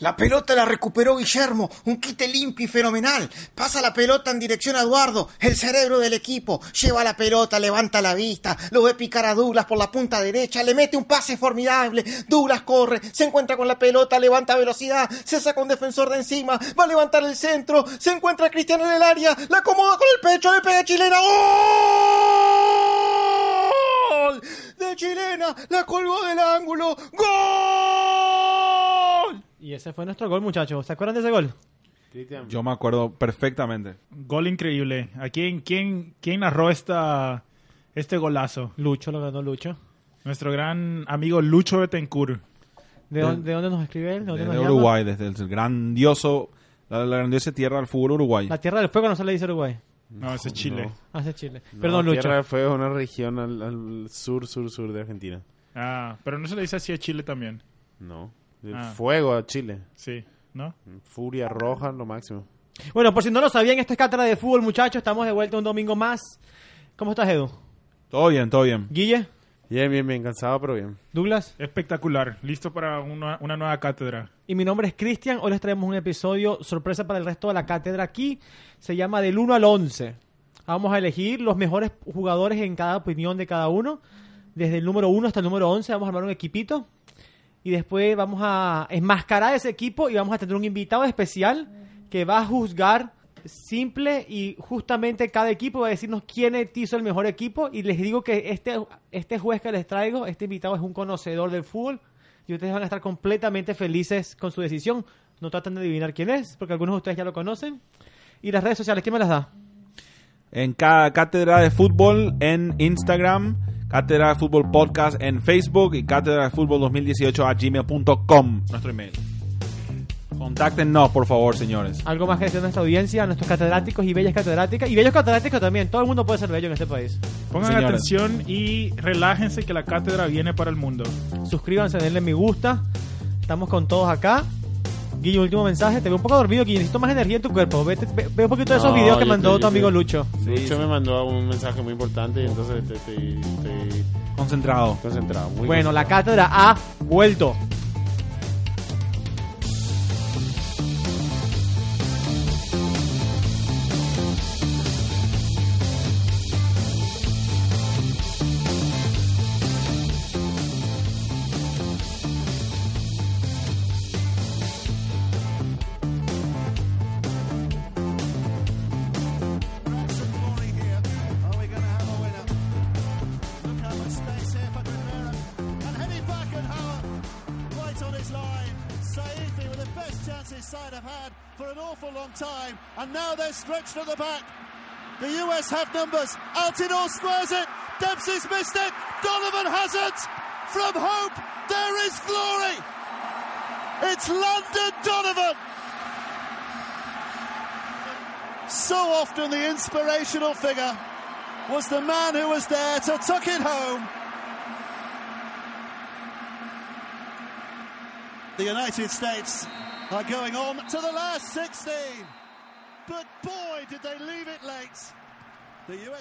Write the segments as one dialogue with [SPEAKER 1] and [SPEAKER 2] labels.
[SPEAKER 1] La pelota la recuperó Guillermo, un quite limpio y fenomenal. Pasa la pelota en dirección a Eduardo, el cerebro del equipo. Lleva la pelota, levanta la vista, lo ve picar a Douglas por la punta derecha, le mete un pase formidable. Douglas corre, se encuentra con la pelota, levanta velocidad, se saca un defensor de encima, va a levantar el centro, se encuentra Cristiano en el área, la acomoda con el pecho, le pega chilena. ¡Gol! De chilena, la colgó del ángulo. ¡Gol!
[SPEAKER 2] Y ese fue nuestro gol, muchachos. ¿Se acuerdan de ese gol?
[SPEAKER 3] Yo me acuerdo perfectamente.
[SPEAKER 4] Gol increíble. ¿A quién, quién, quién narró esta, este golazo?
[SPEAKER 2] Lucho, lo ganó Lucho.
[SPEAKER 4] Nuestro gran amigo Lucho Betancourt.
[SPEAKER 2] ¿De, dónde, de dónde nos escribe él? ¿De dónde nos
[SPEAKER 3] Desde
[SPEAKER 2] llama?
[SPEAKER 3] Uruguay, desde el grandioso, la, la grandiosa tierra del fútbol uruguay.
[SPEAKER 2] La tierra del fuego no se le dice Uruguay.
[SPEAKER 4] No, ese es Chile.
[SPEAKER 2] Hace Chile.
[SPEAKER 5] No,
[SPEAKER 2] Perdón, Lucho.
[SPEAKER 5] Tierra del Fuego es una región al, al sur, sur, sur de Argentina.
[SPEAKER 4] Ah, pero no se le dice así a Chile también.
[SPEAKER 5] No. El
[SPEAKER 4] Ah.
[SPEAKER 5] Fuego a Chile.
[SPEAKER 4] Sí, ¿no?
[SPEAKER 5] Furia roja, lo máximo.
[SPEAKER 2] Bueno, por si no lo sabían, esto es Cátedra de Fútbol, muchachos. Estamos de vuelta un domingo más. ¿Cómo estás, Edu?
[SPEAKER 3] Todo bien, todo bien.
[SPEAKER 2] ¿Guille?
[SPEAKER 5] Bien, bien, bien. Cansado, pero bien.
[SPEAKER 2] ¿Douglas?
[SPEAKER 4] Espectacular. Listo para una, una nueva cátedra.
[SPEAKER 2] Y mi nombre es Cristian. Hoy les traemos un episodio sorpresa para el resto de la cátedra aquí. Se llama Del 1 al 11. Vamos a elegir los mejores jugadores en cada opinión de cada uno. Desde el número 1 hasta el número 11 vamos a armar un equipito. Y después vamos a enmascarar ese equipo y vamos a tener un invitado especial que va a juzgar simple y justamente cada equipo va a decirnos quién hizo el mejor equipo. Y les digo que este, este juez que les traigo, este invitado es un conocedor del fútbol y ustedes van a estar completamente felices con su decisión. No traten de adivinar quién es, porque algunos de ustedes ya lo conocen. Y las redes sociales, ¿quién me las da?
[SPEAKER 3] En cada Cátedra de Fútbol en Instagram, Cátedra de Fútbol Podcast en Facebook y Cátedra de Fútbol 2018 a gmail.com, nuestro email. Contáctenos, por favor, señores.
[SPEAKER 2] Algo más que decir a nuestra audiencia, a nuestros catedráticos y bellas catedráticas. Y bellos catedráticos también. Todo el mundo puede ser bello en este país.
[SPEAKER 4] Pongan
[SPEAKER 3] Señora.
[SPEAKER 4] atención y relájense que la cátedra viene para el mundo.
[SPEAKER 2] Suscríbanse, denle me gusta. Estamos con todos acá. Guillo, último mensaje. Te veo un poco dormido, Guillo. Necesito más energía en tu cuerpo. Vete- ve, ve un poquito de esos
[SPEAKER 5] No,
[SPEAKER 2] videos que
[SPEAKER 5] yo
[SPEAKER 2] mandó
[SPEAKER 5] estoy-
[SPEAKER 2] tu
[SPEAKER 5] yo
[SPEAKER 2] amigo
[SPEAKER 5] estoy-
[SPEAKER 2] Lucho.
[SPEAKER 5] Lucho me mandó un mensaje muy importante y entonces estoy, estoy- estoy
[SPEAKER 3] Concentrado.
[SPEAKER 5] concentrado. Muy
[SPEAKER 2] Bueno, la cátedra ha vuelto.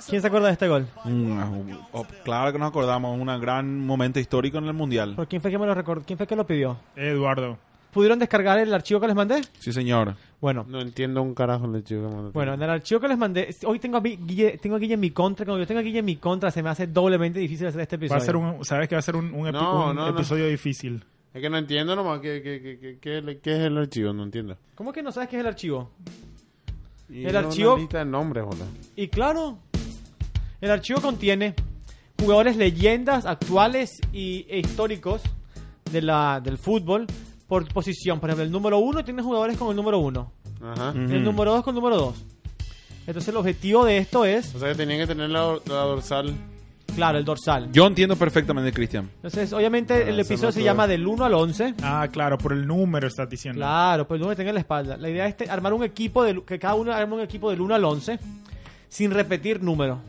[SPEAKER 2] ¿Quién se acuerda de este gol?
[SPEAKER 3] Mm, oh, claro que nos acordamos, un gran momento histórico en el Mundial.
[SPEAKER 2] ¿Por quién fue que me lo recordó? ¿Quién fue que lo pidió?
[SPEAKER 4] Eduardo.
[SPEAKER 2] ¿Pudieron descargar el archivo que les mandé?
[SPEAKER 3] Sí, señor.
[SPEAKER 2] Bueno,
[SPEAKER 5] No entiendo un carajo el chico.
[SPEAKER 2] Bueno, en el archivo que les mandé, hoy tengo a, mi- Guille, tengo a Guille en mi contra. Cuando yo tengo a Guille en mi contra, se me hace doblemente difícil hacer este
[SPEAKER 4] Va
[SPEAKER 2] episodio.
[SPEAKER 4] a ser un, sabes que va a ser un, un epi-
[SPEAKER 5] No,
[SPEAKER 4] un
[SPEAKER 5] no, no.
[SPEAKER 4] episodio difícil.
[SPEAKER 5] es que no entiendo nomás qué, qué, qué, qué, qué- qué es el archivo, no entiendo.
[SPEAKER 2] ¿Cómo que no sabes qué es el archivo?
[SPEAKER 5] Y
[SPEAKER 2] El
[SPEAKER 5] no,
[SPEAKER 2] archivo-
[SPEAKER 5] Una lista de nombres, boludo.
[SPEAKER 2] Y claro, el archivo contiene jugadores leyendas actuales y, e históricos de la, del fútbol por posición. Por ejemplo, el número uno tiene jugadores con el número uno.
[SPEAKER 5] Ajá.
[SPEAKER 2] El número dos con el número dos. Entonces el objetivo de esto es,
[SPEAKER 5] O sea que tenía que tener la, la dorsal.
[SPEAKER 2] claro, el dorsal.
[SPEAKER 3] Yo entiendo perfectamente, Cristian.
[SPEAKER 2] Entonces, obviamente, el
[SPEAKER 5] eso
[SPEAKER 2] episodio
[SPEAKER 5] no
[SPEAKER 2] se
[SPEAKER 5] creo.
[SPEAKER 2] llama del 1 al 11.
[SPEAKER 4] Ah, claro, por el número estás diciendo.
[SPEAKER 2] Claro, pues el uno que tenga en la espalda. La idea es te- armar un equipo, de, que cada uno arme un equipo del 1 al 11 sin repetir número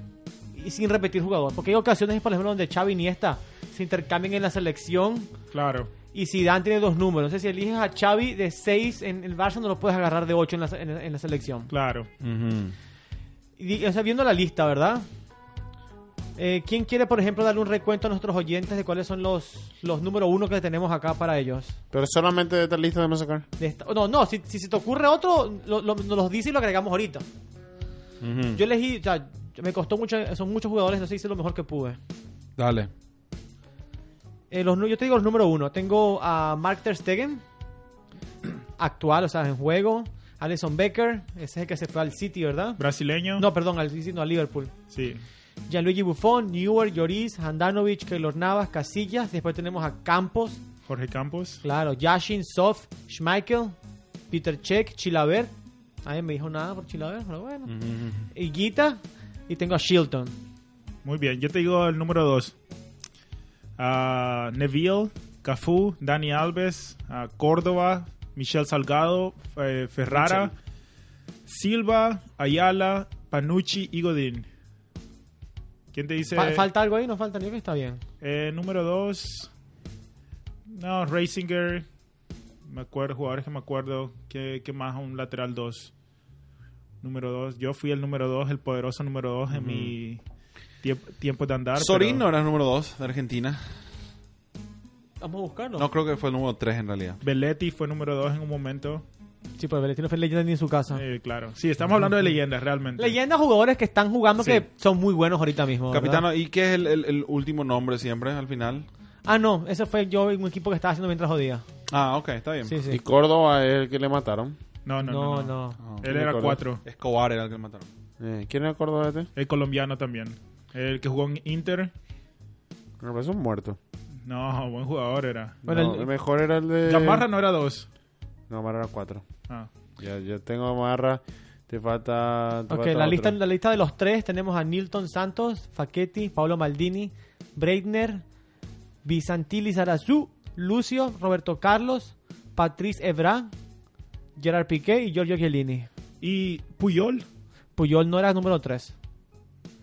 [SPEAKER 2] y sin repetir jugador. Porque hay ocasiones, por ejemplo, donde Xavi y Iniesta se intercambian en la selección
[SPEAKER 4] Claro.
[SPEAKER 2] y Zidane tiene dos números. Entonces, si eliges a Xavi de 6 en el Barça, no lo puedes agarrar de 8 en la, se- en, en la selección.
[SPEAKER 4] Claro.
[SPEAKER 3] Ujú.
[SPEAKER 2] Y, di- o sea, viendo la lista, ¿verdad? Eh, ¿Quién quiere, por ejemplo, darle un recuento a nuestros oyentes de cuáles son los, los número uno que tenemos acá para ellos?
[SPEAKER 5] Pero solamente de esta lista debemos sacar.
[SPEAKER 2] De esta- no, no, si, si se te ocurre otro, lo, lo- nos los dice y lo agregamos ahorita. Yo elegí, o sea, me costó mucho, son muchos jugadores, entonces hice lo mejor que pude.
[SPEAKER 3] Dale.
[SPEAKER 2] Eh, los, nu- yo te digo los número uno. Tengo a Mark Ter Stegen, actual, o sea, en juego. Alison Becker, ese es el que se fue al City, ¿verdad?
[SPEAKER 4] Brasileño.
[SPEAKER 2] No, perdón, al City, no, al Liverpool.
[SPEAKER 4] Sí.
[SPEAKER 2] Gianluigi Buffon, Newer, Lloris, Handanovic, Keylor Navas, Casillas. Después tenemos a Campos,
[SPEAKER 4] Jorge Campos.
[SPEAKER 2] claro, Yashin, Sof, Schmeichel, Peter Cech, Chilaver. Nadie me dijo nada por Chilaver, pero bueno. Higuita. Y tengo a Shilton.
[SPEAKER 4] Muy bien. Yo te digo el número dos. Ah, Neville, Cafú, Dani Alves, ah, Córdoba, Michel Salgado, eh, Ferrara, Silva, Ayala, Panucci y Godín. ¿Quién te dice?
[SPEAKER 2] Fa- ¿Falta algo ahí? No falta, yo que está bien.
[SPEAKER 4] Eh, número 2. No, Reisinger. Me acuerdo, jugadores que me acuerdo. ¿Qué, qué más? Un lateral 2. Número 2. Yo fui el número 2, el poderoso número 2 en mi tiemp- tiempo de andar.
[SPEAKER 3] Sorín no
[SPEAKER 4] pero
[SPEAKER 3] era el número 2 de Argentina.
[SPEAKER 2] Vamos a buscarlo.
[SPEAKER 3] No creo que fue el número 3 en realidad.
[SPEAKER 4] Belletti fue número 2 en un momento.
[SPEAKER 2] Sí, pues Belletti no fue leyenda ni en su casa.
[SPEAKER 4] Eh, claro. Sí, estamos hablando de leyendas realmente.
[SPEAKER 2] Leyendas jugadores que están jugando
[SPEAKER 4] Sí.
[SPEAKER 2] que son muy buenos ahorita mismo. ¿verdad?
[SPEAKER 3] Capitano, ¿y qué es el, el- el último nombre siempre al final?
[SPEAKER 2] Ah, no, ese fue yo en un equipo que estaba haciendo mientras jodía.
[SPEAKER 3] Ah, ok, está bien.
[SPEAKER 2] Sí,
[SPEAKER 5] Y
[SPEAKER 2] sí.
[SPEAKER 5] Córdoba es el que le mataron.
[SPEAKER 4] No, no, no.
[SPEAKER 2] No,
[SPEAKER 4] no.
[SPEAKER 2] no.
[SPEAKER 3] Ah,
[SPEAKER 4] Él era
[SPEAKER 5] Nicolás.
[SPEAKER 4] 4.
[SPEAKER 3] Escobar era el que le mataron.
[SPEAKER 5] Eh, ¿Quién era Córdoba este?
[SPEAKER 4] El colombiano también. El que jugó en Inter.
[SPEAKER 5] Me parece pues un muerto.
[SPEAKER 4] No, buen jugador era.
[SPEAKER 2] Bueno,
[SPEAKER 5] No,
[SPEAKER 2] el-
[SPEAKER 5] el... mejor era el de.
[SPEAKER 4] Gamarra no era 2.
[SPEAKER 5] No, Gamarra era cuatro.
[SPEAKER 4] Ah.
[SPEAKER 5] Ya, yo tengo Gamarra. Te falta. te
[SPEAKER 2] Ok,
[SPEAKER 5] falta
[SPEAKER 2] la lista,
[SPEAKER 5] otro.
[SPEAKER 2] la lista de los tres tenemos a Nilton Santos, Facchetti, Paolo Maldini, Breitner, Bizantili Sarazú, Lucio, Roberto Carlos, Patrice Evra, Gerard Piqué y Giorgio Chiellini.
[SPEAKER 4] ¿Y Puyol?
[SPEAKER 2] Puyol no era número 3.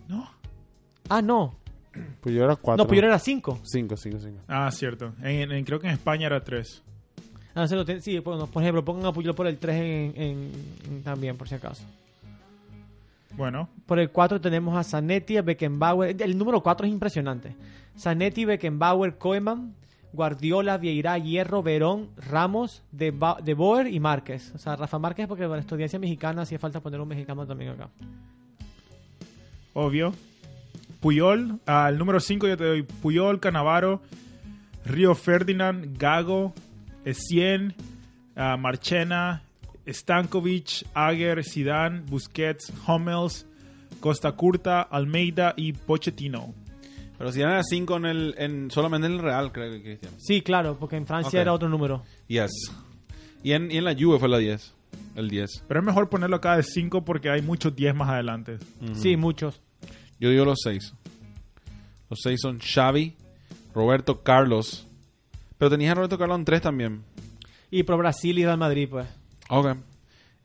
[SPEAKER 4] No.
[SPEAKER 2] Ah, no.
[SPEAKER 5] Pues yo era cuatro.
[SPEAKER 2] No, Puyol era 5.
[SPEAKER 5] Cinco, cinco, cinco.
[SPEAKER 4] Ah, cierto. En, en- creo que en España era tres.
[SPEAKER 2] Ah, no, se lo ten- sí, bueno, por ejemplo, pongan a Puyol por el 3 en, en- en- también, por si acaso.
[SPEAKER 4] Bueno,
[SPEAKER 2] Por el 4 tenemos a Zanetti, a Beckenbauer. El número 4 es impresionante. Zanetti, Beckenbauer, Koeman, Guardiola, Vieira, Hierro, Verón, Ramos, De, Ba- De Boer y Márquez. O sea, Rafa Márquez, porque para esta audiencia mexicana hacía falta poner un mexicano también acá.
[SPEAKER 4] obvio. Puyol, al número 5 yo te doy Puyol, Canavaro, Río Ferdinand, Gago, Essien, ah, Marchena, Stankovic, Aguer, Zidane, Busquets, Hummels, Costa Curta, Almeida y Pochettino.
[SPEAKER 3] Pero si era 5 en el, en, solamente en el Real, creo que Cristiano.
[SPEAKER 2] Sí, claro, porque en Francia
[SPEAKER 3] Ok.
[SPEAKER 2] era otro número.
[SPEAKER 3] Yes. Y en, y en la Juve fue la 10. El 10.
[SPEAKER 4] Pero es mejor ponerlo acá de 5 porque hay muchos 10 más adelante.
[SPEAKER 2] Sí, muchos.
[SPEAKER 3] Yo digo los 6. Los 6 son Xavi, Roberto Carlos. Pero tenías a Roberto Carlos en 3 también.
[SPEAKER 2] Y pro Brasil y Real Madrid, pues.
[SPEAKER 3] Ok.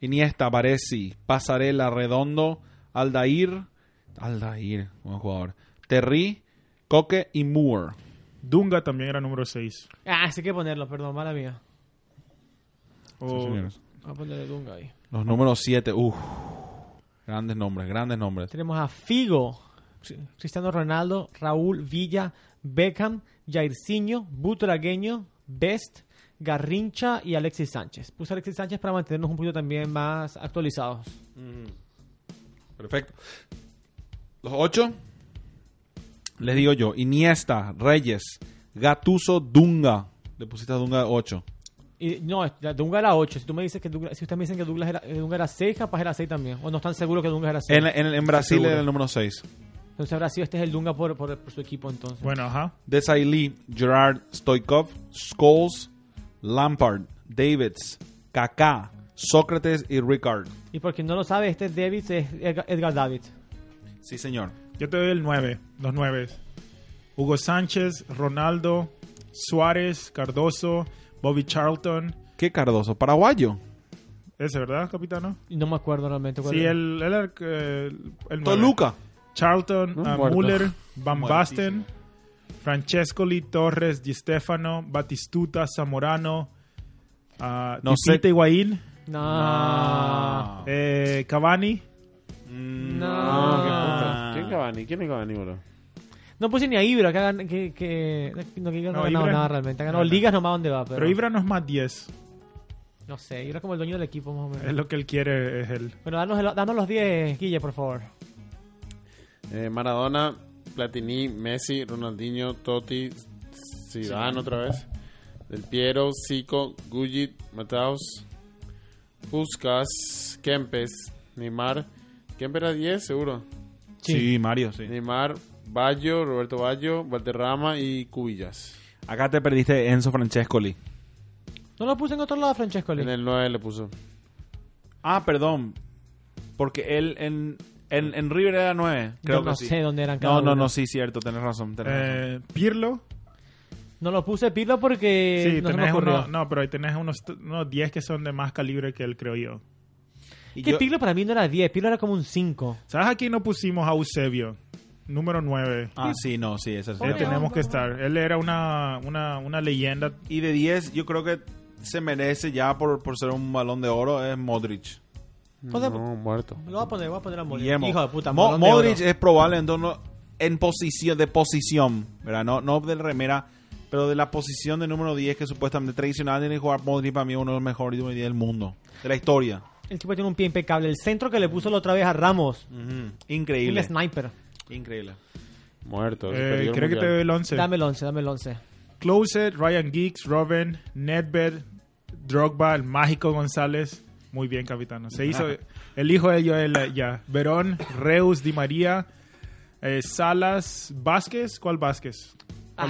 [SPEAKER 3] Iniesta, Baresi, Pasarela, Redondo, Aldair. Aldair, buen jugador. Terry, Coque y Moore.
[SPEAKER 4] Dunga también era número 6.
[SPEAKER 2] Ah, sí hay que ponerlo, perdón, mala mía.
[SPEAKER 4] Oh,
[SPEAKER 3] Sí, señores.
[SPEAKER 2] Voy a ponerle Dunga ahí.
[SPEAKER 3] Los números 7. Uf. Grandes nombres, grandes nombres.
[SPEAKER 2] Tenemos a Figo, Cristiano Ronaldo, Raúl Villa, Beckham, Jairzinho, Butragueño, Best, Garrincha y Alexis Sánchez. Puse a Alexis Sánchez para mantenernos un poquito también más actualizados.
[SPEAKER 3] Perfecto. Los 8. Les digo yo. Iniesta, Reyes, Gatuso, Dunga. Le pusiste a Dunga 8.
[SPEAKER 2] Y, no, la Dunga era 8. Si, tú me dices que Dunga- si ustedes me dicen que Douglas era, eh, Dunga era 6, capaz era 6 también. O no están seguros que Dunga era 6.
[SPEAKER 3] En, en- en Brasil
[SPEAKER 4] seguro.
[SPEAKER 3] era el número 6.
[SPEAKER 2] Entonces habrá sido este es el Dunga por, por- por su equipo entonces.
[SPEAKER 4] Bueno, ajá.
[SPEAKER 3] Desailly, Gerard Stoikov, Scholes, Lampard, Davids, Kaká, Sócrates y Ricard.
[SPEAKER 2] Y por quien no lo sabe, este David es Edgar, Edgar David.
[SPEAKER 3] Sí, señor.
[SPEAKER 4] Yo te doy el 9, los 9. Hugo Sánchez, Ronaldo, Suárez, Cardoso, Bobby Charlton.
[SPEAKER 3] ¿Qué Cardoso? Paraguayo.
[SPEAKER 4] Ese, ¿verdad, capitano?
[SPEAKER 2] Y No me acuerdo realmente cuál
[SPEAKER 4] Sí,
[SPEAKER 2] era.
[SPEAKER 4] él él era el, que- el, el nueve.
[SPEAKER 3] Toluca.
[SPEAKER 4] Charlton,
[SPEAKER 5] No,
[SPEAKER 4] ah,
[SPEAKER 5] muerto.
[SPEAKER 4] Müller, Van Basten, Francescoli, Torres, Di Stefano, Batistuta, Zamorano, ah,
[SPEAKER 3] No sé. Ah.
[SPEAKER 4] Tite Higuaín,
[SPEAKER 2] No.
[SPEAKER 4] eh, Cavani.
[SPEAKER 2] No.
[SPEAKER 3] Mm,
[SPEAKER 5] Ah, qué puta. ¿Quién es Cavani? ¿Quién es Cavani, bro?
[SPEAKER 2] No puse ni a Ibra, que, ha gan- que, que, no, que Ibra no, ha
[SPEAKER 4] No,
[SPEAKER 2] ganado
[SPEAKER 4] Ibra-
[SPEAKER 2] nada realmente. Ha ganado
[SPEAKER 4] no, no.
[SPEAKER 2] ligas nomás donde va. Pero,
[SPEAKER 4] Pero Ibra no es más 10.
[SPEAKER 2] No sé, Ibra es como el dueño del equipo más o menos.
[SPEAKER 4] Es lo que él quiere, es él.
[SPEAKER 2] Bueno, danos, el- danos los 10, Guille, por favor.
[SPEAKER 5] Eh, Maradona, Platini, Messi, Ronaldinho, Totti, Zidane otra vez. Del Piero, Zico, Gullit, Mataus, Puskas, Kempes, Neymar. Kempes era 10 seguro.
[SPEAKER 2] Sí.
[SPEAKER 3] Sí, Mario, sí.
[SPEAKER 5] Neymar, Bayo, Roberto Bayo, Valderrama y Cubillas.
[SPEAKER 3] Acá te perdiste Enzo Francescoli.
[SPEAKER 2] No lo puse en otro lado, Francesco. Lee?
[SPEAKER 5] En el 9 le puso.
[SPEAKER 3] Ah, perdón. Porque él en, en, en River era 9. Creo
[SPEAKER 2] Yo
[SPEAKER 3] que
[SPEAKER 2] no
[SPEAKER 3] sí.
[SPEAKER 2] sé dónde eran cada
[SPEAKER 3] No, no,
[SPEAKER 2] uno.
[SPEAKER 3] no, sí, cierto, tenés razón. tenés razón.
[SPEAKER 4] Eh, Pirlo.
[SPEAKER 2] No lo puse Pirlo porque
[SPEAKER 4] Sí,
[SPEAKER 2] no se me
[SPEAKER 4] tenés
[SPEAKER 2] ocurrió.
[SPEAKER 4] uno- no, pero ahí tenés unos, unos 10 que son de más calibre que él, creo yo.
[SPEAKER 3] Y
[SPEAKER 2] que
[SPEAKER 3] yo-
[SPEAKER 2] Pirlo para mí no era 10, Pirlo era como un 5.
[SPEAKER 4] ¿Sabes aquí no pusimos a Eusebio? Número 9.
[SPEAKER 3] Ah, sí, no, sí, ese es
[SPEAKER 4] Él tenemos que estar. Él era una, una, una leyenda.
[SPEAKER 3] Y de 10, yo creo que se merece ya por, por ser un balón de oro, es Modric.
[SPEAKER 2] Cosa-
[SPEAKER 5] No, muerto.
[SPEAKER 2] Lo voy a poner, voy a poner a Modric.
[SPEAKER 3] Guillermo.
[SPEAKER 2] Hijo de puta,
[SPEAKER 3] Mo-
[SPEAKER 2] Morón de
[SPEAKER 3] Modric
[SPEAKER 2] oro.
[SPEAKER 3] es probable entonces, en posición, de posición, ¿verdad? No, no del remera, pero de la posición de número 10 que supuestamente tradicional tiene que jugar Modric para mí es uno de los mejores número 10 del mundo, de la historia.
[SPEAKER 2] El tipo tiene un pie impecable. El centro que le puso la otra vez a Ramos.
[SPEAKER 3] Ujú.
[SPEAKER 2] Un
[SPEAKER 3] Increíble.
[SPEAKER 2] sniper.
[SPEAKER 3] Increíble.
[SPEAKER 5] Muerto. se perdió
[SPEAKER 4] Eh,
[SPEAKER 5] el
[SPEAKER 4] creo que te
[SPEAKER 5] mundial.
[SPEAKER 4] doy el 11.
[SPEAKER 2] Dame el 11, dame el 11.
[SPEAKER 4] Closet, Ryan Giggs, Robin, Nedved, Drogba, el mágico González. Muy bien, capitán. Se hizo el hijo de Joel eh, ya. Verón, Reus, Di María, eh, Salas, Vázquez. ¿Cuál Vázquez?
[SPEAKER 2] Ah,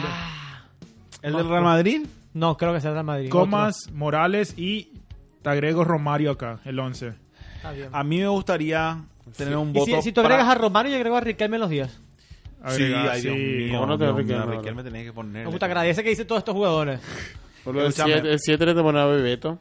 [SPEAKER 3] ¿El del Real Madrid?
[SPEAKER 2] no, creo que será Real Madrid.
[SPEAKER 4] Comas, Morales y te agrego Romario acá, el 11.
[SPEAKER 2] Otro. Está bien.
[SPEAKER 3] A mí me gustaría tener un
[SPEAKER 2] Y
[SPEAKER 3] voto.
[SPEAKER 2] si, si tú
[SPEAKER 3] para-
[SPEAKER 2] agregas a Romario, yo agrego a Riquelme en los 10.
[SPEAKER 3] Sí,
[SPEAKER 4] Agregar,
[SPEAKER 3] ay, Dios
[SPEAKER 4] sí.
[SPEAKER 3] mío,
[SPEAKER 5] ¿Cómo no te
[SPEAKER 3] Dios
[SPEAKER 5] lo
[SPEAKER 3] mío,
[SPEAKER 5] Riquelme?
[SPEAKER 3] Riquelme tenía que ponerle.
[SPEAKER 2] Me gusta, agradece que hice todos estos jugadores.
[SPEAKER 5] Por lo del
[SPEAKER 3] Escúchame.
[SPEAKER 5] 7, el 7 le tomaron a Bebeto.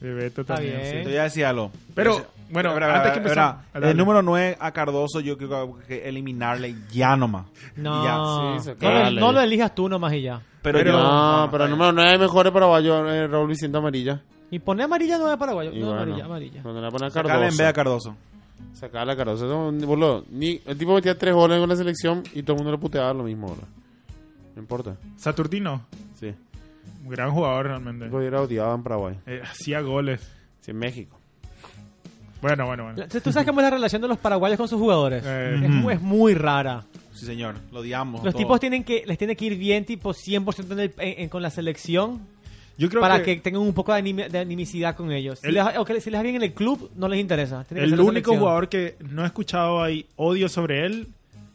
[SPEAKER 4] Bebeto
[SPEAKER 2] Está
[SPEAKER 4] también,
[SPEAKER 2] bien.
[SPEAKER 4] sí.
[SPEAKER 3] Te voy a decir algo.
[SPEAKER 4] Pero,
[SPEAKER 3] Te voy a decir-
[SPEAKER 4] bueno,
[SPEAKER 3] Espera,
[SPEAKER 4] antes
[SPEAKER 3] espera,
[SPEAKER 4] que empezar-
[SPEAKER 3] espera.
[SPEAKER 4] dale.
[SPEAKER 3] El número 9 a Cardoso yo creo que hay que eliminarle ya nomás. Ya.
[SPEAKER 2] No,
[SPEAKER 5] sí, se-
[SPEAKER 2] no, lo,
[SPEAKER 5] dale.
[SPEAKER 2] no lo elijas tú nomás y ya.
[SPEAKER 3] Pero, yo-
[SPEAKER 5] no,
[SPEAKER 3] está
[SPEAKER 5] pero el número 9 mejores para Bayo, eh, Raúl Vicente Amarilla.
[SPEAKER 2] Y pone amarilla no de Paraguay.
[SPEAKER 5] Y
[SPEAKER 2] No,
[SPEAKER 5] bueno,
[SPEAKER 2] amarilla, amarilla.
[SPEAKER 5] Cuando la pone a
[SPEAKER 3] bien. Sacale en vez a
[SPEAKER 5] Cardoso.
[SPEAKER 3] Cardoso.
[SPEAKER 5] Sacarla a Cardoso. Eso es un- boludo, ni- el tipo metía tres goles con la selección y todo el mundo le puteaba lo mismo ahora. No importa.
[SPEAKER 4] Saturnino,
[SPEAKER 5] Sí.
[SPEAKER 4] un gran jugador realmente.
[SPEAKER 5] Lo hubiera odiado en Paraguay.
[SPEAKER 4] Eh, hacía goles.
[SPEAKER 5] Sí, en México.
[SPEAKER 4] Bueno, bueno, bueno.
[SPEAKER 2] La- ¿Tú sabes cómo es la relación de los paraguayos con sus jugadores?
[SPEAKER 4] Eh,
[SPEAKER 2] es, mu- es muy rara.
[SPEAKER 3] Sí, señor. Lo odiamos.
[SPEAKER 2] Los
[SPEAKER 3] todo.
[SPEAKER 2] tipos tienen que, les tiene que ir bien, tipo 100% en el- en- en- con la selección
[SPEAKER 4] Yo creo
[SPEAKER 2] para
[SPEAKER 4] que,
[SPEAKER 2] que, tengan un poco de, animi- de animicidad con ellos. si,
[SPEAKER 4] El-
[SPEAKER 2] les, o que si les va bien en el club, no les interesa. Tiene que ser
[SPEAKER 4] el
[SPEAKER 2] la
[SPEAKER 4] único
[SPEAKER 2] selección.
[SPEAKER 4] jugador que no he escuchado ahí odio sobre él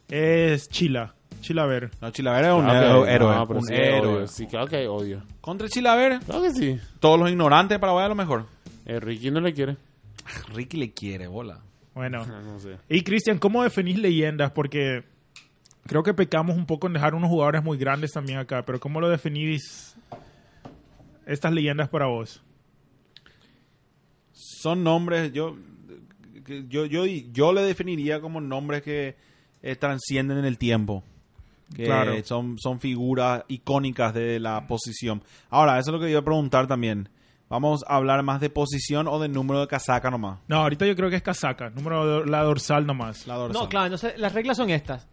[SPEAKER 4] es Chila. Chilaver.
[SPEAKER 3] No, Chilaver es un
[SPEAKER 5] Claro que
[SPEAKER 3] héroe.
[SPEAKER 5] hay-
[SPEAKER 3] héroe,
[SPEAKER 5] Ah, no, pero
[SPEAKER 3] un
[SPEAKER 5] sí hay
[SPEAKER 3] héroe.
[SPEAKER 5] odio. Sí, claro que hay odio.
[SPEAKER 3] Contra Chilaver,
[SPEAKER 5] Claro que sí.
[SPEAKER 3] todos los ignorantes de Paraguay a lo mejor.
[SPEAKER 5] Eh, Ricky no le quiere. Ah,
[SPEAKER 3] Ricky le quiere, bola.
[SPEAKER 4] Bueno.
[SPEAKER 5] No sé.
[SPEAKER 4] Y Cristian, ¿cómo definís leyendas? Porque creo que pecamos un poco en dejar unos jugadores muy grandes también acá, pero ¿cómo lo definís estas leyendas para vos?
[SPEAKER 3] son nombres, yo, que- yo, yo, yo le definiría como nombres que eh, transcienden en el tiempo. Que
[SPEAKER 4] Claro.
[SPEAKER 3] son, son figuras icónicas de la posición. Ahora, eso es lo que yo iba a preguntar también. ¿Vamos a hablar más de posición o de número de casaca nomás?
[SPEAKER 4] No, ahorita yo creo que es casaca, número do- la dorsal nomás.
[SPEAKER 3] La dorsal.
[SPEAKER 2] No, claro, entonces las reglas son estas.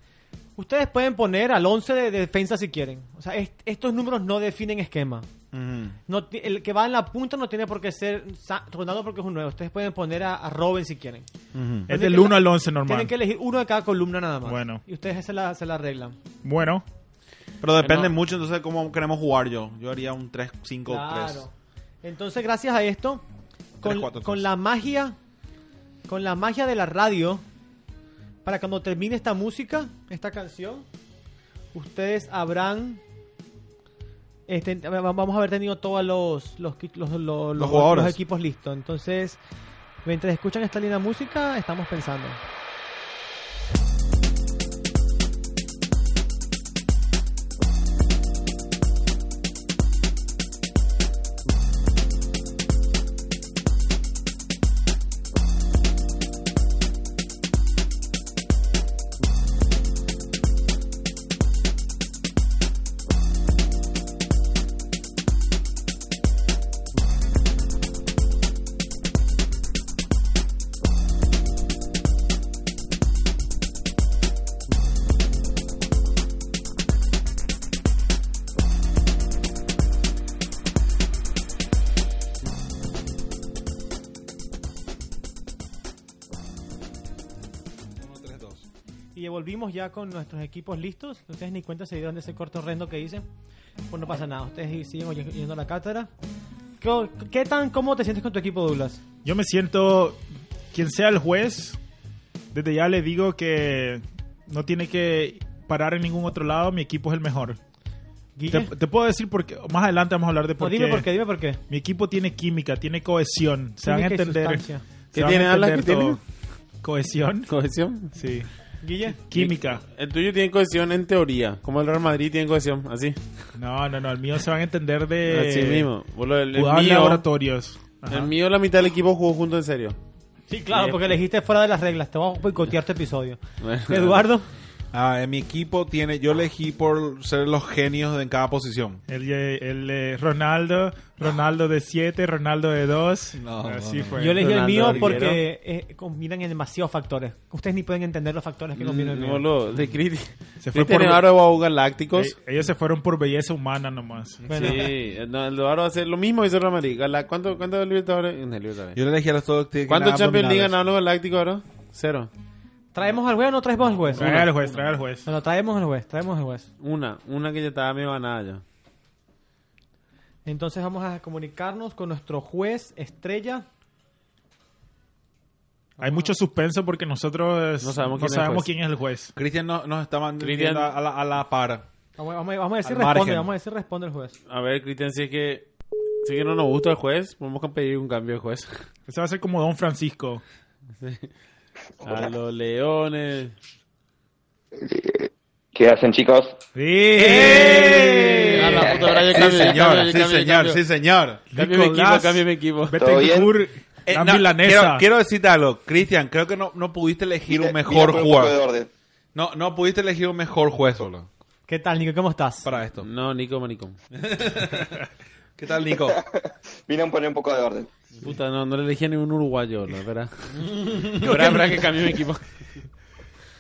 [SPEAKER 2] Ustedes pueden poner al 11 de, de defensa si quieren. O sea, est- estos números no definen esquema.
[SPEAKER 3] Ujú.
[SPEAKER 2] No, ti- el que va en la punta no tiene por qué ser Sa- Ronaldo porque es un nuevo. Ustedes pueden poner a, a Robin si quieren.
[SPEAKER 3] Ujú.
[SPEAKER 4] Es
[SPEAKER 2] Tienen
[SPEAKER 4] del
[SPEAKER 2] que-
[SPEAKER 4] 1 al 11 normal.
[SPEAKER 2] Tienen que elegir uno de cada columna nada más.
[SPEAKER 4] Bueno.
[SPEAKER 2] Y ustedes se la, se la arreglan.
[SPEAKER 4] Bueno,
[SPEAKER 3] Pero depende
[SPEAKER 5] No.
[SPEAKER 3] mucho entonces de cómo queremos jugar yo. Yo haría un 3, 5, 3.
[SPEAKER 2] Claro. Entonces, gracias a esto, con,
[SPEAKER 3] Tres, cuatro, tres.
[SPEAKER 2] con la magia, con la magia de la radio, para cuando termine esta música, esta canción, ustedes habrán. este, va- vamos a haber tenido todos los, los, qui- los, los- los- los
[SPEAKER 3] jugadores.
[SPEAKER 2] equipos listos. Entonces, mientras escuchan esta linda música, estamos pensando. y volvimos ya con nuestros equipos listos. Ustedes ni cuenta se dieron de ese corto horrendo que hice. Pues no pasa nada, ustedes siguen oy- oyendo la cátedra. ¿Qué, qué tan cómodo te sientes con tu equipo, Douglas?
[SPEAKER 4] Yo me siento, quien sea el juez, desde ya le digo que no tiene que parar en ningún otro lado, mi equipo es el mejor. Te,
[SPEAKER 2] Guille.
[SPEAKER 4] te puedo decir porque más adelante vamos a hablar de
[SPEAKER 2] O
[SPEAKER 4] por
[SPEAKER 2] dime
[SPEAKER 4] qué.
[SPEAKER 2] por qué, dime por qué.
[SPEAKER 4] Mi equipo tiene química, tiene cohesión, se van a
[SPEAKER 2] Química y
[SPEAKER 4] entender.
[SPEAKER 2] sustancia.
[SPEAKER 4] se
[SPEAKER 5] ¿Qué
[SPEAKER 4] van a
[SPEAKER 5] tiene? Habla,
[SPEAKER 4] entender
[SPEAKER 5] ¿qué tiene?
[SPEAKER 4] todo. Cohesión,
[SPEAKER 5] Cohesión.
[SPEAKER 4] sí.
[SPEAKER 2] Guille,
[SPEAKER 4] Química.
[SPEAKER 5] El tuyo tiene cohesión en teoría, como el Real Madrid tiene cohesión, así.
[SPEAKER 4] No, no, no, el mío se van a entender de
[SPEAKER 5] así mismo. Boludo, el, el
[SPEAKER 4] jugadas Eh, en
[SPEAKER 5] mío,
[SPEAKER 4] laboratorios. Ajá.
[SPEAKER 5] el mío, la mitad del equipo jugó junto en serio.
[SPEAKER 2] sí, claro, porque elegiste fuera de las reglas. Te vamos a boicotear este episodio. Eduardo,
[SPEAKER 3] Ah, en mi equipo tiene, yo elegí por ser los genios en cada posición.
[SPEAKER 4] El, eh, el, eh, Ronaldo, Ronaldo de 7, Ronaldo de 2.
[SPEAKER 3] No,
[SPEAKER 4] Así
[SPEAKER 3] no, no.
[SPEAKER 4] fue.
[SPEAKER 2] yo elegí el
[SPEAKER 5] Ronaldo
[SPEAKER 2] mío
[SPEAKER 5] Arguero.
[SPEAKER 2] porque eh, combinan en demasiados factores. Ustedes ni pueden entender los factores que combinan. el
[SPEAKER 5] Mm,
[SPEAKER 2] mío.
[SPEAKER 5] Boludo, de Crit.
[SPEAKER 4] Se
[SPEAKER 5] Se
[SPEAKER 4] fue
[SPEAKER 5] fue
[SPEAKER 4] por-
[SPEAKER 5] Eduardo Baú Galácticos.
[SPEAKER 4] Eh, ellos se fueron por belleza humana nomás.
[SPEAKER 2] Bueno.
[SPEAKER 5] Sí, no, Eduardo va a hacer lo mismo hizo Real Madrid. Galá- ¿Cuánto, cuánto Libertadores? No, Libertadores.
[SPEAKER 3] Yo le elegí a los todos que
[SPEAKER 5] ¿Cuántos
[SPEAKER 3] ganaban
[SPEAKER 5] Champions League
[SPEAKER 3] nominales.
[SPEAKER 5] ganaron los Galácticos ahora? Cero.
[SPEAKER 2] ¿Traemos al juez o no traemos al juez?
[SPEAKER 4] Trae al juez, trae al juez.
[SPEAKER 2] Bueno, traemos al juez, traemos al juez.
[SPEAKER 5] Una, una que ya estaba medio ganada ya.
[SPEAKER 2] Entonces vamos a comunicarnos con nuestro juez estrella.
[SPEAKER 4] Hay mucho suspenso porque nosotros
[SPEAKER 5] No sabemos
[SPEAKER 4] no
[SPEAKER 5] quién es el
[SPEAKER 4] sabemos
[SPEAKER 5] juez.
[SPEAKER 4] quién es el juez.
[SPEAKER 3] Cristian no- nos estaban
[SPEAKER 5] Cristian-
[SPEAKER 3] viendo a la, a la par.
[SPEAKER 2] Vamos, vamos- vamos a decir
[SPEAKER 3] Al
[SPEAKER 2] responde,
[SPEAKER 3] margen.
[SPEAKER 2] vamos a decir responde el juez.
[SPEAKER 5] A ver, Cristian, si es que. Si es que no nos gusta el juez, podemos pedir un cambio de juez.
[SPEAKER 4] Ese va a ser como Don Francisco.
[SPEAKER 5] A los leones.
[SPEAKER 6] ¿Qué hacen, chicos?
[SPEAKER 4] ¡Eh!
[SPEAKER 5] A la puta, ahora ya
[SPEAKER 3] Sí,
[SPEAKER 5] cambio, ya
[SPEAKER 3] señor,
[SPEAKER 5] cambio,
[SPEAKER 3] sí,
[SPEAKER 5] ya cambio, ya
[SPEAKER 3] señor,
[SPEAKER 5] cambio.
[SPEAKER 3] sí, señor.
[SPEAKER 5] Cambio mi equipo,
[SPEAKER 4] Nicolás.
[SPEAKER 5] cambio mi equipo.
[SPEAKER 6] ¿Todo bien?
[SPEAKER 4] Betancourt,
[SPEAKER 3] Eh,
[SPEAKER 4] la
[SPEAKER 3] no,
[SPEAKER 4] milanesa.
[SPEAKER 3] Quiero, quiero decirte algo, Cristian, creo que no, no pudiste elegir un mejor
[SPEAKER 6] Mira, con un poco de
[SPEAKER 3] jugador.
[SPEAKER 6] orden.
[SPEAKER 3] No, no pudiste elegir un mejor juez solo
[SPEAKER 2] ¿Qué tal, Nico? ¿Cómo estás?
[SPEAKER 3] para esto.
[SPEAKER 5] No, Nico, maricón.
[SPEAKER 3] ¿Qué tal, Nico?
[SPEAKER 6] Vine a poner un poco de orden.
[SPEAKER 5] Puta, no, no le elegí a ningún uruguayo, la verdad. Ahora habrá que cambiar mi equipo.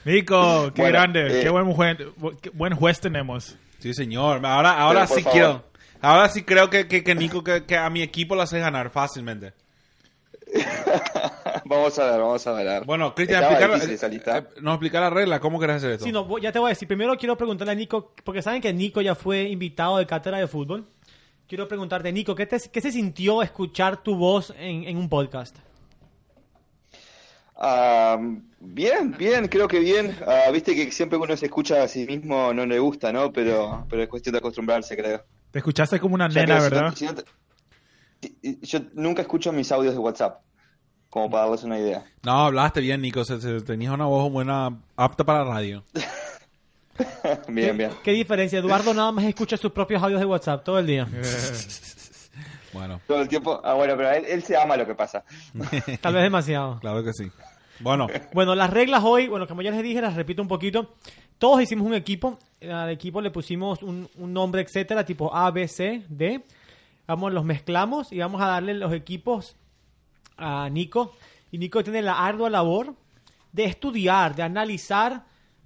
[SPEAKER 4] Nico, qué
[SPEAKER 6] Bueno,
[SPEAKER 4] grande,
[SPEAKER 6] eh.
[SPEAKER 4] qué buen juez, bu- qué buen juez tenemos.
[SPEAKER 3] Sí, señor. Ahora, ahora
[SPEAKER 6] Pero, por
[SPEAKER 3] sí
[SPEAKER 6] favor.
[SPEAKER 3] quiero. Ahora sí creo que, que, que Nico, que, que a mi equipo lo hace ganar fácilmente.
[SPEAKER 6] vamos a ver, vamos a ver.
[SPEAKER 3] Bueno, Cristian,
[SPEAKER 6] Estaba
[SPEAKER 3] explicar,
[SPEAKER 6] difícil esa lista.
[SPEAKER 3] eh, eh, nos explica la regla. ¿Cómo querés hacer esto?
[SPEAKER 2] Sí, no, voy- ya te voy a decir. Primero quiero preguntarle a Nico, porque saben que Nico ya fue invitado de cátedra de fútbol. Quiero preguntarte, Nico, ¿qué, te- qué se sintió escuchar tu voz en, en un podcast?
[SPEAKER 6] Ah, bien, bien, creo que bien. Ah, Viste que siempre uno se escucha a sí mismo, no le gusta, ¿no? Pero, pero es cuestión de acostumbrarse, creo.
[SPEAKER 4] Te escuchaste como una
[SPEAKER 6] Ya
[SPEAKER 4] nena,
[SPEAKER 6] que si no-
[SPEAKER 4] ¿verdad?
[SPEAKER 6] si no te- si- yo nunca escucho mis audios de WhatsApp, como para darles una idea.
[SPEAKER 3] No, hablaste bien, Nico. Se- se- tenías una voz buena, apta para radio.
[SPEAKER 6] bien, bien.
[SPEAKER 2] ¿Qué diferencia? Eduardo nada más escucha sus propios audios de WhatsApp todo el día.
[SPEAKER 3] Bueno,
[SPEAKER 6] Todo el tiempo. Ah, bueno, pero él, él se ama lo que pasa.
[SPEAKER 2] Tal vez demasiado.
[SPEAKER 3] claro que sí. Bueno,
[SPEAKER 2] Bueno, las reglas hoy, bueno, como ya les dije, las repito un poquito. Todos hicimos un equipo. Al equipo le pusimos un, un nombre, etcétera, tipo A, B, C, D. Vamos, los mezclamos y vamos a darle los equipos a Nico. Y Nico tiene la ardua labor de estudiar, de analizar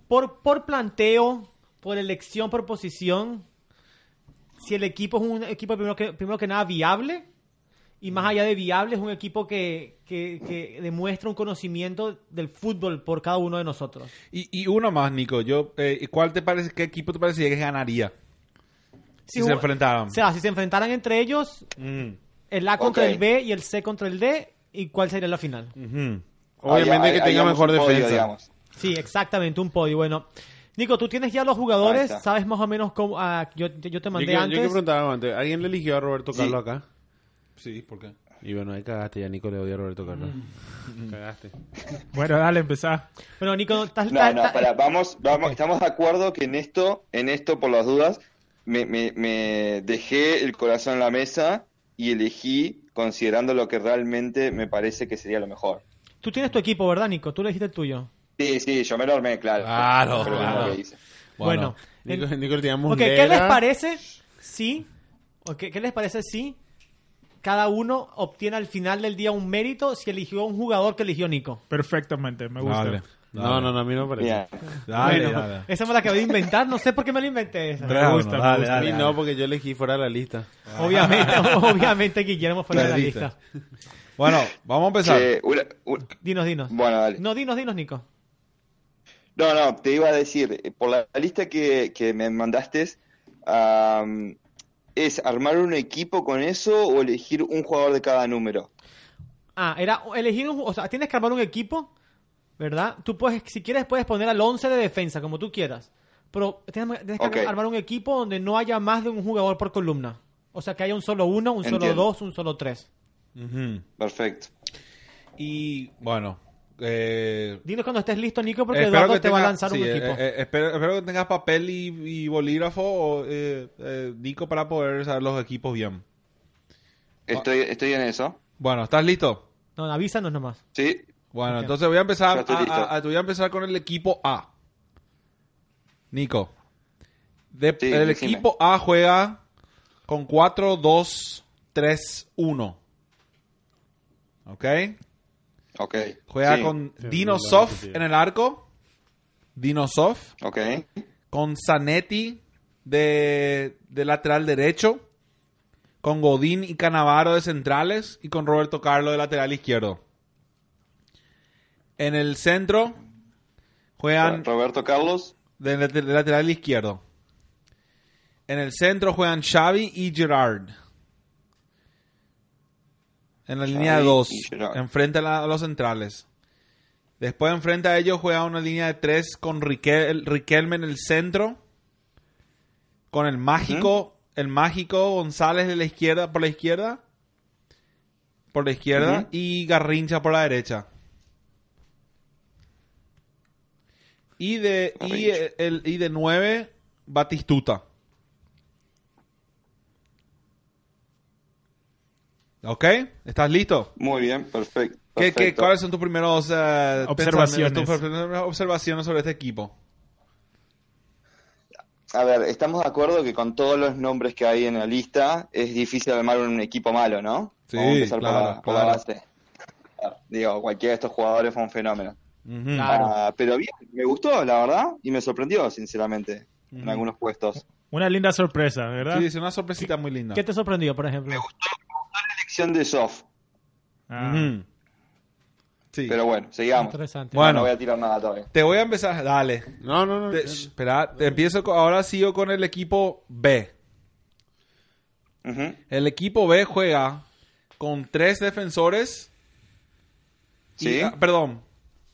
[SPEAKER 2] por, por planteo, por elección, por posición. Si el equipo es un equipo primero que, primero que nada viable y más allá de viable es un equipo que, que, que demuestra un conocimiento del fútbol por cada uno de nosotros.
[SPEAKER 3] y, y uno más, Nico. Yo, eh, ¿cuál te parece, qué equipo te parecía que ganaría si, se
[SPEAKER 2] jug-
[SPEAKER 3] enfrentaran?
[SPEAKER 2] O sea, si se enfrentaran entre ellos,
[SPEAKER 3] Mm,
[SPEAKER 2] el A contra
[SPEAKER 6] Ok.
[SPEAKER 2] el B y el C contra el D, ¿y cuál sería la final?
[SPEAKER 3] ujú.
[SPEAKER 5] Obviamente
[SPEAKER 6] Ahí-
[SPEAKER 5] que
[SPEAKER 6] ahí- ahí
[SPEAKER 5] tenga
[SPEAKER 6] vamos
[SPEAKER 5] mejor
[SPEAKER 6] un podio,
[SPEAKER 5] defensa.
[SPEAKER 6] digamos.
[SPEAKER 2] Sí, exactamente, un podio. Bueno, Nico, tú tienes ya los
[SPEAKER 6] Ahí
[SPEAKER 2] jugadores,
[SPEAKER 6] está.
[SPEAKER 2] sabes más o menos cómo... ah, yo, yo te
[SPEAKER 5] Yo,
[SPEAKER 2] mandé
[SPEAKER 5] quiero- yo
[SPEAKER 2] antes.
[SPEAKER 5] quiero preguntar algo antes. ¿Alguien le eligió a Roberto Carlos acá?
[SPEAKER 3] Sí, ¿por qué?
[SPEAKER 5] Y bueno, ahí cagaste, ya Nico le odia a Roberto Carlos. Cagaste.
[SPEAKER 4] Bueno, dale, empezá.
[SPEAKER 2] Bueno, Nico, estás...
[SPEAKER 6] No,
[SPEAKER 2] estás-
[SPEAKER 6] no,
[SPEAKER 2] estás-
[SPEAKER 6] para, vamos, vamos, estamos de acuerdo que en esto, en esto por las dudas, me, me, me dejé el corazón en la mesa y elegí considerando lo que realmente me parece que sería lo mejor.
[SPEAKER 2] Tú tienes tu equipo, ¿verdad, Nico? Tú le dijiste el tuyo.
[SPEAKER 6] Sí, sí, yo me lo armé, claro.
[SPEAKER 3] Claro,
[SPEAKER 6] Pero
[SPEAKER 3] claro.
[SPEAKER 6] no lo hice.
[SPEAKER 2] Bueno,
[SPEAKER 5] Nico,
[SPEAKER 2] el-
[SPEAKER 5] Nico le tiramos
[SPEAKER 2] Ok, ¿qué les parece si, o qué- qué les parece si cada uno obtiene al final del día un mérito si eligió un jugador que eligió Nico?
[SPEAKER 4] Perfectamente, me gusta.
[SPEAKER 3] Dale.
[SPEAKER 5] No, no, no, a mí no me parece.
[SPEAKER 6] Bien.
[SPEAKER 3] Dale,
[SPEAKER 2] Bueno,
[SPEAKER 3] dale.
[SPEAKER 2] esa me la acabé de inventar, no sé por qué me la inventé esa.
[SPEAKER 3] Tres a uno,
[SPEAKER 4] gusta, me
[SPEAKER 3] dale,
[SPEAKER 4] gusta.
[SPEAKER 5] A
[SPEAKER 3] dale,
[SPEAKER 5] mí
[SPEAKER 3] dale.
[SPEAKER 5] no, porque yo elegí fuera de la lista.
[SPEAKER 2] Obviamente, obviamente Guillermo fue de la
[SPEAKER 3] Perdiste.
[SPEAKER 2] lista.
[SPEAKER 3] Bueno, vamos a empezar.
[SPEAKER 6] Que una- una-
[SPEAKER 2] Dinos, dinos.
[SPEAKER 6] bueno, dale.
[SPEAKER 2] No, dinos, dinos, Nico.
[SPEAKER 6] No, no, te iba a decir, eh, por la lista que, que me mandaste, am, ¿es armar un equipo con eso o elegir un jugador de cada número?
[SPEAKER 2] Ah, era elegir un... O sea, tienes que armar un equipo, ¿verdad? Tú puedes, si quieres, puedes poner al 11 de defensa, como tú quieras. Pero tienes, tienes que
[SPEAKER 6] Ok.
[SPEAKER 2] armar un equipo donde no haya más de un jugador por columna. O sea, que haya un solo uno, un solo
[SPEAKER 6] Entiendo.
[SPEAKER 2] dos, un solo tres.
[SPEAKER 3] Ujú.
[SPEAKER 6] Perfecto.
[SPEAKER 3] Ah. Y bueno, eh,
[SPEAKER 2] Dinos cuando estés listo, Nico, porque
[SPEAKER 3] espero
[SPEAKER 2] Eduardo te
[SPEAKER 3] que
[SPEAKER 2] va a
[SPEAKER 3] tenga-
[SPEAKER 2] lanzar
[SPEAKER 3] sí,
[SPEAKER 2] un
[SPEAKER 3] eh,
[SPEAKER 2] equipo.
[SPEAKER 3] eh, espero, espero que tengas papel y, y bolígrafo, o, eh, eh, Nico, para poder saber los equipos bien.
[SPEAKER 6] Estoy, estoy en eso.
[SPEAKER 3] Bueno, ¿estás listo?
[SPEAKER 2] No, avísanos nomás.
[SPEAKER 6] Sí,
[SPEAKER 3] Bueno,
[SPEAKER 2] Ok.
[SPEAKER 3] entonces voy a
[SPEAKER 6] Ya
[SPEAKER 3] empezar
[SPEAKER 6] estoy
[SPEAKER 3] a,
[SPEAKER 6] listo.
[SPEAKER 3] a- a- voy a empezar con el equipo A. Nico. De-
[SPEAKER 6] Sí,
[SPEAKER 3] el
[SPEAKER 6] decime.
[SPEAKER 3] equipo A juega con 4-2-3-1. ¿Ok?
[SPEAKER 6] ok.
[SPEAKER 3] Juega
[SPEAKER 6] Sí,
[SPEAKER 3] con
[SPEAKER 4] Sí,
[SPEAKER 3] Dinosoft
[SPEAKER 4] sí.
[SPEAKER 3] en el arco. Dinosoft.
[SPEAKER 6] Ok,
[SPEAKER 3] con Zanetti de, de lateral derecho, con Godín y Canavaro de centrales y con Roberto Carlos de lateral izquierdo. En el centro juegan
[SPEAKER 6] Roberto Carlos.
[SPEAKER 3] de, late- de lateral izquierdo. En el centro juegan Xavi y Gerard. En la
[SPEAKER 6] Xavi
[SPEAKER 3] línea
[SPEAKER 6] y
[SPEAKER 3] 2,
[SPEAKER 6] Gerrard.
[SPEAKER 3] enfrente a, la- a los centrales. Después enfrente a ellos juega una línea de 3 con Riquel- Riquelme en el centro. Con el mágico, el mágico González de la izquierda, por la izquierda. Por la izquierda.
[SPEAKER 6] Ujú.
[SPEAKER 3] Y Garrincha por la derecha. Y de, y
[SPEAKER 6] Garrincha.
[SPEAKER 3] el, y de 9, Batistuta. ¿Ok? ¿Estás listo?
[SPEAKER 6] Muy bien, perfecto.
[SPEAKER 3] ¿Qué, qué-
[SPEAKER 6] perfecto.
[SPEAKER 3] ¿Cuáles son tus primeros eh,
[SPEAKER 4] Observaciones.
[SPEAKER 3] pensamientos, tus primeras observaciones sobre este equipo?
[SPEAKER 6] A ver, estamos de acuerdo que con todos los nombres que hay en la lista es difícil armar un equipo malo, ¿no?
[SPEAKER 3] Sí,
[SPEAKER 6] Vamos a empezar por
[SPEAKER 3] claro,
[SPEAKER 6] la, por la
[SPEAKER 3] claro.
[SPEAKER 6] base. Digo, cualquiera de estos jugadores fue un fenómeno.
[SPEAKER 3] Ujú.
[SPEAKER 2] Claro.
[SPEAKER 6] Ah, pero bien, me gustó, la verdad, y me sorprendió, sinceramente, en algunos puestos.
[SPEAKER 4] Una linda sorpresa, ¿verdad?
[SPEAKER 3] Sí, es una sorpresita muy linda.
[SPEAKER 2] ¿Qué te sorprendió, por ejemplo?
[SPEAKER 6] Elección de soft,
[SPEAKER 4] Ah,
[SPEAKER 3] Ujú. Sí.
[SPEAKER 6] pero bueno, sigamos.
[SPEAKER 2] Interesante.
[SPEAKER 3] Bueno.
[SPEAKER 6] No voy a tirar nada todavía.
[SPEAKER 3] Te voy a empezar. Dale.
[SPEAKER 5] No, no, no.
[SPEAKER 3] Te- sh- espera, te empiezo con- ahora sigo con el equipo B.
[SPEAKER 6] Ujú.
[SPEAKER 3] El equipo B juega con tres defensores. y-
[SPEAKER 6] Sí,
[SPEAKER 3] ah, perdón,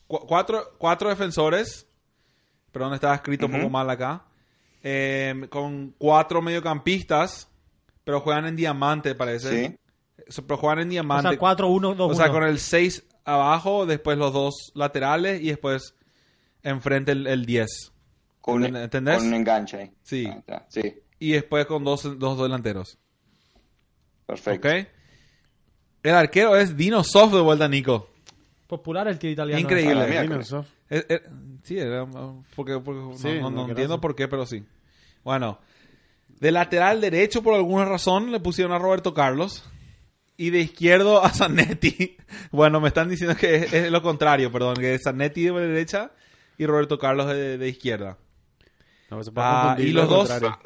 [SPEAKER 3] cu- cuatro, cuatro defensores. Perdón, estaba escrito un
[SPEAKER 6] Ujú.
[SPEAKER 3] poco mal acá. Em, con cuatro mediocampistas, pero juegan en diamante, parece.
[SPEAKER 6] sí.
[SPEAKER 3] So- Pero juegan en
[SPEAKER 2] O
[SPEAKER 3] diamante.
[SPEAKER 2] sea, 4, 1, 2,
[SPEAKER 3] O sea, con el 6 abajo, después los dos laterales y después enfrente el, el 10.
[SPEAKER 6] Con un,
[SPEAKER 3] ¿Entendés?
[SPEAKER 6] con un enganche ahí.
[SPEAKER 3] Sí.
[SPEAKER 6] Ahí está, Sí,
[SPEAKER 3] Y después con dos, dos delanteros.
[SPEAKER 6] perfecto.
[SPEAKER 3] ¿Ok? El arquero es Dino Soft de vuelta, Nico.
[SPEAKER 2] Popular el tío italiano.
[SPEAKER 3] Increíble.
[SPEAKER 6] Ah, mira.
[SPEAKER 5] Dinosoft.
[SPEAKER 3] Eh, eh, sí, era, um, porque, porque no-
[SPEAKER 5] Sí,
[SPEAKER 3] no, no
[SPEAKER 5] no, que
[SPEAKER 3] entiendo
[SPEAKER 5] no sé.
[SPEAKER 3] por qué, pero sí. Bueno, de lateral derecho, por alguna razón, le pusieron a Roberto Carlos. Y de izquierdo a Zanetti. Bueno, me están diciendo que es, es lo contrario, perdón, que es Zanetti de derecha y Roberto Carlos de, de izquierda.
[SPEAKER 5] No, se puede
[SPEAKER 3] Ah,
[SPEAKER 5] confundir,
[SPEAKER 3] y los
[SPEAKER 5] lo
[SPEAKER 3] dos.
[SPEAKER 5] contrario.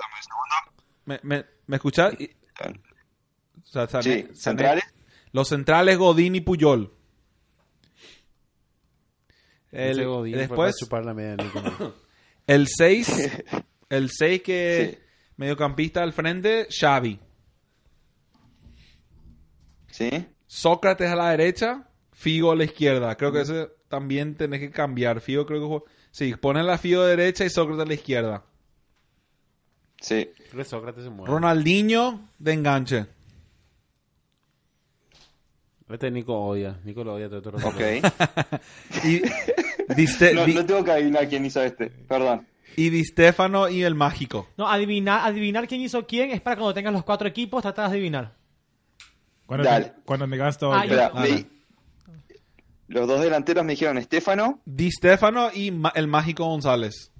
[SPEAKER 3] ¿Me, me, me escuchás? Y- o sea, Zane-
[SPEAKER 6] Sí,
[SPEAKER 3] Zanetti-
[SPEAKER 6] centrales.
[SPEAKER 3] Los centrales Godín y Puyol.
[SPEAKER 5] Ese
[SPEAKER 3] El-
[SPEAKER 5] Godín fue
[SPEAKER 3] después,
[SPEAKER 5] para chupar la media de Nico.
[SPEAKER 3] el 6. El 6 que.
[SPEAKER 6] Sí.
[SPEAKER 3] Mediocampista al frente, Xavi.
[SPEAKER 6] Sí,
[SPEAKER 3] Sócrates a la derecha, Figo a la izquierda. Creo que ese también tenés que cambiar. Figo creo que... jue- Sí, ponen a Figo derecha y Sócrates a la izquierda.
[SPEAKER 6] sí.
[SPEAKER 5] Creo que Sócrates se muere.
[SPEAKER 3] Ronaldinho de enganche.
[SPEAKER 5] Este Nico odia. Nico lo odia. Te te lo recuerdo.
[SPEAKER 6] Ok.
[SPEAKER 3] Y Di, Ste-
[SPEAKER 6] No,
[SPEAKER 3] Di-
[SPEAKER 6] no tengo que adivinar quién hizo este, perdón.
[SPEAKER 3] y Di Stefano y el mágico.
[SPEAKER 2] No, adivinar, adivinar quién hizo quién es para cuando tengas los cuatro equipos, trata de adivinar.
[SPEAKER 4] Cuando,
[SPEAKER 6] Dale.
[SPEAKER 4] Te, cuando tengas todo.
[SPEAKER 2] Ah,
[SPEAKER 4] ya.
[SPEAKER 6] Espera,
[SPEAKER 2] Ah,
[SPEAKER 6] leí-
[SPEAKER 3] dale.
[SPEAKER 6] Los dos delanteros me dijeron Estefano
[SPEAKER 3] Di Stefano y Ma- el mágico González.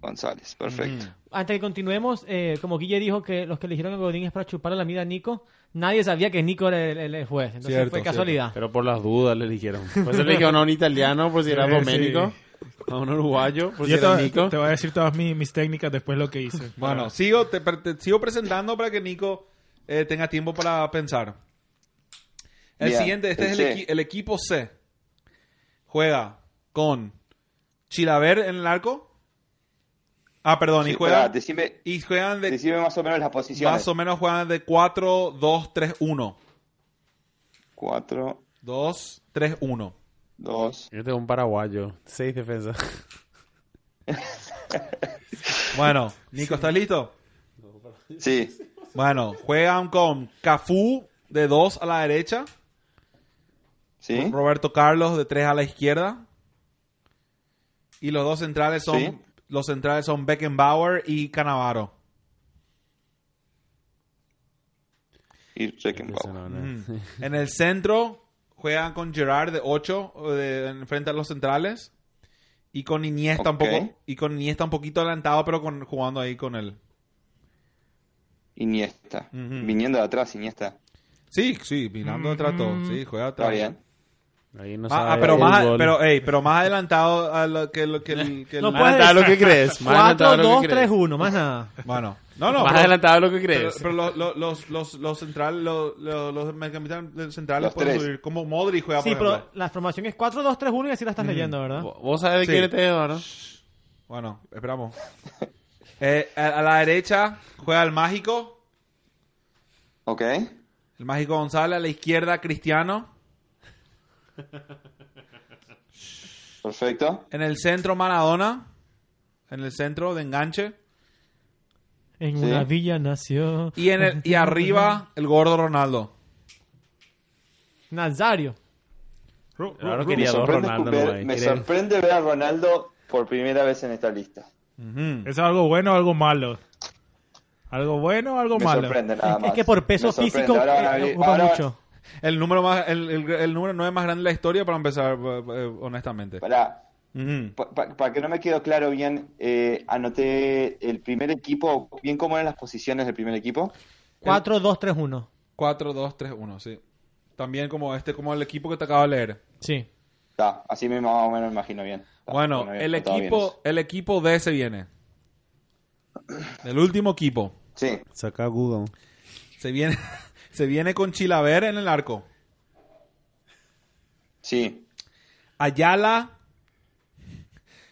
[SPEAKER 6] González, perfecto.
[SPEAKER 3] Mm.
[SPEAKER 2] Antes que continuemos, eh, como Guille dijo que los que eligieron a Godín es para chuparle la mida a Nico, nadie sabía que Nico era el, el- el juez. Entonces
[SPEAKER 3] Cierto,
[SPEAKER 2] fue
[SPEAKER 3] cierto.
[SPEAKER 2] casualidad.
[SPEAKER 5] Pero por las dudas le eligieron. Por eso le dijeron a un italiano, por si era
[SPEAKER 4] Sí,
[SPEAKER 5] Doménico.
[SPEAKER 4] sí.
[SPEAKER 5] A un uruguayo, por si
[SPEAKER 4] Yo
[SPEAKER 5] era
[SPEAKER 4] te,
[SPEAKER 5] Nico.
[SPEAKER 4] te voy a decir todas mis, mis técnicas después lo que hice.
[SPEAKER 3] Bueno, sigo, te, pre- te sigo presentando para que Nico eh, tenga tiempo para pensar. El
[SPEAKER 6] Bien,
[SPEAKER 3] siguiente, este
[SPEAKER 6] el
[SPEAKER 3] es el,
[SPEAKER 6] C.
[SPEAKER 3] equi- el equipo C. Juega con Chilaver en el arco. Ah, perdón,
[SPEAKER 6] Sí,
[SPEAKER 3] y juegan,
[SPEAKER 6] pará, decime,
[SPEAKER 3] y juegan de
[SPEAKER 6] decime más o menos las posiciones.
[SPEAKER 3] más o menos juegan de 4 2 3 1.
[SPEAKER 6] Cuatro,
[SPEAKER 3] 2 3 1.
[SPEAKER 6] dos.
[SPEAKER 5] Este es un paraguayo. Seis defensas.
[SPEAKER 3] Bueno, Nico, ¿estás listo?
[SPEAKER 6] Sí,
[SPEAKER 3] Bueno, juegan con Cafú de 2 a la derecha,
[SPEAKER 6] sí.
[SPEAKER 3] Roberto Carlos de 3 a la izquierda. Y los dos centrales son
[SPEAKER 6] Sí.
[SPEAKER 3] los centrales son Beckenbauer y Canavaro.
[SPEAKER 6] Y
[SPEAKER 5] Ese
[SPEAKER 6] Reckenbauer.
[SPEAKER 5] no, no.
[SPEAKER 3] Ujú. Mm. En el centro juegan con Gerard de 8 en frente a los centrales. Y con Iniesta
[SPEAKER 6] Ok.
[SPEAKER 3] un poco. Y con Iniesta un poquito adelantado, pero con, jugando ahí con él.
[SPEAKER 6] Iniesta.
[SPEAKER 3] Ujú.
[SPEAKER 6] Viniendo de atrás, Iniesta.
[SPEAKER 3] Sí, sí, mirando detrás todo. Sí, juega
[SPEAKER 6] Mm. Está
[SPEAKER 3] atrás.
[SPEAKER 6] bien.
[SPEAKER 5] Ahí no
[SPEAKER 3] Ma- ah,
[SPEAKER 5] sabe
[SPEAKER 3] pero, más,
[SPEAKER 5] fútbol.
[SPEAKER 3] pero, ey, pero más adelantado a lo que, lo que el- que el-
[SPEAKER 2] No
[SPEAKER 5] Más adelantado lo que crees. Más
[SPEAKER 2] 4,
[SPEAKER 5] adelantado lo que
[SPEAKER 2] 2,
[SPEAKER 5] crees.
[SPEAKER 2] 3, 1, más nada.
[SPEAKER 3] Bueno, no, no.
[SPEAKER 5] Más
[SPEAKER 3] pero-
[SPEAKER 5] adelantado lo que
[SPEAKER 3] Pero,
[SPEAKER 5] crees.
[SPEAKER 3] pero los, los, los, los, los centrales, los, los, los mediocampistas centrales
[SPEAKER 6] Los
[SPEAKER 3] pueden
[SPEAKER 6] tres.
[SPEAKER 3] subir. Como Modri juega,
[SPEAKER 2] Sí,
[SPEAKER 3] por
[SPEAKER 2] pero
[SPEAKER 3] ejemplo.
[SPEAKER 2] la formación es 4, 2, 3, 1 y así la estás
[SPEAKER 3] Mm.
[SPEAKER 2] leyendo, ¿verdad?
[SPEAKER 5] Vo- Vos sabés de
[SPEAKER 3] Sí.
[SPEAKER 5] quién este es, ¿no?
[SPEAKER 3] Bueno, esperamos. Eh, a, a la derecha juega el mágico,
[SPEAKER 6] Ok.
[SPEAKER 3] el mágico González. A la izquierda, Cristiano.
[SPEAKER 6] Perfecto.
[SPEAKER 3] En el centro, Maradona. En el centro, de enganche.
[SPEAKER 2] En
[SPEAKER 6] Sí.
[SPEAKER 2] una villa nació
[SPEAKER 3] Y, en el, y arriba, el gordo Ronaldo.
[SPEAKER 2] Nazario.
[SPEAKER 4] Ro- ro-
[SPEAKER 5] Claro,
[SPEAKER 4] ro-
[SPEAKER 5] quería
[SPEAKER 6] Me
[SPEAKER 5] dos
[SPEAKER 6] sorprende,
[SPEAKER 5] Ronaldo
[SPEAKER 6] ver,
[SPEAKER 5] nomás.
[SPEAKER 6] me
[SPEAKER 5] Quería-
[SPEAKER 6] sorprende ver a Ronaldo por primera vez en esta lista.
[SPEAKER 3] Ujú.
[SPEAKER 4] ¿Es algo bueno o algo malo? ¿Algo bueno o algo
[SPEAKER 6] Me
[SPEAKER 4] malo?
[SPEAKER 6] sorprende nada
[SPEAKER 2] Es-
[SPEAKER 6] más.
[SPEAKER 2] Es que por peso
[SPEAKER 6] Me sorprende.
[SPEAKER 2] físico
[SPEAKER 6] Ahora van a
[SPEAKER 2] eh,
[SPEAKER 6] venir-
[SPEAKER 2] ocupa
[SPEAKER 6] ahora-
[SPEAKER 2] mucho.
[SPEAKER 3] El número más, el, el, el número 9 más grande de la historia para empezar, eh, eh, honestamente.
[SPEAKER 6] Pará,
[SPEAKER 3] Ujú.
[SPEAKER 6] pa- pa- para que no me quedó claro bien, eh, anoté el primer equipo, bien cómo eran las posiciones del primer equipo.
[SPEAKER 2] 4, 2, 3, 1.
[SPEAKER 3] 4, 2, 3, 1, sí. También como este, como el equipo que te acabo de leer.
[SPEAKER 2] Sí.
[SPEAKER 6] Está, así me más o menos me imagino bien. Ta,
[SPEAKER 3] Bueno,
[SPEAKER 6] no había
[SPEAKER 3] el
[SPEAKER 6] contado bien
[SPEAKER 3] equipo,
[SPEAKER 6] eso.
[SPEAKER 3] el equipo D se viene. El último equipo.
[SPEAKER 6] Sí,
[SPEAKER 5] Saca Google.
[SPEAKER 3] Se viene, se viene con Chilaver en el arco.
[SPEAKER 6] sí.
[SPEAKER 3] Ayala.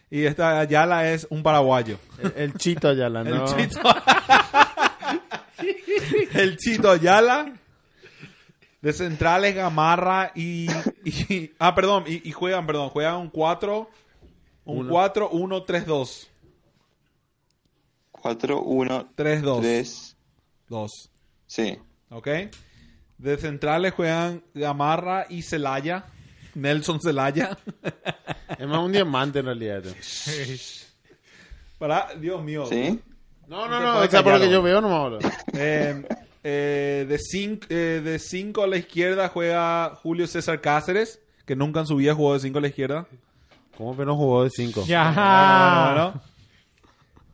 [SPEAKER 3] Y esta Ayala es un paraguayo.
[SPEAKER 5] El, el Chito Ayala,
[SPEAKER 3] El
[SPEAKER 5] ¿no?
[SPEAKER 3] Chito. el Chito Ayala. De centrales Gamarra y, y- ah, perdón, y, y juegan, perdón, juegan un 4 un
[SPEAKER 5] Uno.
[SPEAKER 3] 4 1 3 2.
[SPEAKER 6] 4, 1,
[SPEAKER 3] 3 2.
[SPEAKER 6] 3,
[SPEAKER 3] 2.
[SPEAKER 6] sí.
[SPEAKER 3] ¿Ok? De centrales juegan Gamarra y Celaya. Nelson Celaya.
[SPEAKER 5] Es más un diamante en realidad. este.
[SPEAKER 3] Para, Dios mío.
[SPEAKER 6] ¿Sí?
[SPEAKER 5] No,
[SPEAKER 3] No
[SPEAKER 5] no,
[SPEAKER 3] te
[SPEAKER 5] no.
[SPEAKER 3] puedes
[SPEAKER 5] O sea, por lo
[SPEAKER 3] callar,
[SPEAKER 5] que yo veo, no me hablo.
[SPEAKER 3] Eh, eh, de 5 a la izquierda juega Julio César Cáceres, que nunca en su vida jugó de 5 a la izquierda.
[SPEAKER 5] ¿Cómo que no jugó de cinco?
[SPEAKER 2] Ya.
[SPEAKER 3] Bueno, bueno, bueno.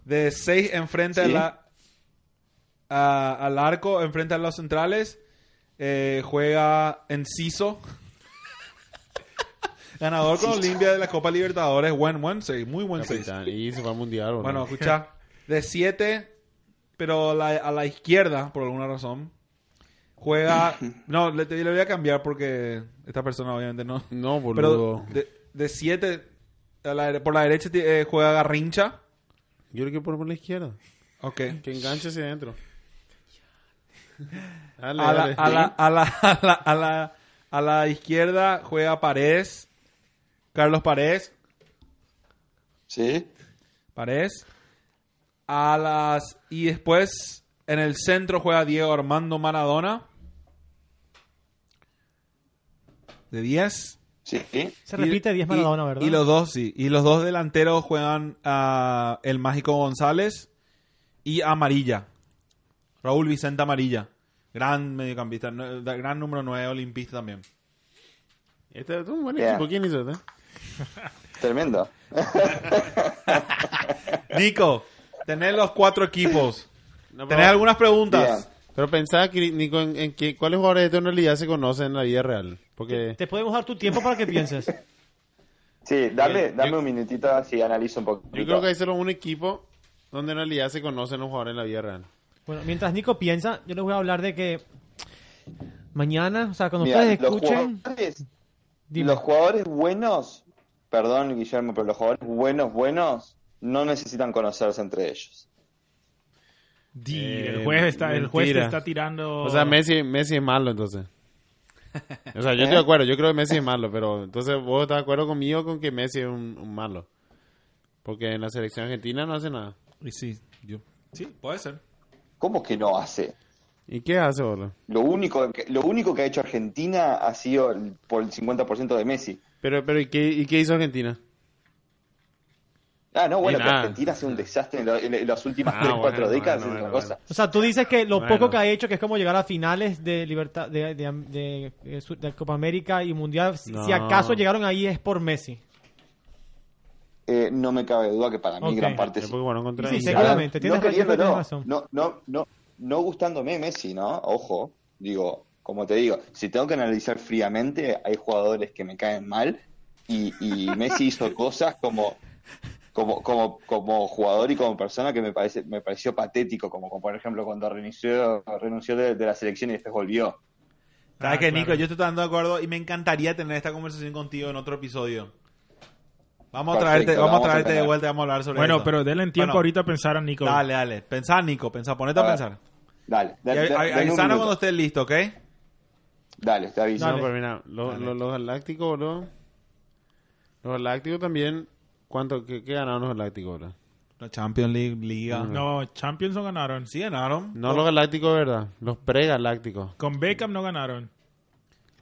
[SPEAKER 3] De 6 enfrente a
[SPEAKER 6] Sí.
[SPEAKER 3] la- a- al arco, enfrente a los centrales. eh, juega Enciso. Ganador con Olimpia de la Copa Libertadores. Buen, buen seis, muy buen 6.
[SPEAKER 5] Capitán, Y se va al mundial, boludo.
[SPEAKER 3] pues, Bueno, escucha. De 7, pero a la, a la izquierda, por alguna razón. Juega. No, le, te- le voy a cambiar porque esta persona obviamente no.
[SPEAKER 5] No,
[SPEAKER 3] Pero
[SPEAKER 5] boludo.
[SPEAKER 3] de 7, por la derecha ti- eh, juega Garrincha.
[SPEAKER 5] Yo lo quiero poner por la izquierda.
[SPEAKER 3] Ok.
[SPEAKER 5] Que enganche hacia adentro. Dale,
[SPEAKER 3] A la,
[SPEAKER 5] dale.
[SPEAKER 3] a la- a la- a la- a la- a la izquierda juega Paredes. Carlos Paredes.
[SPEAKER 6] ¿Sí?
[SPEAKER 3] Paredes. A las, y después en el centro juega Diego Armando Maradona. De 10.
[SPEAKER 6] ¿Sí?
[SPEAKER 2] Se repite 10 Maradona,
[SPEAKER 3] y-
[SPEAKER 2] ¿verdad?
[SPEAKER 3] Y los dos, sí. Y los dos delanteros juegan a el Mágico González y Amarilla. Raúl Vicente Amarilla. Gran mediocampista. no- da- Gran número 9 olimpista también.
[SPEAKER 5] Este es un buen
[SPEAKER 6] Yeah.
[SPEAKER 5] equipo. ¿Quién hizo este?
[SPEAKER 6] Tremendo.
[SPEAKER 3] Nico, tenés los cuatro equipos.
[SPEAKER 5] No,
[SPEAKER 3] ¿Tenés
[SPEAKER 5] pero,
[SPEAKER 3] algunas preguntas?
[SPEAKER 5] pero pensaba, que, Nico, en, en que- cuáles jugadores de esto en realidad se conocen en la vida real. Porque
[SPEAKER 2] Te podemos dar tu tiempo para que pienses.
[SPEAKER 6] Sí, dame,
[SPEAKER 5] Bien,
[SPEAKER 6] dame
[SPEAKER 5] yo-
[SPEAKER 6] un minutito así analizo un poco.
[SPEAKER 5] yo creo que hay solo un equipo donde en realidad se conocen los jugadores en la vida real.
[SPEAKER 2] Bueno, mientras Nico piensa, yo les voy a hablar de que mañana, o sea, cuando
[SPEAKER 6] Mira,
[SPEAKER 2] ustedes
[SPEAKER 6] los
[SPEAKER 2] escuchen,
[SPEAKER 6] jugadores,
[SPEAKER 2] dime.
[SPEAKER 6] los jugadores buenos perdón Guillermo, pero los jugadores buenos, buenos, no necesitan conocerse entre ellos.
[SPEAKER 4] Di,
[SPEAKER 5] Eh,
[SPEAKER 4] el juez está, el juez te
[SPEAKER 5] mentira.
[SPEAKER 4] está tirando.
[SPEAKER 5] O sea, Messi, Messi es malo, entonces. O sea, yo estoy de acuerdo, yo creo que Messi es malo, pero entonces vos estás de acuerdo conmigo con que Messi es un, un malo. Porque en la selección argentina no hace nada.
[SPEAKER 3] Y sí, yo. Sí, puede ser.
[SPEAKER 6] ¿Cómo que no hace?
[SPEAKER 5] ¿Y qué hace, boludo?
[SPEAKER 6] Lo único que, lo único que ha hecho Argentina ha sido el- por el 50% de Messi.
[SPEAKER 5] Pero, pero ¿y, qué, ¿y qué hizo Argentina?
[SPEAKER 6] Ah, no, bueno,
[SPEAKER 5] Y
[SPEAKER 6] que
[SPEAKER 5] nada.
[SPEAKER 6] Argentina ha sido un desastre en, lo- en- en las últimas
[SPEAKER 5] Ah,
[SPEAKER 6] 3, 4
[SPEAKER 5] bueno,
[SPEAKER 6] décadas.
[SPEAKER 5] bueno,
[SPEAKER 6] es una
[SPEAKER 5] bueno,
[SPEAKER 6] cosa.
[SPEAKER 2] O sea, tú dices que lo
[SPEAKER 5] Bueno.
[SPEAKER 2] poco que ha hecho, que es como llegar a finales de libertad de, de- de- de su- de Copa América y Mundial, si- si
[SPEAKER 5] No.
[SPEAKER 2] acaso llegaron ahí es por Messi.
[SPEAKER 6] Eh, no me cabe duda que para mí
[SPEAKER 2] Ok.
[SPEAKER 6] gran parte
[SPEAKER 5] Es
[SPEAKER 6] sí.
[SPEAKER 5] porque bueno, contra
[SPEAKER 2] Sí,
[SPEAKER 5] India.
[SPEAKER 2] seguramente,
[SPEAKER 6] Ahora,
[SPEAKER 2] tienes
[SPEAKER 6] no
[SPEAKER 2] razón,
[SPEAKER 6] queriendo,
[SPEAKER 2] tienes
[SPEAKER 6] no,
[SPEAKER 2] razón.
[SPEAKER 6] No, no, no, no gustándome Messi, ¿no? Ojo, digo, como te digo, si tengo que analizar fríamente, hay jugadores que me caen mal y, y Messi hizo cosas como, como, como, como jugador y como persona que me, parece, me pareció patético, como, como por ejemplo cuando renunció, renunció de, de la selección y después volvió.
[SPEAKER 3] ¿Sabes
[SPEAKER 4] Ah,
[SPEAKER 3] qué,
[SPEAKER 4] claro.
[SPEAKER 3] Nico? Yo estoy tan de acuerdo y me encantaría tener esta conversación contigo en otro episodio. Vamos a
[SPEAKER 6] Perfecto,
[SPEAKER 3] traerte,
[SPEAKER 6] la
[SPEAKER 3] vamos a
[SPEAKER 6] vamos a
[SPEAKER 3] traerte de
[SPEAKER 6] tener.
[SPEAKER 3] vuelta y vamos a hablar sobre
[SPEAKER 4] Bueno,
[SPEAKER 3] esto.
[SPEAKER 4] pero denle en tiempo
[SPEAKER 3] Bueno,
[SPEAKER 4] ahorita a pensar a Nico.
[SPEAKER 3] Dale, dale. Pensá, Nico, pensá. Ponete a,
[SPEAKER 6] A ver,
[SPEAKER 3] pensar.
[SPEAKER 6] Dale,
[SPEAKER 3] Y
[SPEAKER 6] da- da-
[SPEAKER 3] avi- avi-
[SPEAKER 6] dame un
[SPEAKER 3] avisana
[SPEAKER 6] minuto.
[SPEAKER 3] cuando estés listo, ¿ok?
[SPEAKER 6] Dale, te aviso.
[SPEAKER 5] No,
[SPEAKER 2] Dale.
[SPEAKER 5] pero mira, lo- lo- los galácticos, boludo. Los galácticos también. ¿Cuánto, qué, qué ganaron los galácticos, boludo?
[SPEAKER 3] La Champions League, Liga.
[SPEAKER 4] No, Champions no ganaron.
[SPEAKER 3] Sí ganaron.
[SPEAKER 5] No los galácticos, de ¿verdad? Los pre-galácticos.
[SPEAKER 4] Con Beckham no ganaron.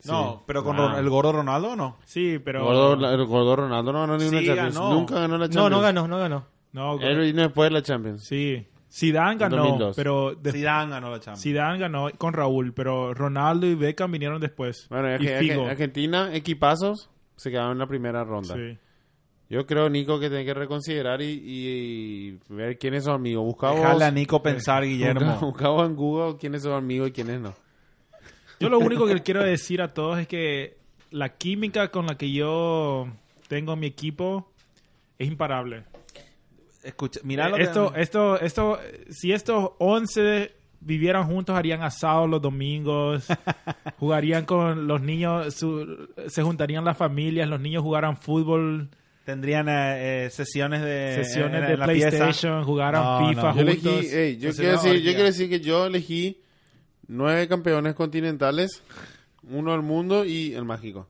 [SPEAKER 3] No,
[SPEAKER 5] Sí.
[SPEAKER 3] pero con
[SPEAKER 5] Ah.
[SPEAKER 3] Ron- el gordo Ronaldo, ¿no?
[SPEAKER 4] Sí, pero.
[SPEAKER 5] Gordo- el gordo Ronaldo no ganó ninguna
[SPEAKER 3] Sí,
[SPEAKER 5] Champions.
[SPEAKER 3] ganó.
[SPEAKER 5] Nunca ganó la
[SPEAKER 2] No,
[SPEAKER 5] Champions.
[SPEAKER 2] no ganó, no ganó.
[SPEAKER 4] No,
[SPEAKER 5] Él vino después de la Champions.
[SPEAKER 4] sí. Zidane ganó,
[SPEAKER 5] 2002.
[SPEAKER 4] pero de-
[SPEAKER 3] Zidane ganó la Champions.
[SPEAKER 4] Zidane ganó con Raúl, pero Ronaldo y Beckham vinieron después.
[SPEAKER 5] Bueno,
[SPEAKER 4] y
[SPEAKER 5] Arge-
[SPEAKER 4] Figo.
[SPEAKER 5] Arge- Argentina, equipazos, se quedaron en la primera ronda.
[SPEAKER 4] Sí.
[SPEAKER 5] Yo creo, Nico, que tiene que reconsiderar y, y- y ver quiénes son amigos. Busca vos,
[SPEAKER 3] Déjale a Nico pensar,
[SPEAKER 5] busca,
[SPEAKER 3] Guillermo.
[SPEAKER 5] busca vos en Google quiénes son amigos y quiénes no.
[SPEAKER 4] Yo lo único que quiero decir a todos es que la química con la que yo tengo mi equipo es imparable.
[SPEAKER 3] Escucha, mira lo que-
[SPEAKER 4] Eh, esto, esto, esto, si estos 11 vivieran juntos, harían asado los domingos, jugarían con los niños, su- se juntarían las familias, los niños jugaran fútbol,
[SPEAKER 3] Tendrían eh, eh, sesiones de, eh,
[SPEAKER 4] sesiones
[SPEAKER 3] en- en
[SPEAKER 4] de
[SPEAKER 3] la
[SPEAKER 4] PlayStation, jugaran
[SPEAKER 3] No, no,
[SPEAKER 4] FIFA
[SPEAKER 5] Yo elegí, eh,
[SPEAKER 4] juntos.
[SPEAKER 5] ey, yo,
[SPEAKER 3] Entonces,
[SPEAKER 5] quiero
[SPEAKER 3] no,
[SPEAKER 5] decir, yo
[SPEAKER 3] orgía.
[SPEAKER 5] quiero decir que yo elegí nueve campeones continentales, uno del mundo y el mágico.